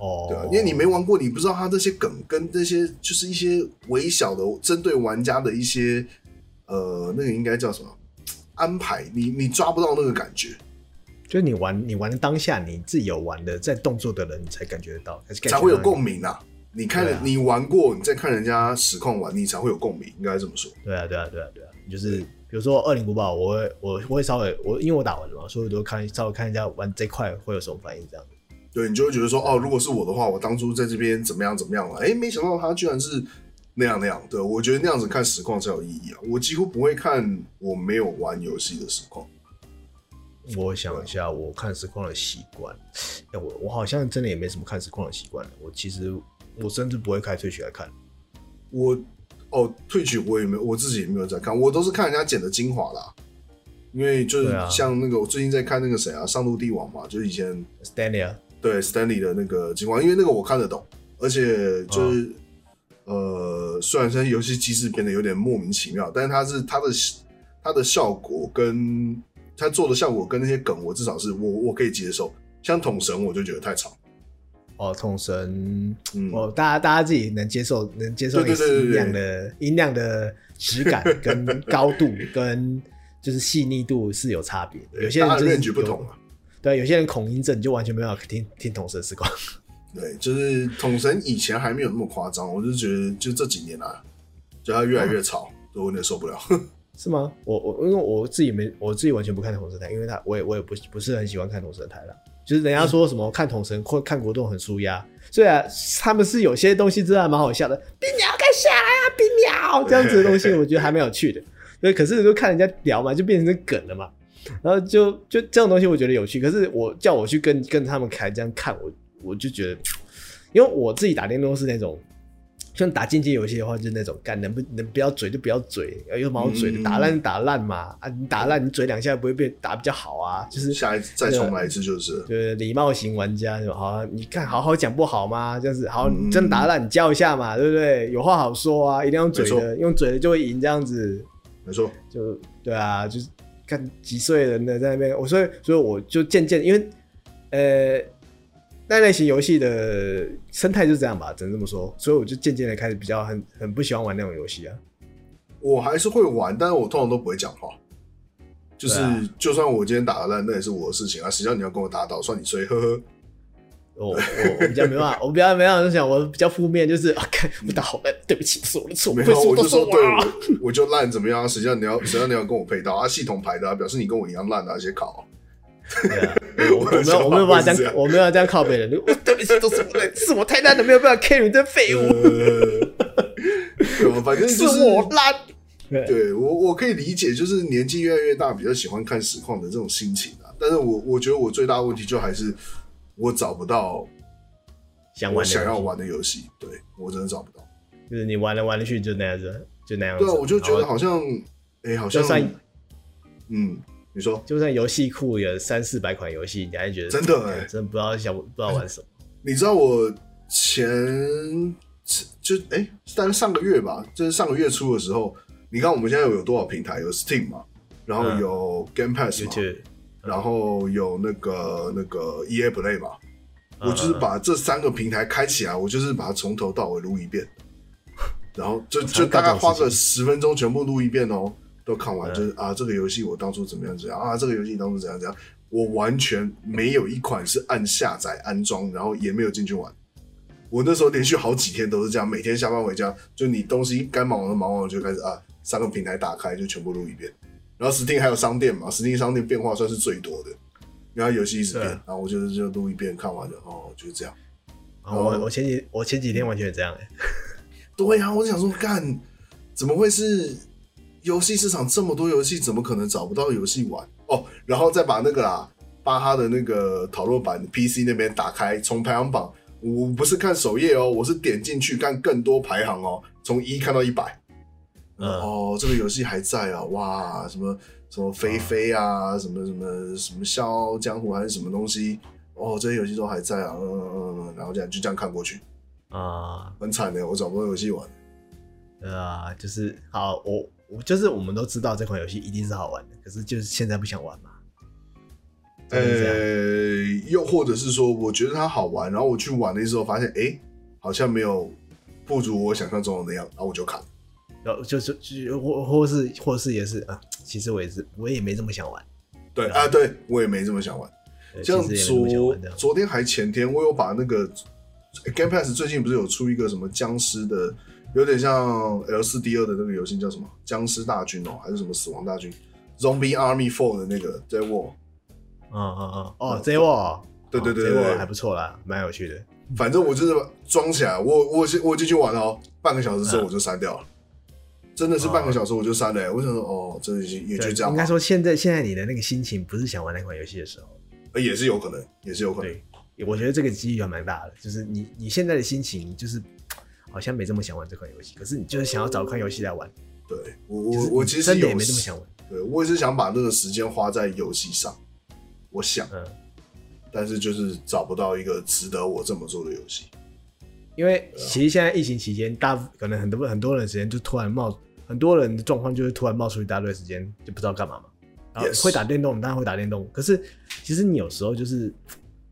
Speaker 3: 哦，
Speaker 1: 对啊，因为你没玩过，你不知道他这些梗跟这些就是一些微小的针对玩家的一些呃，那个应该叫什么安排，你你抓不到那个感觉，
Speaker 3: 就是你玩你玩的当下，你自己有玩的在动作的人才感觉得到，才
Speaker 1: 才会有共。鸣啊。你看了、
Speaker 3: 对啊
Speaker 1: 你玩过，你再看人家实况玩，你才会有共鸣，应该这么说。
Speaker 3: 对啊，对啊，对啊，对啊，就是比如说《恶灵古堡》，我会我我会稍微我因为我打完了嘛，所以我都看稍微看人家玩这块会有什么反应这样。
Speaker 1: 对，你就会觉得说，哦，如果是我的话，我当初在这边怎么样怎么样了、诶哎，没想到他居然是那样那样。对我觉得那样子看实况才有意义啊！我几乎不会看我没有玩游戏的实况。
Speaker 3: 我想一下，我看实况的习惯，哎我我好像真的也没什么看实况的习惯了。我其实我甚至不会开退学来看。
Speaker 1: 我哦，退取我也没有，我自己也没有在看，我都是看人家剪的精华啦。因为就是
Speaker 3: 对啊
Speaker 1: 像那个，我最近在看那个谁啊，上路帝王嘛，就是以前
Speaker 3: Stanley 啊，
Speaker 1: 对 Stanley 的那个精华，因为那个我看得懂，而且
Speaker 3: 嗯
Speaker 1: 就是、呃，虽然说游戏机制变得有点莫名其妙，但是它是它的它的效果跟它做的效果跟那些梗，我至少是我我可以接受。像桶神，我就觉得太长，
Speaker 3: 哦，统神，
Speaker 1: 嗯，
Speaker 3: 哦，大家大家自己能接受，能接受
Speaker 1: 对对对对
Speaker 3: 音量的音量的质感跟高 度跟就是细腻度是有差别的。有些人
Speaker 1: 大家
Speaker 3: 就
Speaker 1: 的
Speaker 3: 是
Speaker 1: range 不
Speaker 3: 有
Speaker 1: 同啊，
Speaker 3: 对，有些人恐音症你就完全没办法听听统神实况。
Speaker 1: 对，就是统神以前还没有那么夸张，我就觉得就这几年啊，就它
Speaker 3: 嗯
Speaker 1: 越来越吵，所以我有点受不了。
Speaker 3: 是吗？我我因为我自己没我自己完全不看同神台，因为他我也我也不不是很喜欢看同神台了。就是人家说什么看同神或看国栋很舒压，虽然他们是有些东西真的还蛮好笑的，冰鸟快下来啊，冰鸟这样子的东西，我觉得还蛮有趣的。 对，可是就看人家聊嘛，就变成梗了嘛。然后就就这种东西我觉得有趣，可是我叫我去跟跟他们开这样看，我我就觉得，因为我自己打电动是那种，像打竞技游戏的话，就是那种干能不能不要嘴就不要嘴，呃有毛嘴
Speaker 1: 嗯
Speaker 3: 的打烂就打烂嘛，啊你打烂你嘴两下不会被打比较好啊，就是
Speaker 1: 下一次再重来一次就是了，
Speaker 3: 就是礼貌型玩家，就好、啊，你看好好讲不好吗？这样子，好，
Speaker 1: 嗯
Speaker 3: 你真的打烂你教一下嘛，对不对？有话好说啊，一定要用嘴
Speaker 1: 没
Speaker 3: 的，用嘴的就会赢，这样子
Speaker 1: 没错，
Speaker 3: 就对啊，就是看几岁人的在那边，我所以所以我就渐渐因为呃那类型游戏的生态就是这样吧，只能这么说，所以我就渐渐的开始比较很很不喜欢玩那种游戏啊。
Speaker 1: 我还是会玩，但是我通常都不会讲话。就是、
Speaker 3: 对啊
Speaker 1: 就算我今天打得烂，那也是我的事情啊。谁叫你要跟我打倒，算你衰，呵呵。
Speaker 3: 我我我比较 没办法，我比较没办法就想，我比较负面就是啊，看我打好烂，对不起，是我的错，
Speaker 1: 没
Speaker 3: 会
Speaker 1: 有，
Speaker 3: 输
Speaker 1: 我
Speaker 3: 都
Speaker 1: 就是说
Speaker 3: 我
Speaker 1: 对
Speaker 3: 啊。
Speaker 1: 我我就烂怎么样啊？谁叫你要谁叫你要跟我配套啊？系统排的、啊，表示你跟我一样烂啊，而且考、
Speaker 3: 对啊，我我没有我没有办法这样，我没有要这样靠别人。我对不起，都是我的，是我太烂了，没有办法 carry 你这废物，
Speaker 1: 呃，对啊，反正
Speaker 3: 哎是
Speaker 1: 就是
Speaker 3: 我烂。对，
Speaker 1: 对我我可以理解，就是年纪越来越大，比较喜欢看实况的这种心情啊。但是我我觉得我最大的问题就还是我找不到
Speaker 3: 想
Speaker 1: 我
Speaker 3: 玩的
Speaker 1: 想要玩的游戏，对我真的找不到。
Speaker 3: 就是你玩来玩去就那样子，就那样子。
Speaker 1: 对啊，我就觉得
Speaker 3: 然后
Speaker 1: 好像，哎、好
Speaker 3: 就
Speaker 1: 像，
Speaker 3: 算
Speaker 1: 嗯，你说，
Speaker 3: 就算游戏库有三四百款游戏，你还觉得
Speaker 1: 真的欸哎
Speaker 3: 真不知道想不知道玩什么。
Speaker 1: 你知道我前就哎、但是上个月吧，就是上个月初的时候，你看我们现在有多少平台？有 Steam 嘛，然后
Speaker 3: 嗯
Speaker 1: 有 Game Pass 嘛，
Speaker 3: YouTube，
Speaker 1: 然后有那个那个 EA Play 嘛，我就是
Speaker 3: 嗯
Speaker 1: 把这三个平台开起来，我就是把它从头到尾录一遍，然后就
Speaker 3: 我常
Speaker 1: 就大
Speaker 3: 干
Speaker 1: 概
Speaker 3: 这种
Speaker 1: 花
Speaker 3: 事
Speaker 1: 个
Speaker 3: 情
Speaker 1: 十分钟全部录一遍哦，都看完，
Speaker 3: 嗯
Speaker 1: 就是啊这个游戏我当初怎么样怎么样啊这个游戏当初怎样怎样，我完全没有一款是按下载安装，然后也没有进去玩。我那时候连续好几天都是这样，每天下班回家，就你东西该忙完的忙完我就开始啊，三个平台打开就全部录一遍。然后 Steam 还有商店嘛，Steam 商店变化算是最多的，因为它游戏一直变，
Speaker 3: 对
Speaker 1: 然后我就是就录一遍，看完就哦，就是这样。
Speaker 3: 啊
Speaker 1: 哦
Speaker 3: 我我前几我前几天完全也这样欸，
Speaker 1: 对呀、啊我就想说，干，怎么会是游戏市场这么多游戏，怎么可能找不到游戏玩？哦，然后再把那个啦，巴哈的那个讨论版 PC 那边打开，从排行榜，我不是看首页哦，我是点进去看更多排行哦，从一看到一百。
Speaker 3: 嗯
Speaker 1: 哦，这个游戏还在啊！哇，什么什么飞飞啊，什么什么什么《笑傲江湖》还是什么东西？哦，这些游戏都还在啊，嗯嗯嗯嗯，然后这样就这样看过去，
Speaker 3: 啊，
Speaker 1: 很惨的，我找不到游戏玩。
Speaker 3: 对啊，就是好，我我就是我们都知道这款游戏一定是好玩的，可是就是现在不想玩嘛。
Speaker 1: 呃、
Speaker 3: 就是这样
Speaker 1: 又或者是说，我觉得它好玩，然后我去玩的时候发现，哎、好像没有不如我想象中的那样，然后我就砍。
Speaker 3: 然后就是就或或是或是也是啊，其实我也是我也没这么想玩，
Speaker 1: 对啊，对我也没这么想玩。
Speaker 3: 对
Speaker 1: 像
Speaker 3: 其实也没这么想
Speaker 1: 昨
Speaker 3: 玩这样。
Speaker 1: 昨天还前天，我有把那个 Game Pass 最近不是有出一个什么僵尸的，有点像 L 四 D 二的那个游戏叫什么？僵尸大军哦、还是什么死亡大军？Zombie Army Four 的那个 d e v
Speaker 3: 嗯嗯嗯，哦，这一哦 a
Speaker 1: 对对对对
Speaker 3: 这一
Speaker 1: 对
Speaker 3: a 还不错啦，蛮有趣的。
Speaker 1: 反正我就是装起来，我我我进去玩哦，半个小时之
Speaker 3: 嗯
Speaker 1: 后我就删掉了，真的是半个小时我就删了、欸。我想说，哦，这也就这样
Speaker 3: 应
Speaker 1: 吧
Speaker 3: 该，说现在现在你的那个心情不是想玩那款游戏的时候，
Speaker 1: 呃也是有可能，也是有可能。
Speaker 3: 对，我觉得这个机遇还蛮大的，就是你你现在的心情就是好像没这么想玩这款游戏，可是你就是想要找一款游戏来玩，
Speaker 1: 对我
Speaker 3: 就
Speaker 1: 我
Speaker 3: 是
Speaker 1: 我
Speaker 3: 你
Speaker 1: 其实
Speaker 3: 真的
Speaker 1: 有
Speaker 3: 也没这么想玩，
Speaker 1: 对我也是想把那个时间花在游戏上，我想，
Speaker 3: 嗯，
Speaker 1: 但是就是找不到一个值得我这么做的游戏。
Speaker 3: 因为其实现在疫情期间，大可能很多很多人的时间就突然冒，很多人的状况就是突然冒出一大堆时间，就不知道干嘛嘛。然后
Speaker 1: Yes
Speaker 3: 会打电动，当然会打电动。可是其实你有时候就是，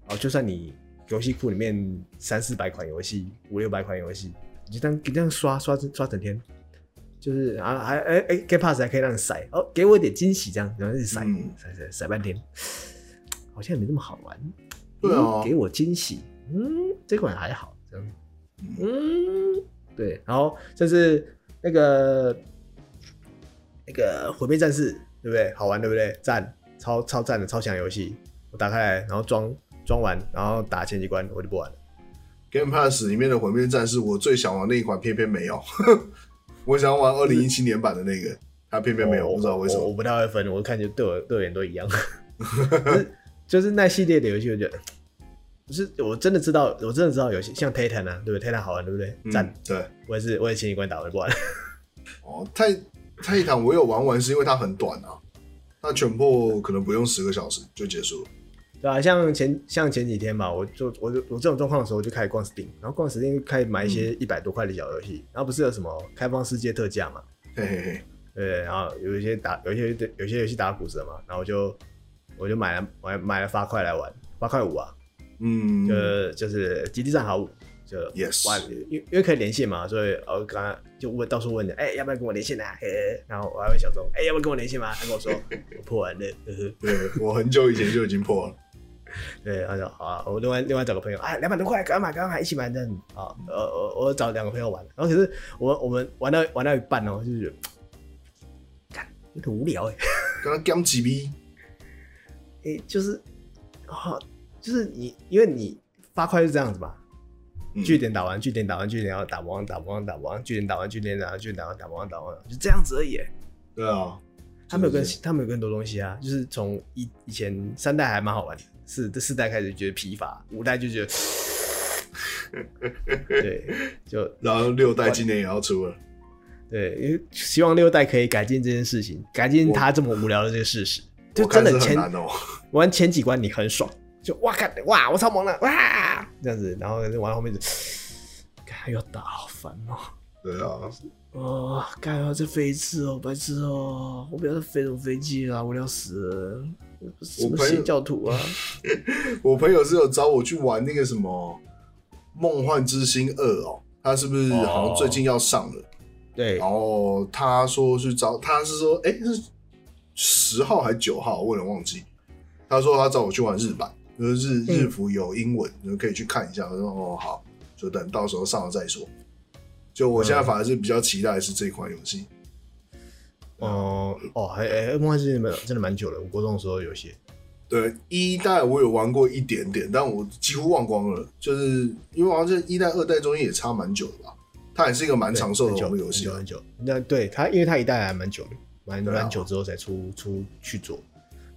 Speaker 3: 哦，就算你游戏库里面三四百款游戏，五六百款游戏，你就这样你这样刷刷刷整天，就是啊还哎哎 Game Pass 还可以让你塞哦，给我一点惊喜这样，然后一直塞、
Speaker 1: 嗯
Speaker 3: 塞塞塞半天，好像也没那么好玩。
Speaker 1: 对啊
Speaker 3: 嗯给我惊喜，嗯，这款还好这样。嗯，对，然后甚至那个那个毁灭战士，对不对？好玩，对不对？赞，超超赞的，超强游戏。我打开来，然后装装完，然后打前几关，我就不玩了。
Speaker 1: Game Pass 里面的《毁灭战士》，我最想玩那一款，偏偏没有。 我想玩二零一七年版的那个，它偏偏没有，
Speaker 3: 我
Speaker 1: 不知道为什
Speaker 3: 我我
Speaker 1: 么。
Speaker 3: 不太会分，我看就对我对我眼都一样。 就是就是那系列的游戏，我觉得不是，我真的知道，我真的知道游戏，像 Titan 啊，对不对？Titan 好玩，对不对？赞、
Speaker 1: 嗯，对，
Speaker 3: 我也是，我也前几关打，我就不玩了。
Speaker 1: 哦，泰泰坦我有玩完，是因为它很短啊，它全破可能不用十个小时就结束了。
Speaker 3: 对啊，像前像前几天吧，我就我就我这种状况的时候，我就开始逛 Steam，然后逛 Steam 开始买一
Speaker 1: 嗯
Speaker 3: 些一百多块的小游戏，然后不是有什么开放世界特价嘛，
Speaker 1: 嘿嘿嘿，
Speaker 3: 对，然后有一些打有一些有一些游戏打骨折嘛，然后我就我就买了买买了八块来玩，八块五啊，
Speaker 1: 嗯，
Speaker 3: 呃，就是极地战好五，就
Speaker 1: Yes
Speaker 3: 玩，因为因为可以连线嘛，所以我刚刚就问到处问你，哎、要不要跟我连线啊？嘿然后我还问小钟，哎、要不要跟我连线吗？他跟 我说我破完了，呵呵。
Speaker 1: 对我很久以前就已经破了。
Speaker 3: 对，他说好啊，我另外另外找个朋友，啊，两百多块，赶快买，赶快买，一起买这样子啊。呃，我我找两个朋友玩，然后可是我们我们玩到玩到一半哦，就是觉得，看有点无聊哎、
Speaker 1: 刚刚 Game 几 B，
Speaker 3: 哎、就是啊，就是你因为你八块是这样子吧，
Speaker 1: 嗯
Speaker 3: 据点打完，据点打完，据点要打王，打王，打王，据点打完，据点打完，据点打完，打王，打王，就这样子而已欸、
Speaker 1: 对啊，
Speaker 3: 他们有更
Speaker 1: 是
Speaker 3: 他们有更多东西啊，就是从以以前三代还蛮好玩的，四这四代开始觉得疲乏，五代就 觉得，对，就
Speaker 1: 然后六代今年也要出了，
Speaker 3: 对，因为希望六代可以改进这件事情，改进他这么无聊的这个事实，就
Speaker 1: 我
Speaker 3: 真
Speaker 1: 看是
Speaker 3: 的
Speaker 1: 很
Speaker 3: 前
Speaker 1: 难哦。
Speaker 3: 玩前几关你很爽，就哇看哇我超猛了哇这样子，然后玩到后面就， 看又打好烦哦、
Speaker 1: 对啊，
Speaker 3: 哦，干啊！再飞一次哦，白痴哦！我不要再飞什么飞机啦，无聊死了！什么
Speaker 1: 朋友
Speaker 3: 邪教徒 啊？
Speaker 1: 我朋友是有找我去玩那个什么《梦幻之星二》哦，他是不是好像最近要上了？
Speaker 3: 对
Speaker 1: 然后他说去找，他是说，哎、是十号还九号，我有点忘记。他说他找我去玩日版，就是日日服有英文，你们可以去看一下。我说哦好，就等到时候上了再说。就我现在反而是比较期待的是这款游戏，
Speaker 3: 哦哦，还哎，梦幻之星》没有，真的蛮久了。我国中的时候有些，
Speaker 1: 对一代我有玩过一点点，但我几乎忘光了，就是因为好像这一代、二代中间也差蛮久的吧。它也是一个蛮
Speaker 3: 对
Speaker 1: 长寿的
Speaker 3: 很久
Speaker 1: 网络游戏
Speaker 3: 很
Speaker 1: 啊
Speaker 3: 久，很久。那对他，因为他一代还蛮久的，蛮
Speaker 1: 对啊
Speaker 3: 蛮久之后才出出去做。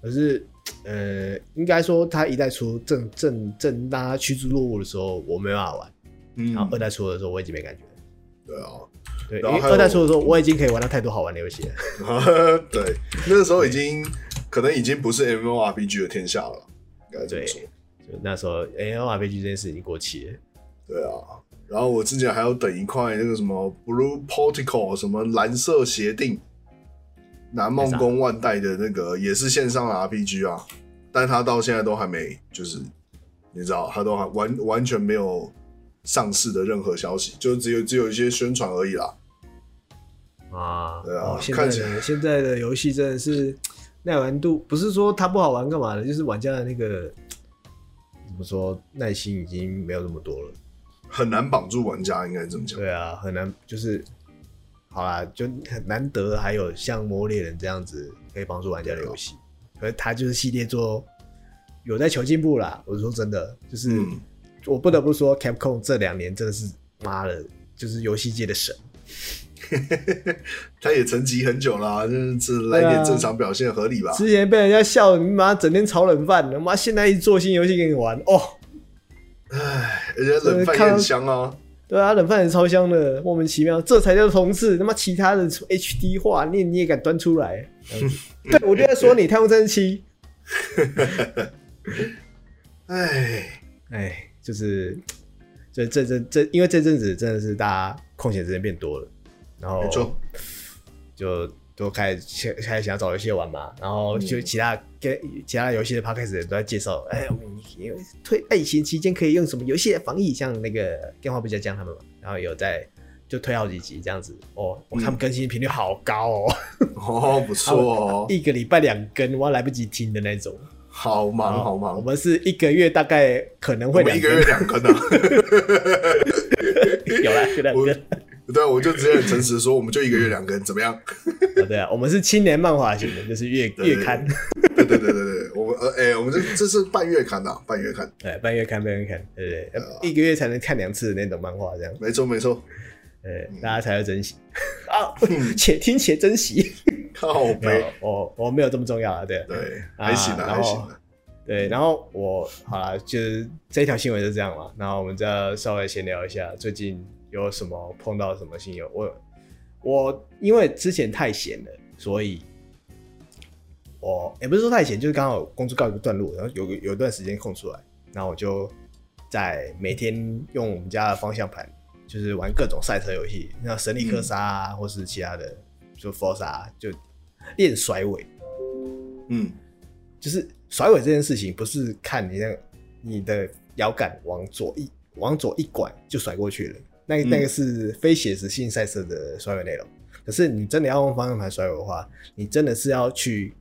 Speaker 3: 可是呃，应该说他一代出正正正让他趋之若鹜的时候，我没办法玩。
Speaker 1: 嗯
Speaker 3: 然后，二代出的时候，我已经没感觉了。
Speaker 1: 对啊，
Speaker 3: 对，因
Speaker 1: 然后
Speaker 3: 为
Speaker 1: 还有
Speaker 3: 二代出的时候，我已经可以玩到太多好玩的游戏了。
Speaker 1: 对，那时候已经可能已经不是 MMORPG 的天下了，应该这么说。
Speaker 3: 就那时候哎 A L R P G 这件事已经过期了。
Speaker 1: 对啊，然后我之前还要等一块那个什么 Blue Protocol 什么蓝色协定，南梦宫万代的那个也是线上的 RPG 啊，但它到现在都还没，就是你知道，它都还完完全没有上市的任何消息，就只有只有一些宣传而已啦。
Speaker 3: 啊，
Speaker 1: 对啊
Speaker 3: 哦现在
Speaker 1: 看起来
Speaker 3: 的现在的游戏真的是耐玩度，不是说它不好玩干嘛的，就是玩家的那个怎么说耐心已经没有那么多了。
Speaker 1: 很难绑住玩家，应该这么讲。
Speaker 3: 对啊，很难，就是好啦，就很难得还有像《魔物猎人》这样子可以帮助玩家的游
Speaker 1: 啊
Speaker 3: 戏，可是它就是系列做有在求进步啦。我是说真的，就是
Speaker 1: 嗯
Speaker 3: 我不得不说，Capcom 这两年真的是妈的，就是游戏界的神。
Speaker 1: 他也沉寂很久啦、就是这来
Speaker 3: 对啊
Speaker 1: 点正常表现合理吧？
Speaker 3: 之前被人家笑你妈整天炒冷饭，他妈现在一做新游戏给你玩哦，
Speaker 1: 唉，而且冷饭也很香啊。
Speaker 3: 对啊，冷饭也超香的，莫名其妙，这才叫同事。他妈其他的什么 HD 化，你你也敢端出来？ 嗯对，我就在说你太空战士七，
Speaker 1: 唉，
Speaker 3: 哎，就是这这这这，因为这阵子真的是大家空闲时间变多了，然后
Speaker 1: 没错，
Speaker 3: 就都开始想开始想要找游戏玩嘛，然后就其他跟、其他游戏的 p 开始都在介绍，哎，我们因为推疫情期间可以用什么游戏来防疫，像那个电话不加酱他们嘛，然后有在就推好几集这样子，哦，我他们更新频率好高哦，，
Speaker 1: 哦，不错哦
Speaker 3: 一个礼拜两更，我来不及听的那种，哦
Speaker 1: 好忙哦好
Speaker 3: 我
Speaker 1: 忙，
Speaker 3: 们是一个月大概可能
Speaker 1: 我
Speaker 3: 会
Speaker 1: 们
Speaker 3: 两
Speaker 1: 一个月两更啊。
Speaker 3: 更，有啦，有两
Speaker 1: 我
Speaker 3: 更。
Speaker 1: 对，我就直接很诚实地说，我们就一个月两更，怎么样？
Speaker 3: 啊，对啊，我们是青年漫画型的，就是月
Speaker 1: 对
Speaker 3: 月刊，
Speaker 1: 对对对对对，我们呃哎、我们这这是半月刊呐、啊，半月刊，
Speaker 3: 对，半月刊，半月刊，对对对，
Speaker 1: 哦
Speaker 3: 一个月才能看两次的那种漫画，这样，
Speaker 1: 没错没错，
Speaker 3: 呃，大家才会珍惜啊， 且听且珍惜。
Speaker 1: 靠
Speaker 3: 没 有
Speaker 1: 背，，
Speaker 3: 我我没有这么重要啊，对
Speaker 1: 对，
Speaker 3: 啊
Speaker 1: 还行啊，
Speaker 3: 然
Speaker 1: 还
Speaker 3: 后
Speaker 1: 行啊，
Speaker 3: 对。然后我好了，就是这一条新闻就这样嘛。然后我们再稍微闲聊一下，最近有什么碰到什么新友？我我因为之前太闲了，所以我也、不是说太闲，就是刚好工作告一个段落，然后有有一段时间空出来，然后我就在每天用我们家的方向盘，就是玩各种赛车游戏，像神力科莎、啊或是其他的，就 Forza 啊就练甩尾。
Speaker 1: 嗯，
Speaker 3: 就是甩尾这件事情，不是看你那个你的摇杆往左一往左一拐就甩过去了，那
Speaker 1: 嗯
Speaker 3: 那个是非写实性赛事的甩尾内容。可是你真的要用方向盘甩尾的话，你真的是要去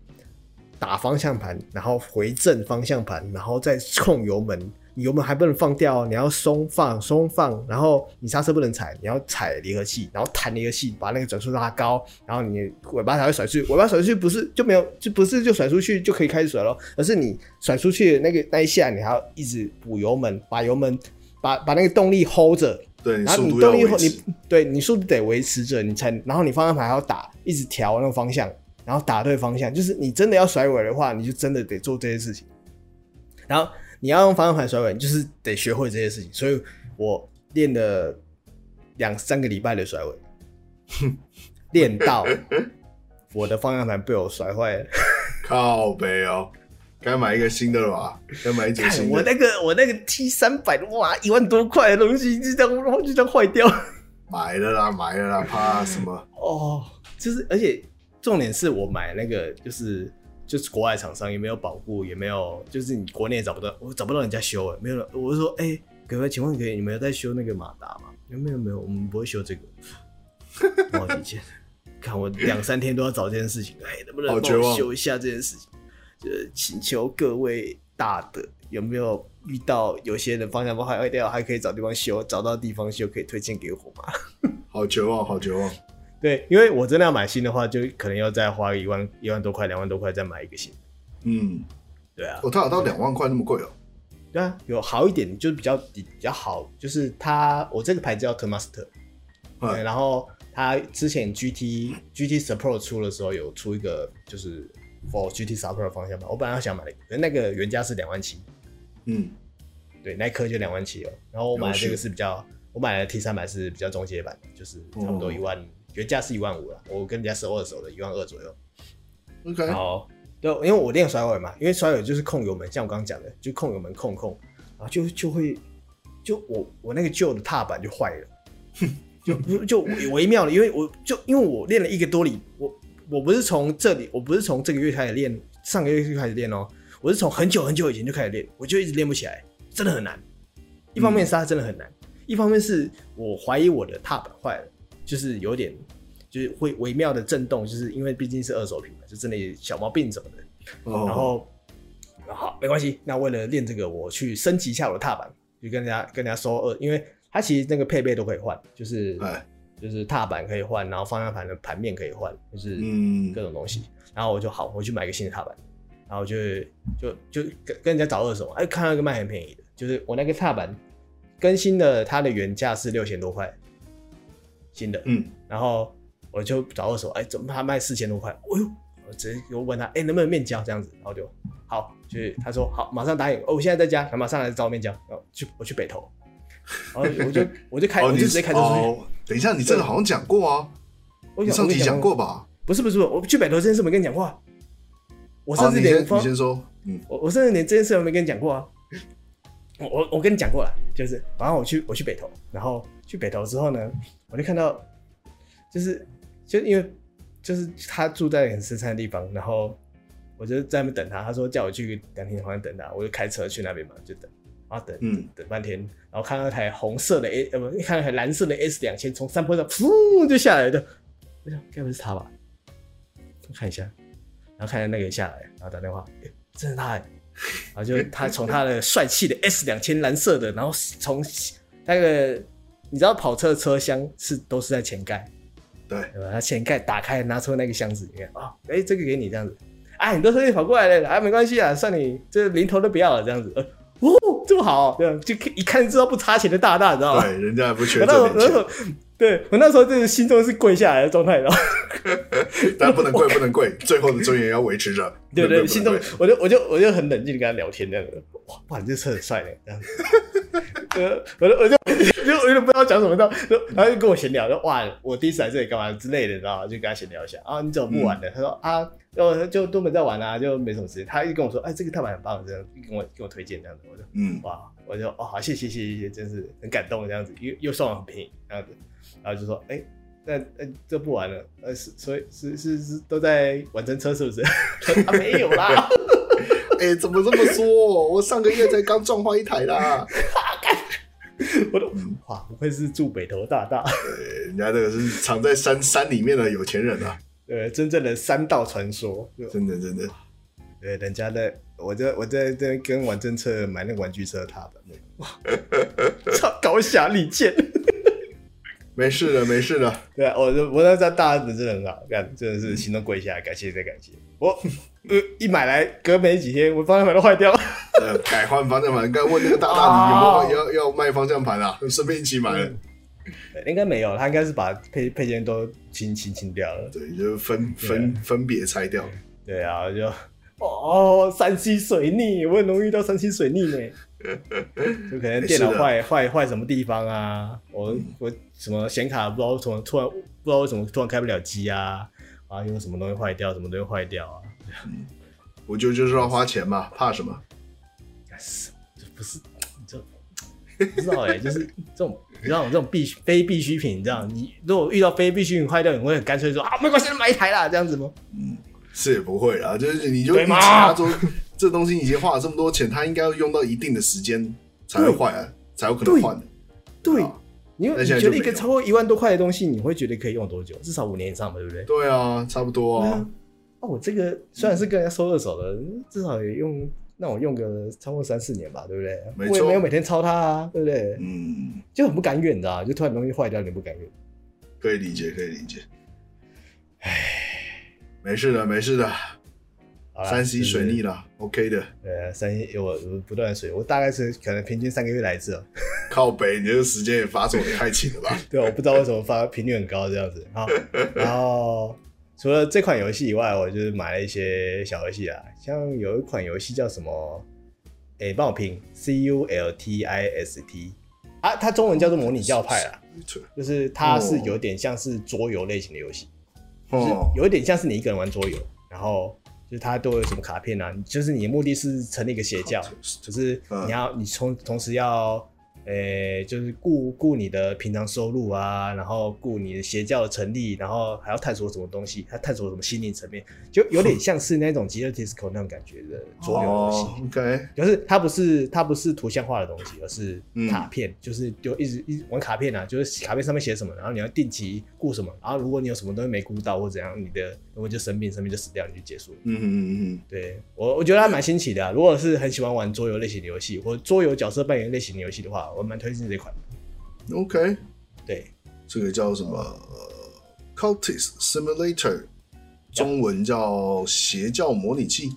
Speaker 3: 打方向盘，然后回正方向盘，然后再控油门。你油门还不能放掉哦，你要松放松放，然后你刹车不能踩，你要踩离合器，然后弹离合器，把那个转速拉高，然后你尾巴才会甩出去。尾巴甩出去不是就没有就不是就甩出去就可以开始甩咯，而是你甩出去的那个那一下，你还要一直补油门，把油门把把那个动力 hold 着，
Speaker 1: 对，你
Speaker 3: 然后
Speaker 1: 速
Speaker 3: 你
Speaker 1: 度要
Speaker 3: 动力
Speaker 1: 维
Speaker 3: 后，
Speaker 1: 持
Speaker 3: 你，对你速度得维持着，你才然后你方向盘还要打，一直调那个方向，然后打对方向。就是你真的要甩尾的话，你就真的得做这些事情。然后你要用方向盘甩尾，你就是得学会这些事情。所以我练了两三个礼拜的甩尾，练到我的方向盘被我甩坏了。
Speaker 1: 靠背哦，该买一个新的了吧？该买一节
Speaker 3: 看
Speaker 1: 新
Speaker 3: 我
Speaker 1: 的，
Speaker 3: 那个我那个 T 三百哇，一万多块的东西就这样，然后就这样坏掉。
Speaker 1: 买了啦，买了啦，怕什么？
Speaker 3: 哦，就是而且重点是我买那个就是就是国外厂商也没有保护，也没有就是你国内也找不到，我找不到人家修哎，没有人，我就说哎、可不可以请问可以你们有在修那个马达吗？没有没有，我们不会修这个。我好几件，看我两三天都要找这件事情，哎，能不能
Speaker 1: 好哦绝
Speaker 3: 帮我
Speaker 1: 望
Speaker 3: 修一下这件事情？就是请求各位大的有没有遇到有些人方向盘坏掉，还可以找地方修，找到地方修可以推荐给我吗？
Speaker 1: 好绝望，好绝望，
Speaker 3: 对，因为我真的要买新的话，就可能要再花一万一万多块、两万多块再买一个新的。
Speaker 1: 嗯，
Speaker 3: 对啊，
Speaker 1: 哦，它有到两万块那么贵哦，
Speaker 3: 对啊，有好一点就是比较比较好，就是它我这个牌子叫 t e r Master，
Speaker 1: 嗯
Speaker 3: 对，然后它之前 GT GT Support 出的时候有出一个就是 for GT Support 的方向盘，我本来想买那个，可是那个原价是两万七，
Speaker 1: 嗯，
Speaker 3: 对，那一颗就两万七哦。然后我买的这个是比较，我买的 T 三百是比较中阶版的，就是差不多
Speaker 1: 哦
Speaker 3: 一万，原价是一万五了，我跟人家收二手的，一万二左右。
Speaker 1: OK，
Speaker 3: 然后对，因为我练甩尾嘛，因为甩尾就是控油门，像我刚刚讲的，就控油门控控，然后就就会就我我那个旧的踏板就坏了， 就就微妙了，因为我就因为我练了一个多礼，我我不是从这里，我不是从这个月开始练，上个月就开始练哦，我是从很久很久以前就开始练，我就一直练不起来，真的很难。一方面是它真的很难，一方面是我怀疑我的踏板坏了，就是有点就是会微妙的震动，就是因为毕竟是二手品嘛，就真的有小毛病什么的。然
Speaker 1: 哦，
Speaker 3: 后，然后没关系，那为了练这个，我去升级一下我的踏板，就跟人家跟人家收二，因为它其实那个配备都可以换，就是
Speaker 1: 哎，
Speaker 3: 就是踏板可以换，然后方向盘的盘面可以换，就是
Speaker 1: 嗯
Speaker 3: 各，种东西。然后我就好，我去买个新的踏板，然后就就就跟跟人家找二手嘛，哎，看到一个卖很便宜的，就是我那个踏板更新了，它的原价是六千多块，新的，
Speaker 1: 嗯，
Speaker 3: 然后我就找二手，哎，怎么他卖四千多块？哎呦，我直接就问他，哎，能不能面交这样子？然后就好，就是他说好，马上答应。哦，我现在在家，马上来找我面交。然后去我去北投，然后 我就我就开，
Speaker 1: 哦，
Speaker 3: 我
Speaker 1: 你
Speaker 3: 就直接开车出去。
Speaker 1: 哦。等一下，你这个好像讲过啊，
Speaker 3: 我
Speaker 1: 你
Speaker 3: 想
Speaker 1: 上
Speaker 3: 我跟
Speaker 1: 集
Speaker 3: 你
Speaker 1: 讲过？吧？
Speaker 3: 不是不是，我去北投这件事没跟你讲过、啊，我
Speaker 1: 好，
Speaker 3: 甚
Speaker 1: 哦你
Speaker 3: 至
Speaker 1: 先
Speaker 3: 连
Speaker 1: 你先说，嗯，
Speaker 3: 我我甚至连这件事都没跟你讲过啊。我我我跟你讲过了，就是然后我去我去北投，然后去北投之后呢，我就看到，就是就因为就是他住在很深山的地方，然后我就在那边等他，他说叫我去凉亭好像等他，我就开车去那边嘛，就等，然后等
Speaker 1: 嗯
Speaker 3: 等半天，然后看到一台红色的 A 呃不，看到一台蓝色的 S 两千从山坡上噗就下来的，我想该不是他吧？我看一下，然后看见那个下来，然后打电话，诶真的他、欸，然后就他从他的帅气的 S 两千蓝色的，然后从那个你知道跑车的车厢是都是在前盖，
Speaker 1: 对，
Speaker 3: 对吧？他前盖打开，拿出那个箱子里面啊，哎、这个给你这样子，啊，你都特意跑过来了，啊，没关系啊，算你这零头都不要了这样子，呃哦，这么好、对吧？就一看就知道不差钱的大大，你知道吗？
Speaker 1: 对，人家还不缺
Speaker 3: 我啊
Speaker 1: 这
Speaker 3: 那时候，我那时
Speaker 1: 点
Speaker 3: 候，对我那时候就是心中是跪下来的状态，然后
Speaker 1: 钱，但不能跪，不能跪，最后的尊严要维持着。
Speaker 3: 对
Speaker 1: 不能
Speaker 3: 对，
Speaker 1: 跪
Speaker 3: 心
Speaker 1: 不
Speaker 3: 中
Speaker 1: 能跪
Speaker 3: 我就我就我就很冷静地跟他聊天这样子，哇，哇，你这车很帅嘞，这样子。 呃，我就我就就 我有点不知道讲什么到，就他就跟我闲聊，说哇，我第一次来这里干嘛之类的，你知道吗？就跟他闲聊一下啊，你怎么不玩的？他说啊，就就都没在玩啊，就没什么时间。他一直跟我说，哎，这个踏板很棒，这样跟我跟我推荐这样子，我就
Speaker 1: 嗯，
Speaker 3: 哇，我就哦好，谢谢谢谢谢谢，真是很感动这样子，又又送我很便宜这样子，然后就说哎。那那这不玩了，呃，是所以是是是都在玩真车是不是？ 啊，没有啦，
Speaker 1: 哎，怎么这么说？我上个月才刚撞坏一台啦。
Speaker 3: 我都哇，不愧是住北头大大，
Speaker 1: 对哎人家这个是藏在山山里面的有钱人啊，
Speaker 3: 呃，真正的三道传说。
Speaker 1: 真的真的。
Speaker 3: 对，人家的，我在我在这边跟玩真车买那个玩具车踏板，哇， 超高下立见。
Speaker 1: 没事的，没事的。
Speaker 3: 对啊，我就我那家大儿子真的很好，干真的是心都跪下来，感谢再感谢。我呃一买来，隔没几天，我方向盘都坏掉了。
Speaker 1: 呃，改换方向盘，该问那个大大你有没有要要卖方向盘啊？顺便一起买
Speaker 3: 嗯
Speaker 1: 了。
Speaker 3: 对 应该没有，他应该是把配配件都清清清掉了。
Speaker 1: 对，就是分分分别拆掉。
Speaker 3: 对啊，就哦，山西水逆，我很容易遇到山西水逆呢。就可能电脑
Speaker 1: 是的
Speaker 3: 坏坏坏什么地方啊，我我什么显卡不知道怎么突然不知道为什么突然开不了机啊，啊，有什么东西坏掉，什么东西坏掉啊，
Speaker 1: 我觉得就是要花钱嘛，怕什么？
Speaker 3: 是，这不是这不知道哎、 就是这种你知道这种必须非必需品，这样你如果遇到非必需品坏掉，你会很干脆说啊没关系，买一台啦，这样子吗？
Speaker 1: 是也不会啦，啊就是你就
Speaker 3: 对
Speaker 1: 一
Speaker 3: 嘛
Speaker 1: 查说这东西已经花了这么多钱，它应该要用到一定的时间才会坏啊，才有可能
Speaker 3: 对
Speaker 1: 换的。
Speaker 3: 对
Speaker 1: 啊，
Speaker 3: 你有
Speaker 1: 那
Speaker 3: 你
Speaker 1: 现在
Speaker 3: 觉
Speaker 1: 就
Speaker 3: 得一
Speaker 1: 没
Speaker 3: 个
Speaker 1: 有
Speaker 3: 超过一万多块的东西，你会觉得可以用多久？至少五年以上吧，对不对？
Speaker 1: 对啊，差不多
Speaker 3: 对
Speaker 1: 啊
Speaker 3: 啊。哦，我这个虽然是跟人家收二手的，至少也用让我用个超过三四年吧，对不对？
Speaker 1: 没
Speaker 3: 我也
Speaker 1: 错
Speaker 3: 没有每天抄它啊，对不对？
Speaker 1: 嗯，
Speaker 3: 就很不甘愿的、啊，就突然东西坏掉，你不甘愿。
Speaker 1: 可以理解，可以理解。唉，没事的，没事的，
Speaker 3: 好啦
Speaker 1: 山西水，
Speaker 3: 就是
Speaker 1: 逆了，OK 的。
Speaker 3: 呃，山西我我不断地水，我大概是可能平均三个月来一次哦。
Speaker 1: 靠北，你这个时间也发送的太勤了 吧？
Speaker 3: 对，我不知道为什么发频率很高这样子啊。然后除了这款游戏以外，我就是买了一些小游戏啊，像有一款游戏叫什么？诶，帮我拼 C U L T I S T 啊，它中文叫做模拟教派啦，
Speaker 1: 没错
Speaker 3: 就是它是有点像是桌游类型的游戏，就是
Speaker 1: 哦，
Speaker 3: 有一点像是你一个人玩桌游，然后就是它都有什么卡片啊，就是你的目的是成立一个邪教，就是你要你同同时要，呃、就是顾顾你的平常收入啊，然后顾你的邪教的成立，然后还要探索什么东西，还探索什么心灵层面，就有点像是那种极乐 disco 那种感觉的桌游游戏。
Speaker 1: 哦，OK，
Speaker 3: 可是它不是它不是图像化的东西，而是卡片，就是就一直一直玩卡片啊，就是卡片上面写什么，然后你要定期顾什么，然后如果你有什么东西没顾到或怎样，你的如果就生病，生病就死掉，你就结束了。
Speaker 1: 嗯嗯嗯
Speaker 3: 对我我觉得还蛮新奇的、啊，如果是很喜欢玩桌游类型的游戏或桌游角色扮演类型的游戏的话，我蛮推荐这款的。
Speaker 1: 嗯，OK，
Speaker 3: 对，
Speaker 1: 这个叫什么呃？Cultist Simulator，中文叫邪教模拟器，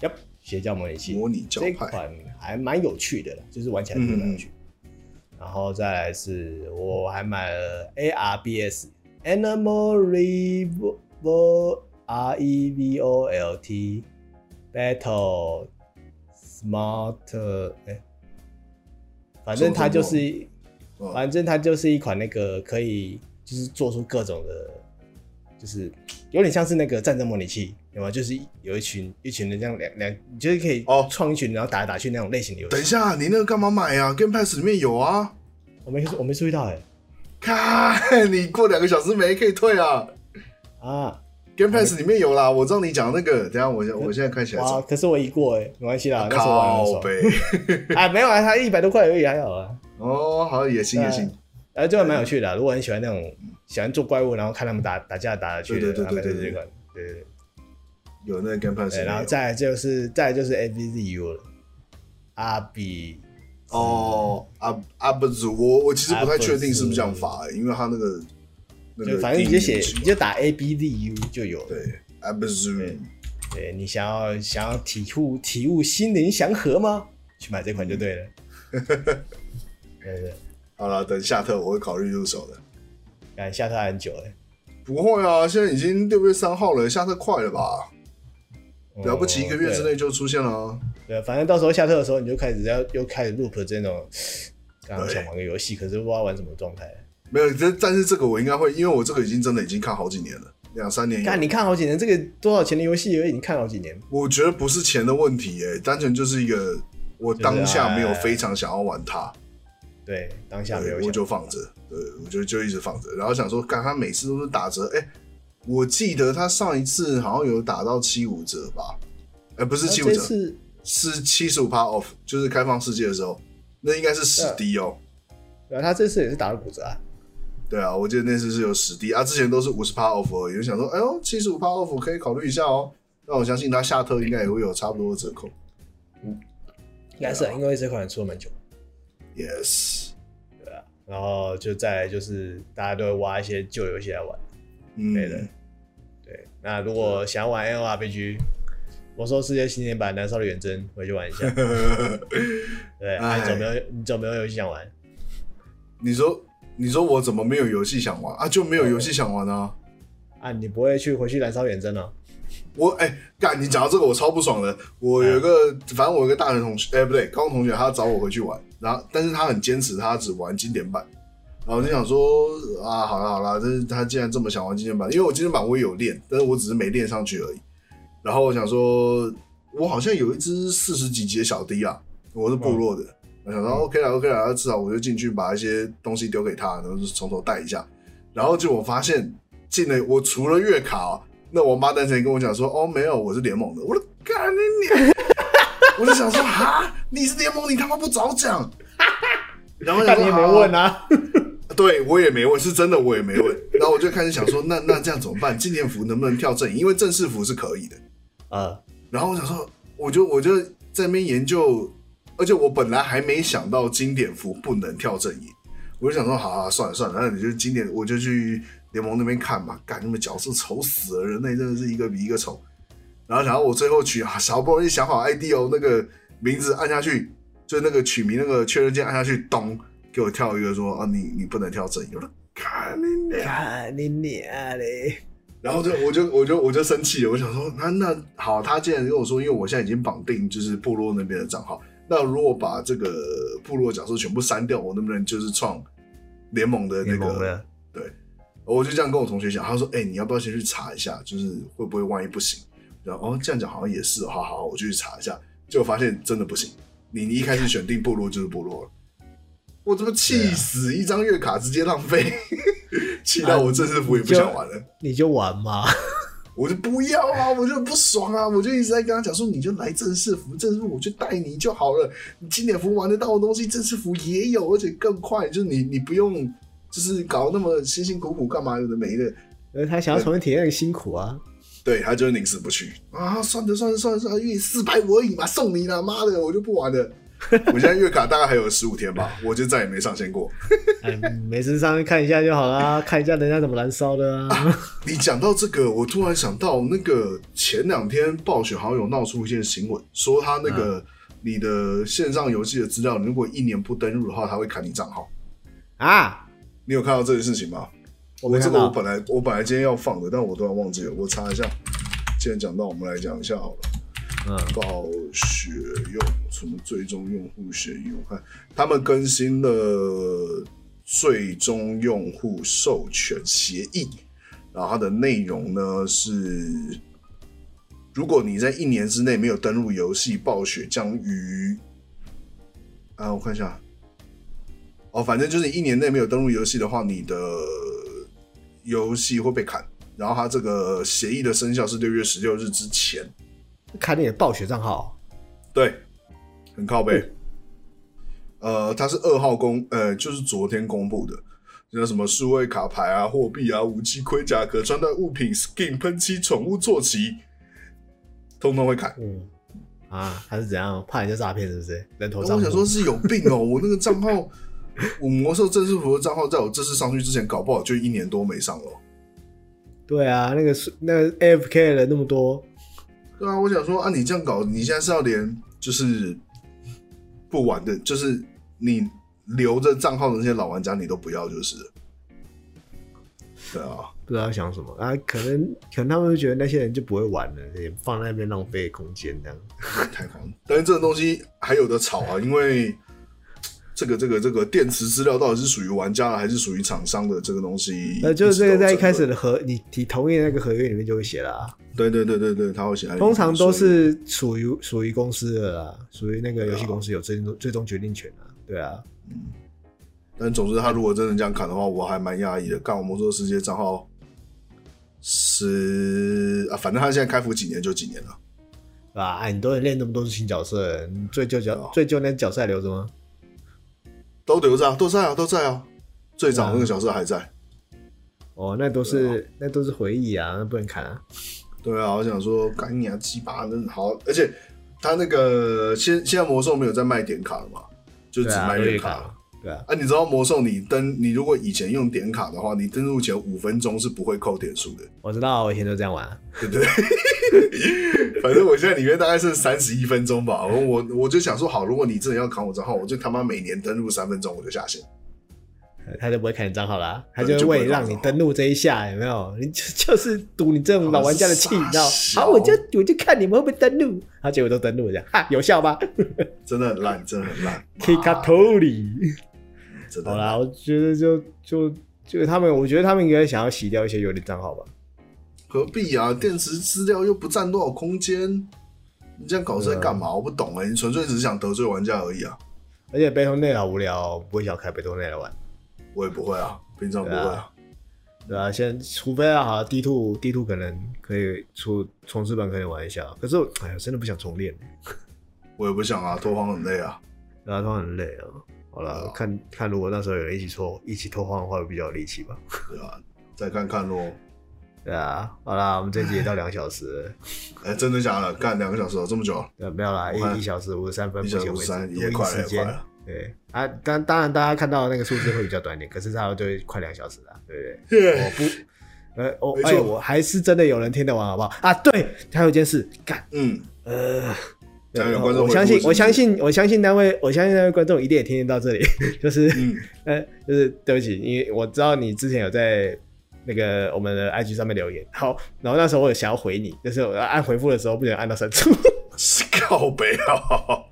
Speaker 3: 呀，邪教模拟器
Speaker 1: 模拟教
Speaker 3: 这
Speaker 1: 派。
Speaker 3: 款还蛮有趣的啦，就是玩起来真的蛮有趣。然后再来是我还买了 ARBS Animal Revo R E V O L T Battle Smart 哎、反正它就是，哦
Speaker 1: 嗯
Speaker 3: 反正它就是一款那个可以就是做出各种的，就是有点像是那个战争模拟器，有吗？就是有一群一群人这样两两，你就是可以
Speaker 1: 哦
Speaker 3: 创一群然后打来打去那种类型的游戏。
Speaker 1: 等一下，你那个干嘛买啊？Game Pass 里面有啊。
Speaker 3: 我没我没注意到哎、
Speaker 1: 看， 你过两个小时没可以退啊。
Speaker 3: 啊
Speaker 1: Game Pass 里面有啦，我知道你讲那个。等一下我 现我现在看起来
Speaker 3: 哇！
Speaker 1: 找。
Speaker 3: 可是我一过哎、没关系啦，那时候玩的
Speaker 1: 啊靠
Speaker 3: 爽
Speaker 1: 背
Speaker 3: 啊，没有啊，它一百多块而已，还好啊，
Speaker 1: 哦，好也行也 行，
Speaker 3: 哎，这款蛮有趣的啊、如果很喜欢那种喜欢做怪物，然后看他们打打架打来去
Speaker 1: 对对
Speaker 3: 的，
Speaker 1: 对
Speaker 3: 然后买
Speaker 1: 对
Speaker 3: 这
Speaker 1: 对对
Speaker 3: 款，对对对。
Speaker 1: 有那个 Game Pass 里
Speaker 3: 对，
Speaker 1: 面有。
Speaker 3: 然后再来就是再来就是 A B Z U 了，阿比
Speaker 1: 哦，阿阿不祖，我我其实不太确定是不是这样发、欸，因为他那个那
Speaker 3: 就
Speaker 1: 个
Speaker 3: 反正你
Speaker 1: 定义不
Speaker 3: 就写
Speaker 1: 清
Speaker 3: 你就打 A B Z U 就有了。
Speaker 1: 对阿不祖，
Speaker 3: 对对，你想要想要体悟体悟心灵祥和吗？去买这款就对了。
Speaker 1: 嗯
Speaker 3: 对对，
Speaker 1: 好了，等下特我会考虑入手的。
Speaker 3: 感下它很久欸了，
Speaker 1: 不会啊，现在已经六月三号了，下特快了吧？
Speaker 3: 嗯
Speaker 1: 了不起一个月之。
Speaker 3: 对
Speaker 1: 内就出现了啊。
Speaker 3: 对，反正到时候下课的时候，你就开始要又开始 loop 这种，刚刚
Speaker 1: 对
Speaker 3: 想玩个游戏，可是不知道玩什么状态。
Speaker 1: 没有，但但是这个我应该会，因为我这个已经真的已经看好几年了，两三年有
Speaker 3: 看，你看好几年，这个多少钱的游戏而已，你看好几年。
Speaker 1: 我觉得不是钱的问题、欸，单纯就是一个我当下没有
Speaker 3: 就是哎
Speaker 1: 非常想要玩它，
Speaker 3: 对，当下没有
Speaker 1: 对，
Speaker 3: 想
Speaker 1: 我就放着，对，我就就一直放着，然后想说，看它每次都是打折，哎、我记得它上一次好像有打到七五折吧，哎、不是
Speaker 3: 那
Speaker 1: 七五
Speaker 3: 呃这
Speaker 1: 折，
Speaker 3: 次
Speaker 1: 是七十五趴 off，就是开放世界的时候，那应该是史低哦、
Speaker 3: 对啊，他这次也是打了骨折啊。
Speaker 1: 对啊，我记得那次是有史低啊，之前都是五十趴 off 而已，我想说，哎呦，七十五趴 off 可以考虑一下哦、那我相信它下特应该也会有差不多的折扣
Speaker 3: 应该是啊、因为这款出了蛮久，
Speaker 1: ，yes，
Speaker 3: 然后就再来就是大家都会挖一些旧游戏来玩。
Speaker 1: 嗯，
Speaker 3: 对的对，那如果想要玩 L R P G，《魔兽世界》新年版《燃烧的远征》，回去玩 一下。对，啊、
Speaker 1: 哎
Speaker 3: 你怎么没有？你怎么没有游戏想玩？
Speaker 1: 你说，你说我怎么没有游戏想玩啊？就没有游戏想玩啊？
Speaker 3: 啊，你不会去回去《燃烧远征》哦？
Speaker 1: 我哎，干、你讲到这个我超不爽的。我有一个，反正我有一个大学同学，哎、不对，高中同学，他找我回去玩，然后但是他很坚持，他只玩经典版。然后我就想说啊，好啦好啦，但是他既然这么想玩经典版，因为我经典版我也有练，但是我只是没练上去而已。然后我想说，我好像有一只四十几级的小迪啊，我是部
Speaker 3: 嗯
Speaker 1: 落的。我想说 OK 啦 OK 啦，那至少我就进去把一些东西丢给他，然后就从头带一下。然后就我发现进了，我除了月卡、啊那我妈当时也跟我讲说，哦没有，我是联盟的。我说干你娘！ 我就想说哈，你是联盟，你他妈不早讲。 然 后我想
Speaker 3: 但
Speaker 1: 说
Speaker 3: 你也没
Speaker 1: 好
Speaker 3: 问 啊。
Speaker 1: 对我也没问，是真的我也没问。然后我就开始想说，那那这样怎么办？纪念服能不能跳正影？因为正式服是可以的。
Speaker 3: 啊，
Speaker 1: 然后我想说，我就我就在那边研究，而且我本来还没想到经典服不能跳正影，我就想说，好、啊，算了算了，那你就经典，我就去联盟那边看嘛。干，那么角色丑死了，人类真的是一个比一个丑。然后，然后我最后取 啊，好不容易想好 ID 哦，那个名字按下去，就那个取名那个确认键按下去，咚，给我跳一个说啊，你你不能跳正影，我说干你娘！
Speaker 3: 看你娘嘞！
Speaker 1: 然后就我就我就我就生气了，我想说，那那好，他既然跟我说，因为我现在已经绑定就是部落那边的账号，那如果把这个部落角色全部删掉，我能不能就是创联盟的那
Speaker 3: 联盟
Speaker 1: 个？
Speaker 3: 的，
Speaker 1: 我就这样跟我同学讲，他说，哎、你要不要先去查一下，就是会不会万一不行？然后哦，这样讲好像也是，好好好，我就去查一下，结果发现真的不行，你你一开始选定部落就是部落了。我他妈气
Speaker 3: 啊
Speaker 1: 死！一张月卡直接浪费， 气到我正式服也不想玩了。
Speaker 3: 你就玩嘛。
Speaker 1: 我就不要啊，我就很不爽啊，我就一直在跟他讲说，你就来正式服，正式服我去带你就好了。你经典服玩得到的东西，正式服也有，而且更快，就是你你不用就是搞那么辛辛苦苦干嘛有的没的。
Speaker 3: 因为他想要重新体验那个辛苦啊。
Speaker 1: 对他就是宁死不屈啊！算了算了算了算了，月四百五而已嘛，送你了，妈的，我就不玩了。我现在月卡大概还有十五天吧，我就再也没上线过。
Speaker 3: 哎，没事上去看一下就好啦，看一下人家怎么燃烧的啊。
Speaker 1: 你讲到这个，我突
Speaker 3: 嗯
Speaker 1: 然想到那个前两天暴雪好像有闹出一件新闻，说他那个你的线上游戏的资料，如果一年不登入的话，他会砍你账号。
Speaker 3: 啊！
Speaker 1: 你有看到这件事情吗？我
Speaker 3: 我没
Speaker 1: 这
Speaker 3: 看
Speaker 1: 个我
Speaker 3: 到，
Speaker 1: 本来我本来今天要放的，但我突然忘记了，我查一下。既然讲到，我们来讲一下好了。
Speaker 3: 嗯，
Speaker 1: 暴雪用什么最终用户协议？我看他们更新了最终用户授权协议，然后它的内容呢是：如果你在一年之内没有登录游戏，暴雪将于啊，我看一下，哦，反正就是一年内没有登录游戏的话，你的游戏会被砍。然后它这个协议的生效是六月十六日之前。
Speaker 3: 看你的暴雪账号，
Speaker 1: 对，很靠背。呃，它是二号公，呃，就是昨天公布的，那什么数位卡牌啊、货币啊、武器、盔甲、可穿戴物品、skin、喷漆、宠物坐骑，通通会砍。
Speaker 3: 嗯，啊，他是怎样怕人家诈骗是不是？人
Speaker 1: 然
Speaker 3: 头
Speaker 1: 后
Speaker 3: 账
Speaker 1: 我
Speaker 3: 户
Speaker 1: 想说，是有病哦、我那个账号，我魔兽正式服的账号，在我正式上去之前，搞不好就一年多没上了。
Speaker 3: 对啊，那个是那个 AFK 的人那么多，
Speaker 1: 对啊，我想说啊，你这样搞，你现在是要连就是不玩的，就是你留着账号的那些老玩家，你都不要就是了。对啊，
Speaker 3: 不知道在想什么啊，可能可能他们会觉得那些人就不会玩了，也放在那边浪费空间这样。
Speaker 1: 太狂了。但是这种东西还有的吵啊，因为这个这个这个电池资料到底是属于玩家的还是属于厂商的这个东西，
Speaker 3: 呃，就是这个在一开始
Speaker 1: 的，
Speaker 3: 的合你你同意的那个合约里面就会写啦、
Speaker 1: 对对对对对，他会写在里面，
Speaker 3: 通常
Speaker 1: 所以啊
Speaker 3: 都是属于属于公司的啦，属于那个游戏公司有最终最终决定权啊，对啊，
Speaker 1: 但总之，他如果真的这样砍的话，我还蛮压抑的。干我魔兽世界账号十啊，反正他现在开服几年就几年了。
Speaker 3: 对吧？哎，你都能练那么多新角色，你最旧
Speaker 1: 对啊
Speaker 3: 角最旧那角色还留着吗？
Speaker 1: 都留着啊，都在啊，都在啊。最早那个角色还在。
Speaker 3: 哦，那都是那都是回忆啊，那不能砍啊。
Speaker 1: 对啊，我想说，干你啊，鸡巴真的好。而且他那个现现在魔兽没有在卖点卡了嘛，就只
Speaker 3: 对啊，
Speaker 1: 卖
Speaker 3: 都
Speaker 1: 月
Speaker 3: 是
Speaker 1: 卡。
Speaker 3: 砍
Speaker 1: 啊
Speaker 3: 啊，对啊，
Speaker 1: 你知道魔兽你登你如果以前用点卡的话，你登录前五分钟是不会扣点数的。
Speaker 3: 我知道，我以前都这样玩啊。
Speaker 1: 对不对？反正我现在里面大概剩三十一分钟吧，我我我就想说，好，如果你真的要砍我账号，我就他妈每年登录三分钟我就下线。
Speaker 3: 他就不会看你账号啦，他
Speaker 1: 对
Speaker 3: 就会为了
Speaker 1: 就不会看
Speaker 3: 让你
Speaker 1: 账号
Speaker 3: 登录这一下，有没有？你就 就是赌你这种老玩家的气，
Speaker 1: 他
Speaker 3: 你
Speaker 1: 们是
Speaker 3: 知道
Speaker 1: 傻？
Speaker 3: 好，
Speaker 1: 小
Speaker 3: 我就我就看你们会不会登录，好，结果都登录这样，哈，有效 吧
Speaker 1: 真的很烂，真的很烂
Speaker 3: k i k a t o r i
Speaker 1: 真的
Speaker 3: 好
Speaker 1: 很烂。
Speaker 3: 啦，我觉得就就就他们，我觉得他们应该想要洗掉一些有点账号吧。
Speaker 1: 何必啊？电池资料又不占多少空间，你这样搞是
Speaker 3: 啊
Speaker 1: 在干嘛？我不懂哎、你纯粹只是想得罪玩家而已啊！
Speaker 3: 而且背通内好无聊，哦不会想开背通内来玩，
Speaker 1: 我也不会啊，平常不会
Speaker 3: 对
Speaker 1: 啊
Speaker 3: 啊。对啊，现在除非啊，好 D two D two 可能可以出重置版可以玩一下，可是我哎呀，真的不想重练，
Speaker 1: 我也不想啊，拓荒很累啊。
Speaker 3: 对啊，都很累啊。好
Speaker 1: 对
Speaker 3: 了
Speaker 1: 啊，
Speaker 3: 看看如果那时候有人一起拓一起拓荒的话，会比较有力气吧。
Speaker 1: 对啊，再看看咯。
Speaker 3: 对啊，好啦，我们这集也到两小时了，
Speaker 1: 哎、真的假的？干两个小时了，这么久了？
Speaker 3: 呃，没有啦，
Speaker 1: 我看
Speaker 3: 一一小时五十三分，目
Speaker 1: 一小时
Speaker 3: 前为止
Speaker 1: 53也
Speaker 3: 录音
Speaker 1: 快了
Speaker 3: 时
Speaker 1: 也快
Speaker 3: 间
Speaker 1: 了，
Speaker 3: 对啊，当当然大家看到的那个数字会比较短一点，可是差不多就快两小时了，对不对？我不，呃，我、
Speaker 1: 没错
Speaker 3: 哎，我还是真的有人听得完，好不好？啊，对，还有一件事，干，
Speaker 1: 嗯，
Speaker 3: 呃，
Speaker 1: 这样有
Speaker 3: 对
Speaker 1: 观众
Speaker 3: 我
Speaker 1: 回
Speaker 3: 相
Speaker 1: 复
Speaker 3: 信
Speaker 1: 是，不
Speaker 3: 我
Speaker 1: 是
Speaker 3: 相信，我相信那位，我相信那位观众一定也听得到这里， 就是，
Speaker 1: 嗯
Speaker 3: 呃，就是对不起，因为我知道你之前有在。那个我们的 IG 上面留言，好，然后那时候我有想要回你，但是我按回复的时候不小心按到删除，
Speaker 1: 是靠北啊，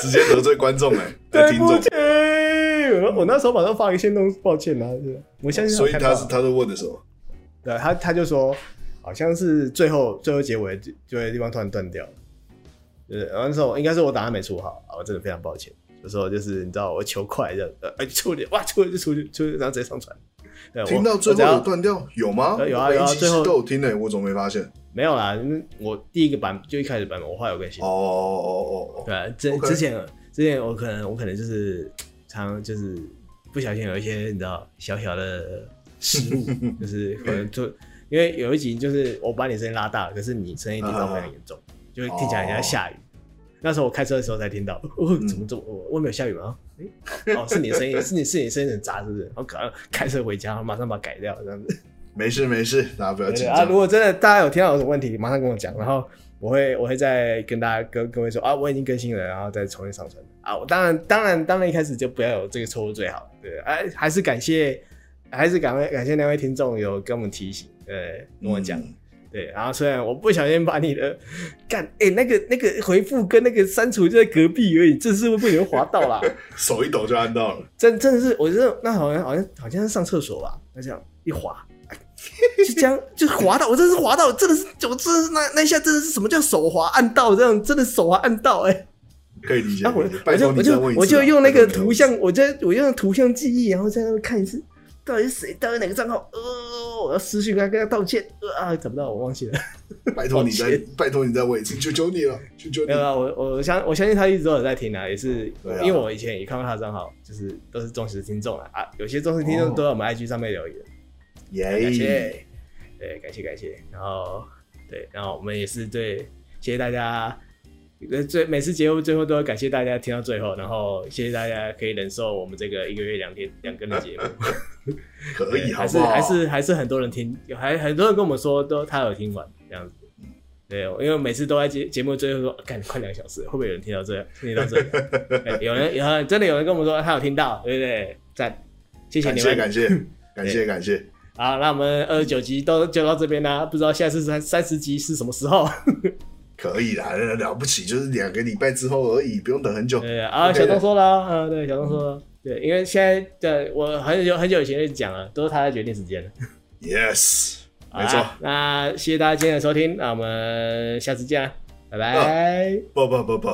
Speaker 1: 直接得罪观众哎、欸，
Speaker 3: 对
Speaker 1: 听
Speaker 3: 不
Speaker 1: 众。
Speaker 3: 起，我说我那时候马上发一个行动，抱歉啦、啊，我相信有
Speaker 1: 所以
Speaker 3: 看到
Speaker 1: 他是他是问的什么？
Speaker 3: 对他他就说，好像是最后最后结尾最最后的地方突然断掉了，就是然后那时候应该是我档案没处好啊，我真的非常抱歉。有时候就是你知道我求快这样，呃，哎出去哇出去就出去出去，然后直接上传。对，我
Speaker 1: 听到最
Speaker 3: 我只
Speaker 1: 后
Speaker 3: 要
Speaker 1: 有断掉有吗？
Speaker 3: 呃有啊
Speaker 1: 我每
Speaker 3: 有啊
Speaker 1: 一集
Speaker 3: 最后
Speaker 1: 都有听哎、我怎么没发现？
Speaker 3: 没有啦，那我第一个版就一开始版本我后来有更新
Speaker 1: 哦。哦哦哦，
Speaker 3: 对，啊之
Speaker 1: OK
Speaker 3: 之前之前我可能我可能就是常就是不小心有一些你知道小小的 失误，就是可能就因为有一集就是我把你声音拉大了，可是你声音听到非常严
Speaker 1: 哦
Speaker 3: 重，就会听起来很像下雨。那时候我开车的时候才听到，哦，
Speaker 1: 嗯
Speaker 3: 怎么这么我外面有下雨吗？诶哦，哦是你的声音，是你是你声音很杂，是不是？然后赶快开车回家，马上把它改掉这样子。
Speaker 1: 没事没事，大家不要
Speaker 3: 对
Speaker 1: 紧
Speaker 3: 啊，如
Speaker 1: 张。
Speaker 3: 果真的大家有听到有什么问题，马上跟我讲，然后我会 我会再跟大家跟各位说啊，我已经更新了，然后再重新上传啊。我当然当然当然一开始就不要有这个错误最好，对，哎、还是感谢还是感谢感谢那位听众有跟我们提醒，对，跟我讲。
Speaker 1: 嗯
Speaker 3: 对，然后虽然我不小心把你的干哎、那个那个回复跟那个删除就在隔壁而已，这是会被你们划到啦。
Speaker 1: 手一抖就按到了，
Speaker 3: 真真的是，我觉得那好像好像好像是上厕所吧，那这样一滑，哎就这样就滑到，我真的是滑到，真的是我真的是那那一下真的是什么叫手滑按到这样，真的手滑按到哎、
Speaker 1: 可以理解。
Speaker 3: 然后
Speaker 1: 可以理解
Speaker 3: 我我
Speaker 1: 拜
Speaker 3: 就
Speaker 1: 托
Speaker 3: 我
Speaker 1: 你再
Speaker 3: 就
Speaker 1: 问一次吧啊
Speaker 3: 我就用那个
Speaker 1: 拜托你再问
Speaker 3: 图像，我在我用图像记忆，然后在那边看一次，到底是谁，到底哪个账号，呃，我要私信他跟他道歉，呃啊，找不到，我忘记了。
Speaker 1: 拜托你
Speaker 3: 抱
Speaker 1: 再拜托你再问一次，求求你了，求求你
Speaker 3: 没有。啊，我我我相我相信他一直都有在听啊，也是、
Speaker 1: 对啊
Speaker 3: 因为我以前也看过他的账号，就是都是忠实听众啊，啊，有些忠实听
Speaker 1: 哦
Speaker 3: 众都在我们 IG 上面留言。感
Speaker 1: 耶！
Speaker 3: 谢，对，感谢感谢。然后对，然后我们也是对，谢谢大家。呃最每次节目最后都要感谢大家听到最后，然后谢谢大家可以忍受我们这个一个月两天两更 的节目，
Speaker 1: 可以啊
Speaker 3: 对
Speaker 1: 好
Speaker 3: 还
Speaker 1: 不
Speaker 3: 是
Speaker 1: 好？
Speaker 3: 还是还是很多人听，有还很多人跟我们说都他有听完这样子。对，因为我每次都在节节目最后说，干快两个小时，会不会有人听到这听到这里？对有人有人真的有人跟我们说他有听到，对不对？赞，谢谢
Speaker 1: 感
Speaker 3: 你
Speaker 1: 谢
Speaker 3: 们，
Speaker 1: 感 谢感谢感谢，
Speaker 3: 好，那我们二十九集都就到这边啦、不知道下次三三十集是什么时候？
Speaker 1: 可以啦，了了不起，就是两个礼拜之后而已，不用等很久。
Speaker 3: 对啊，
Speaker 1: OK 的
Speaker 3: 小东说了啊，啊对，小东说了，对，因为现在对我很久很久以前就讲啊了，都是他在决定时间了。
Speaker 1: Yes，
Speaker 3: 好
Speaker 1: 没
Speaker 3: 啦
Speaker 1: 错，
Speaker 3: 啊那谢谢大家今天的收听，那我们下次见啦，拜拜。
Speaker 1: 不不不不，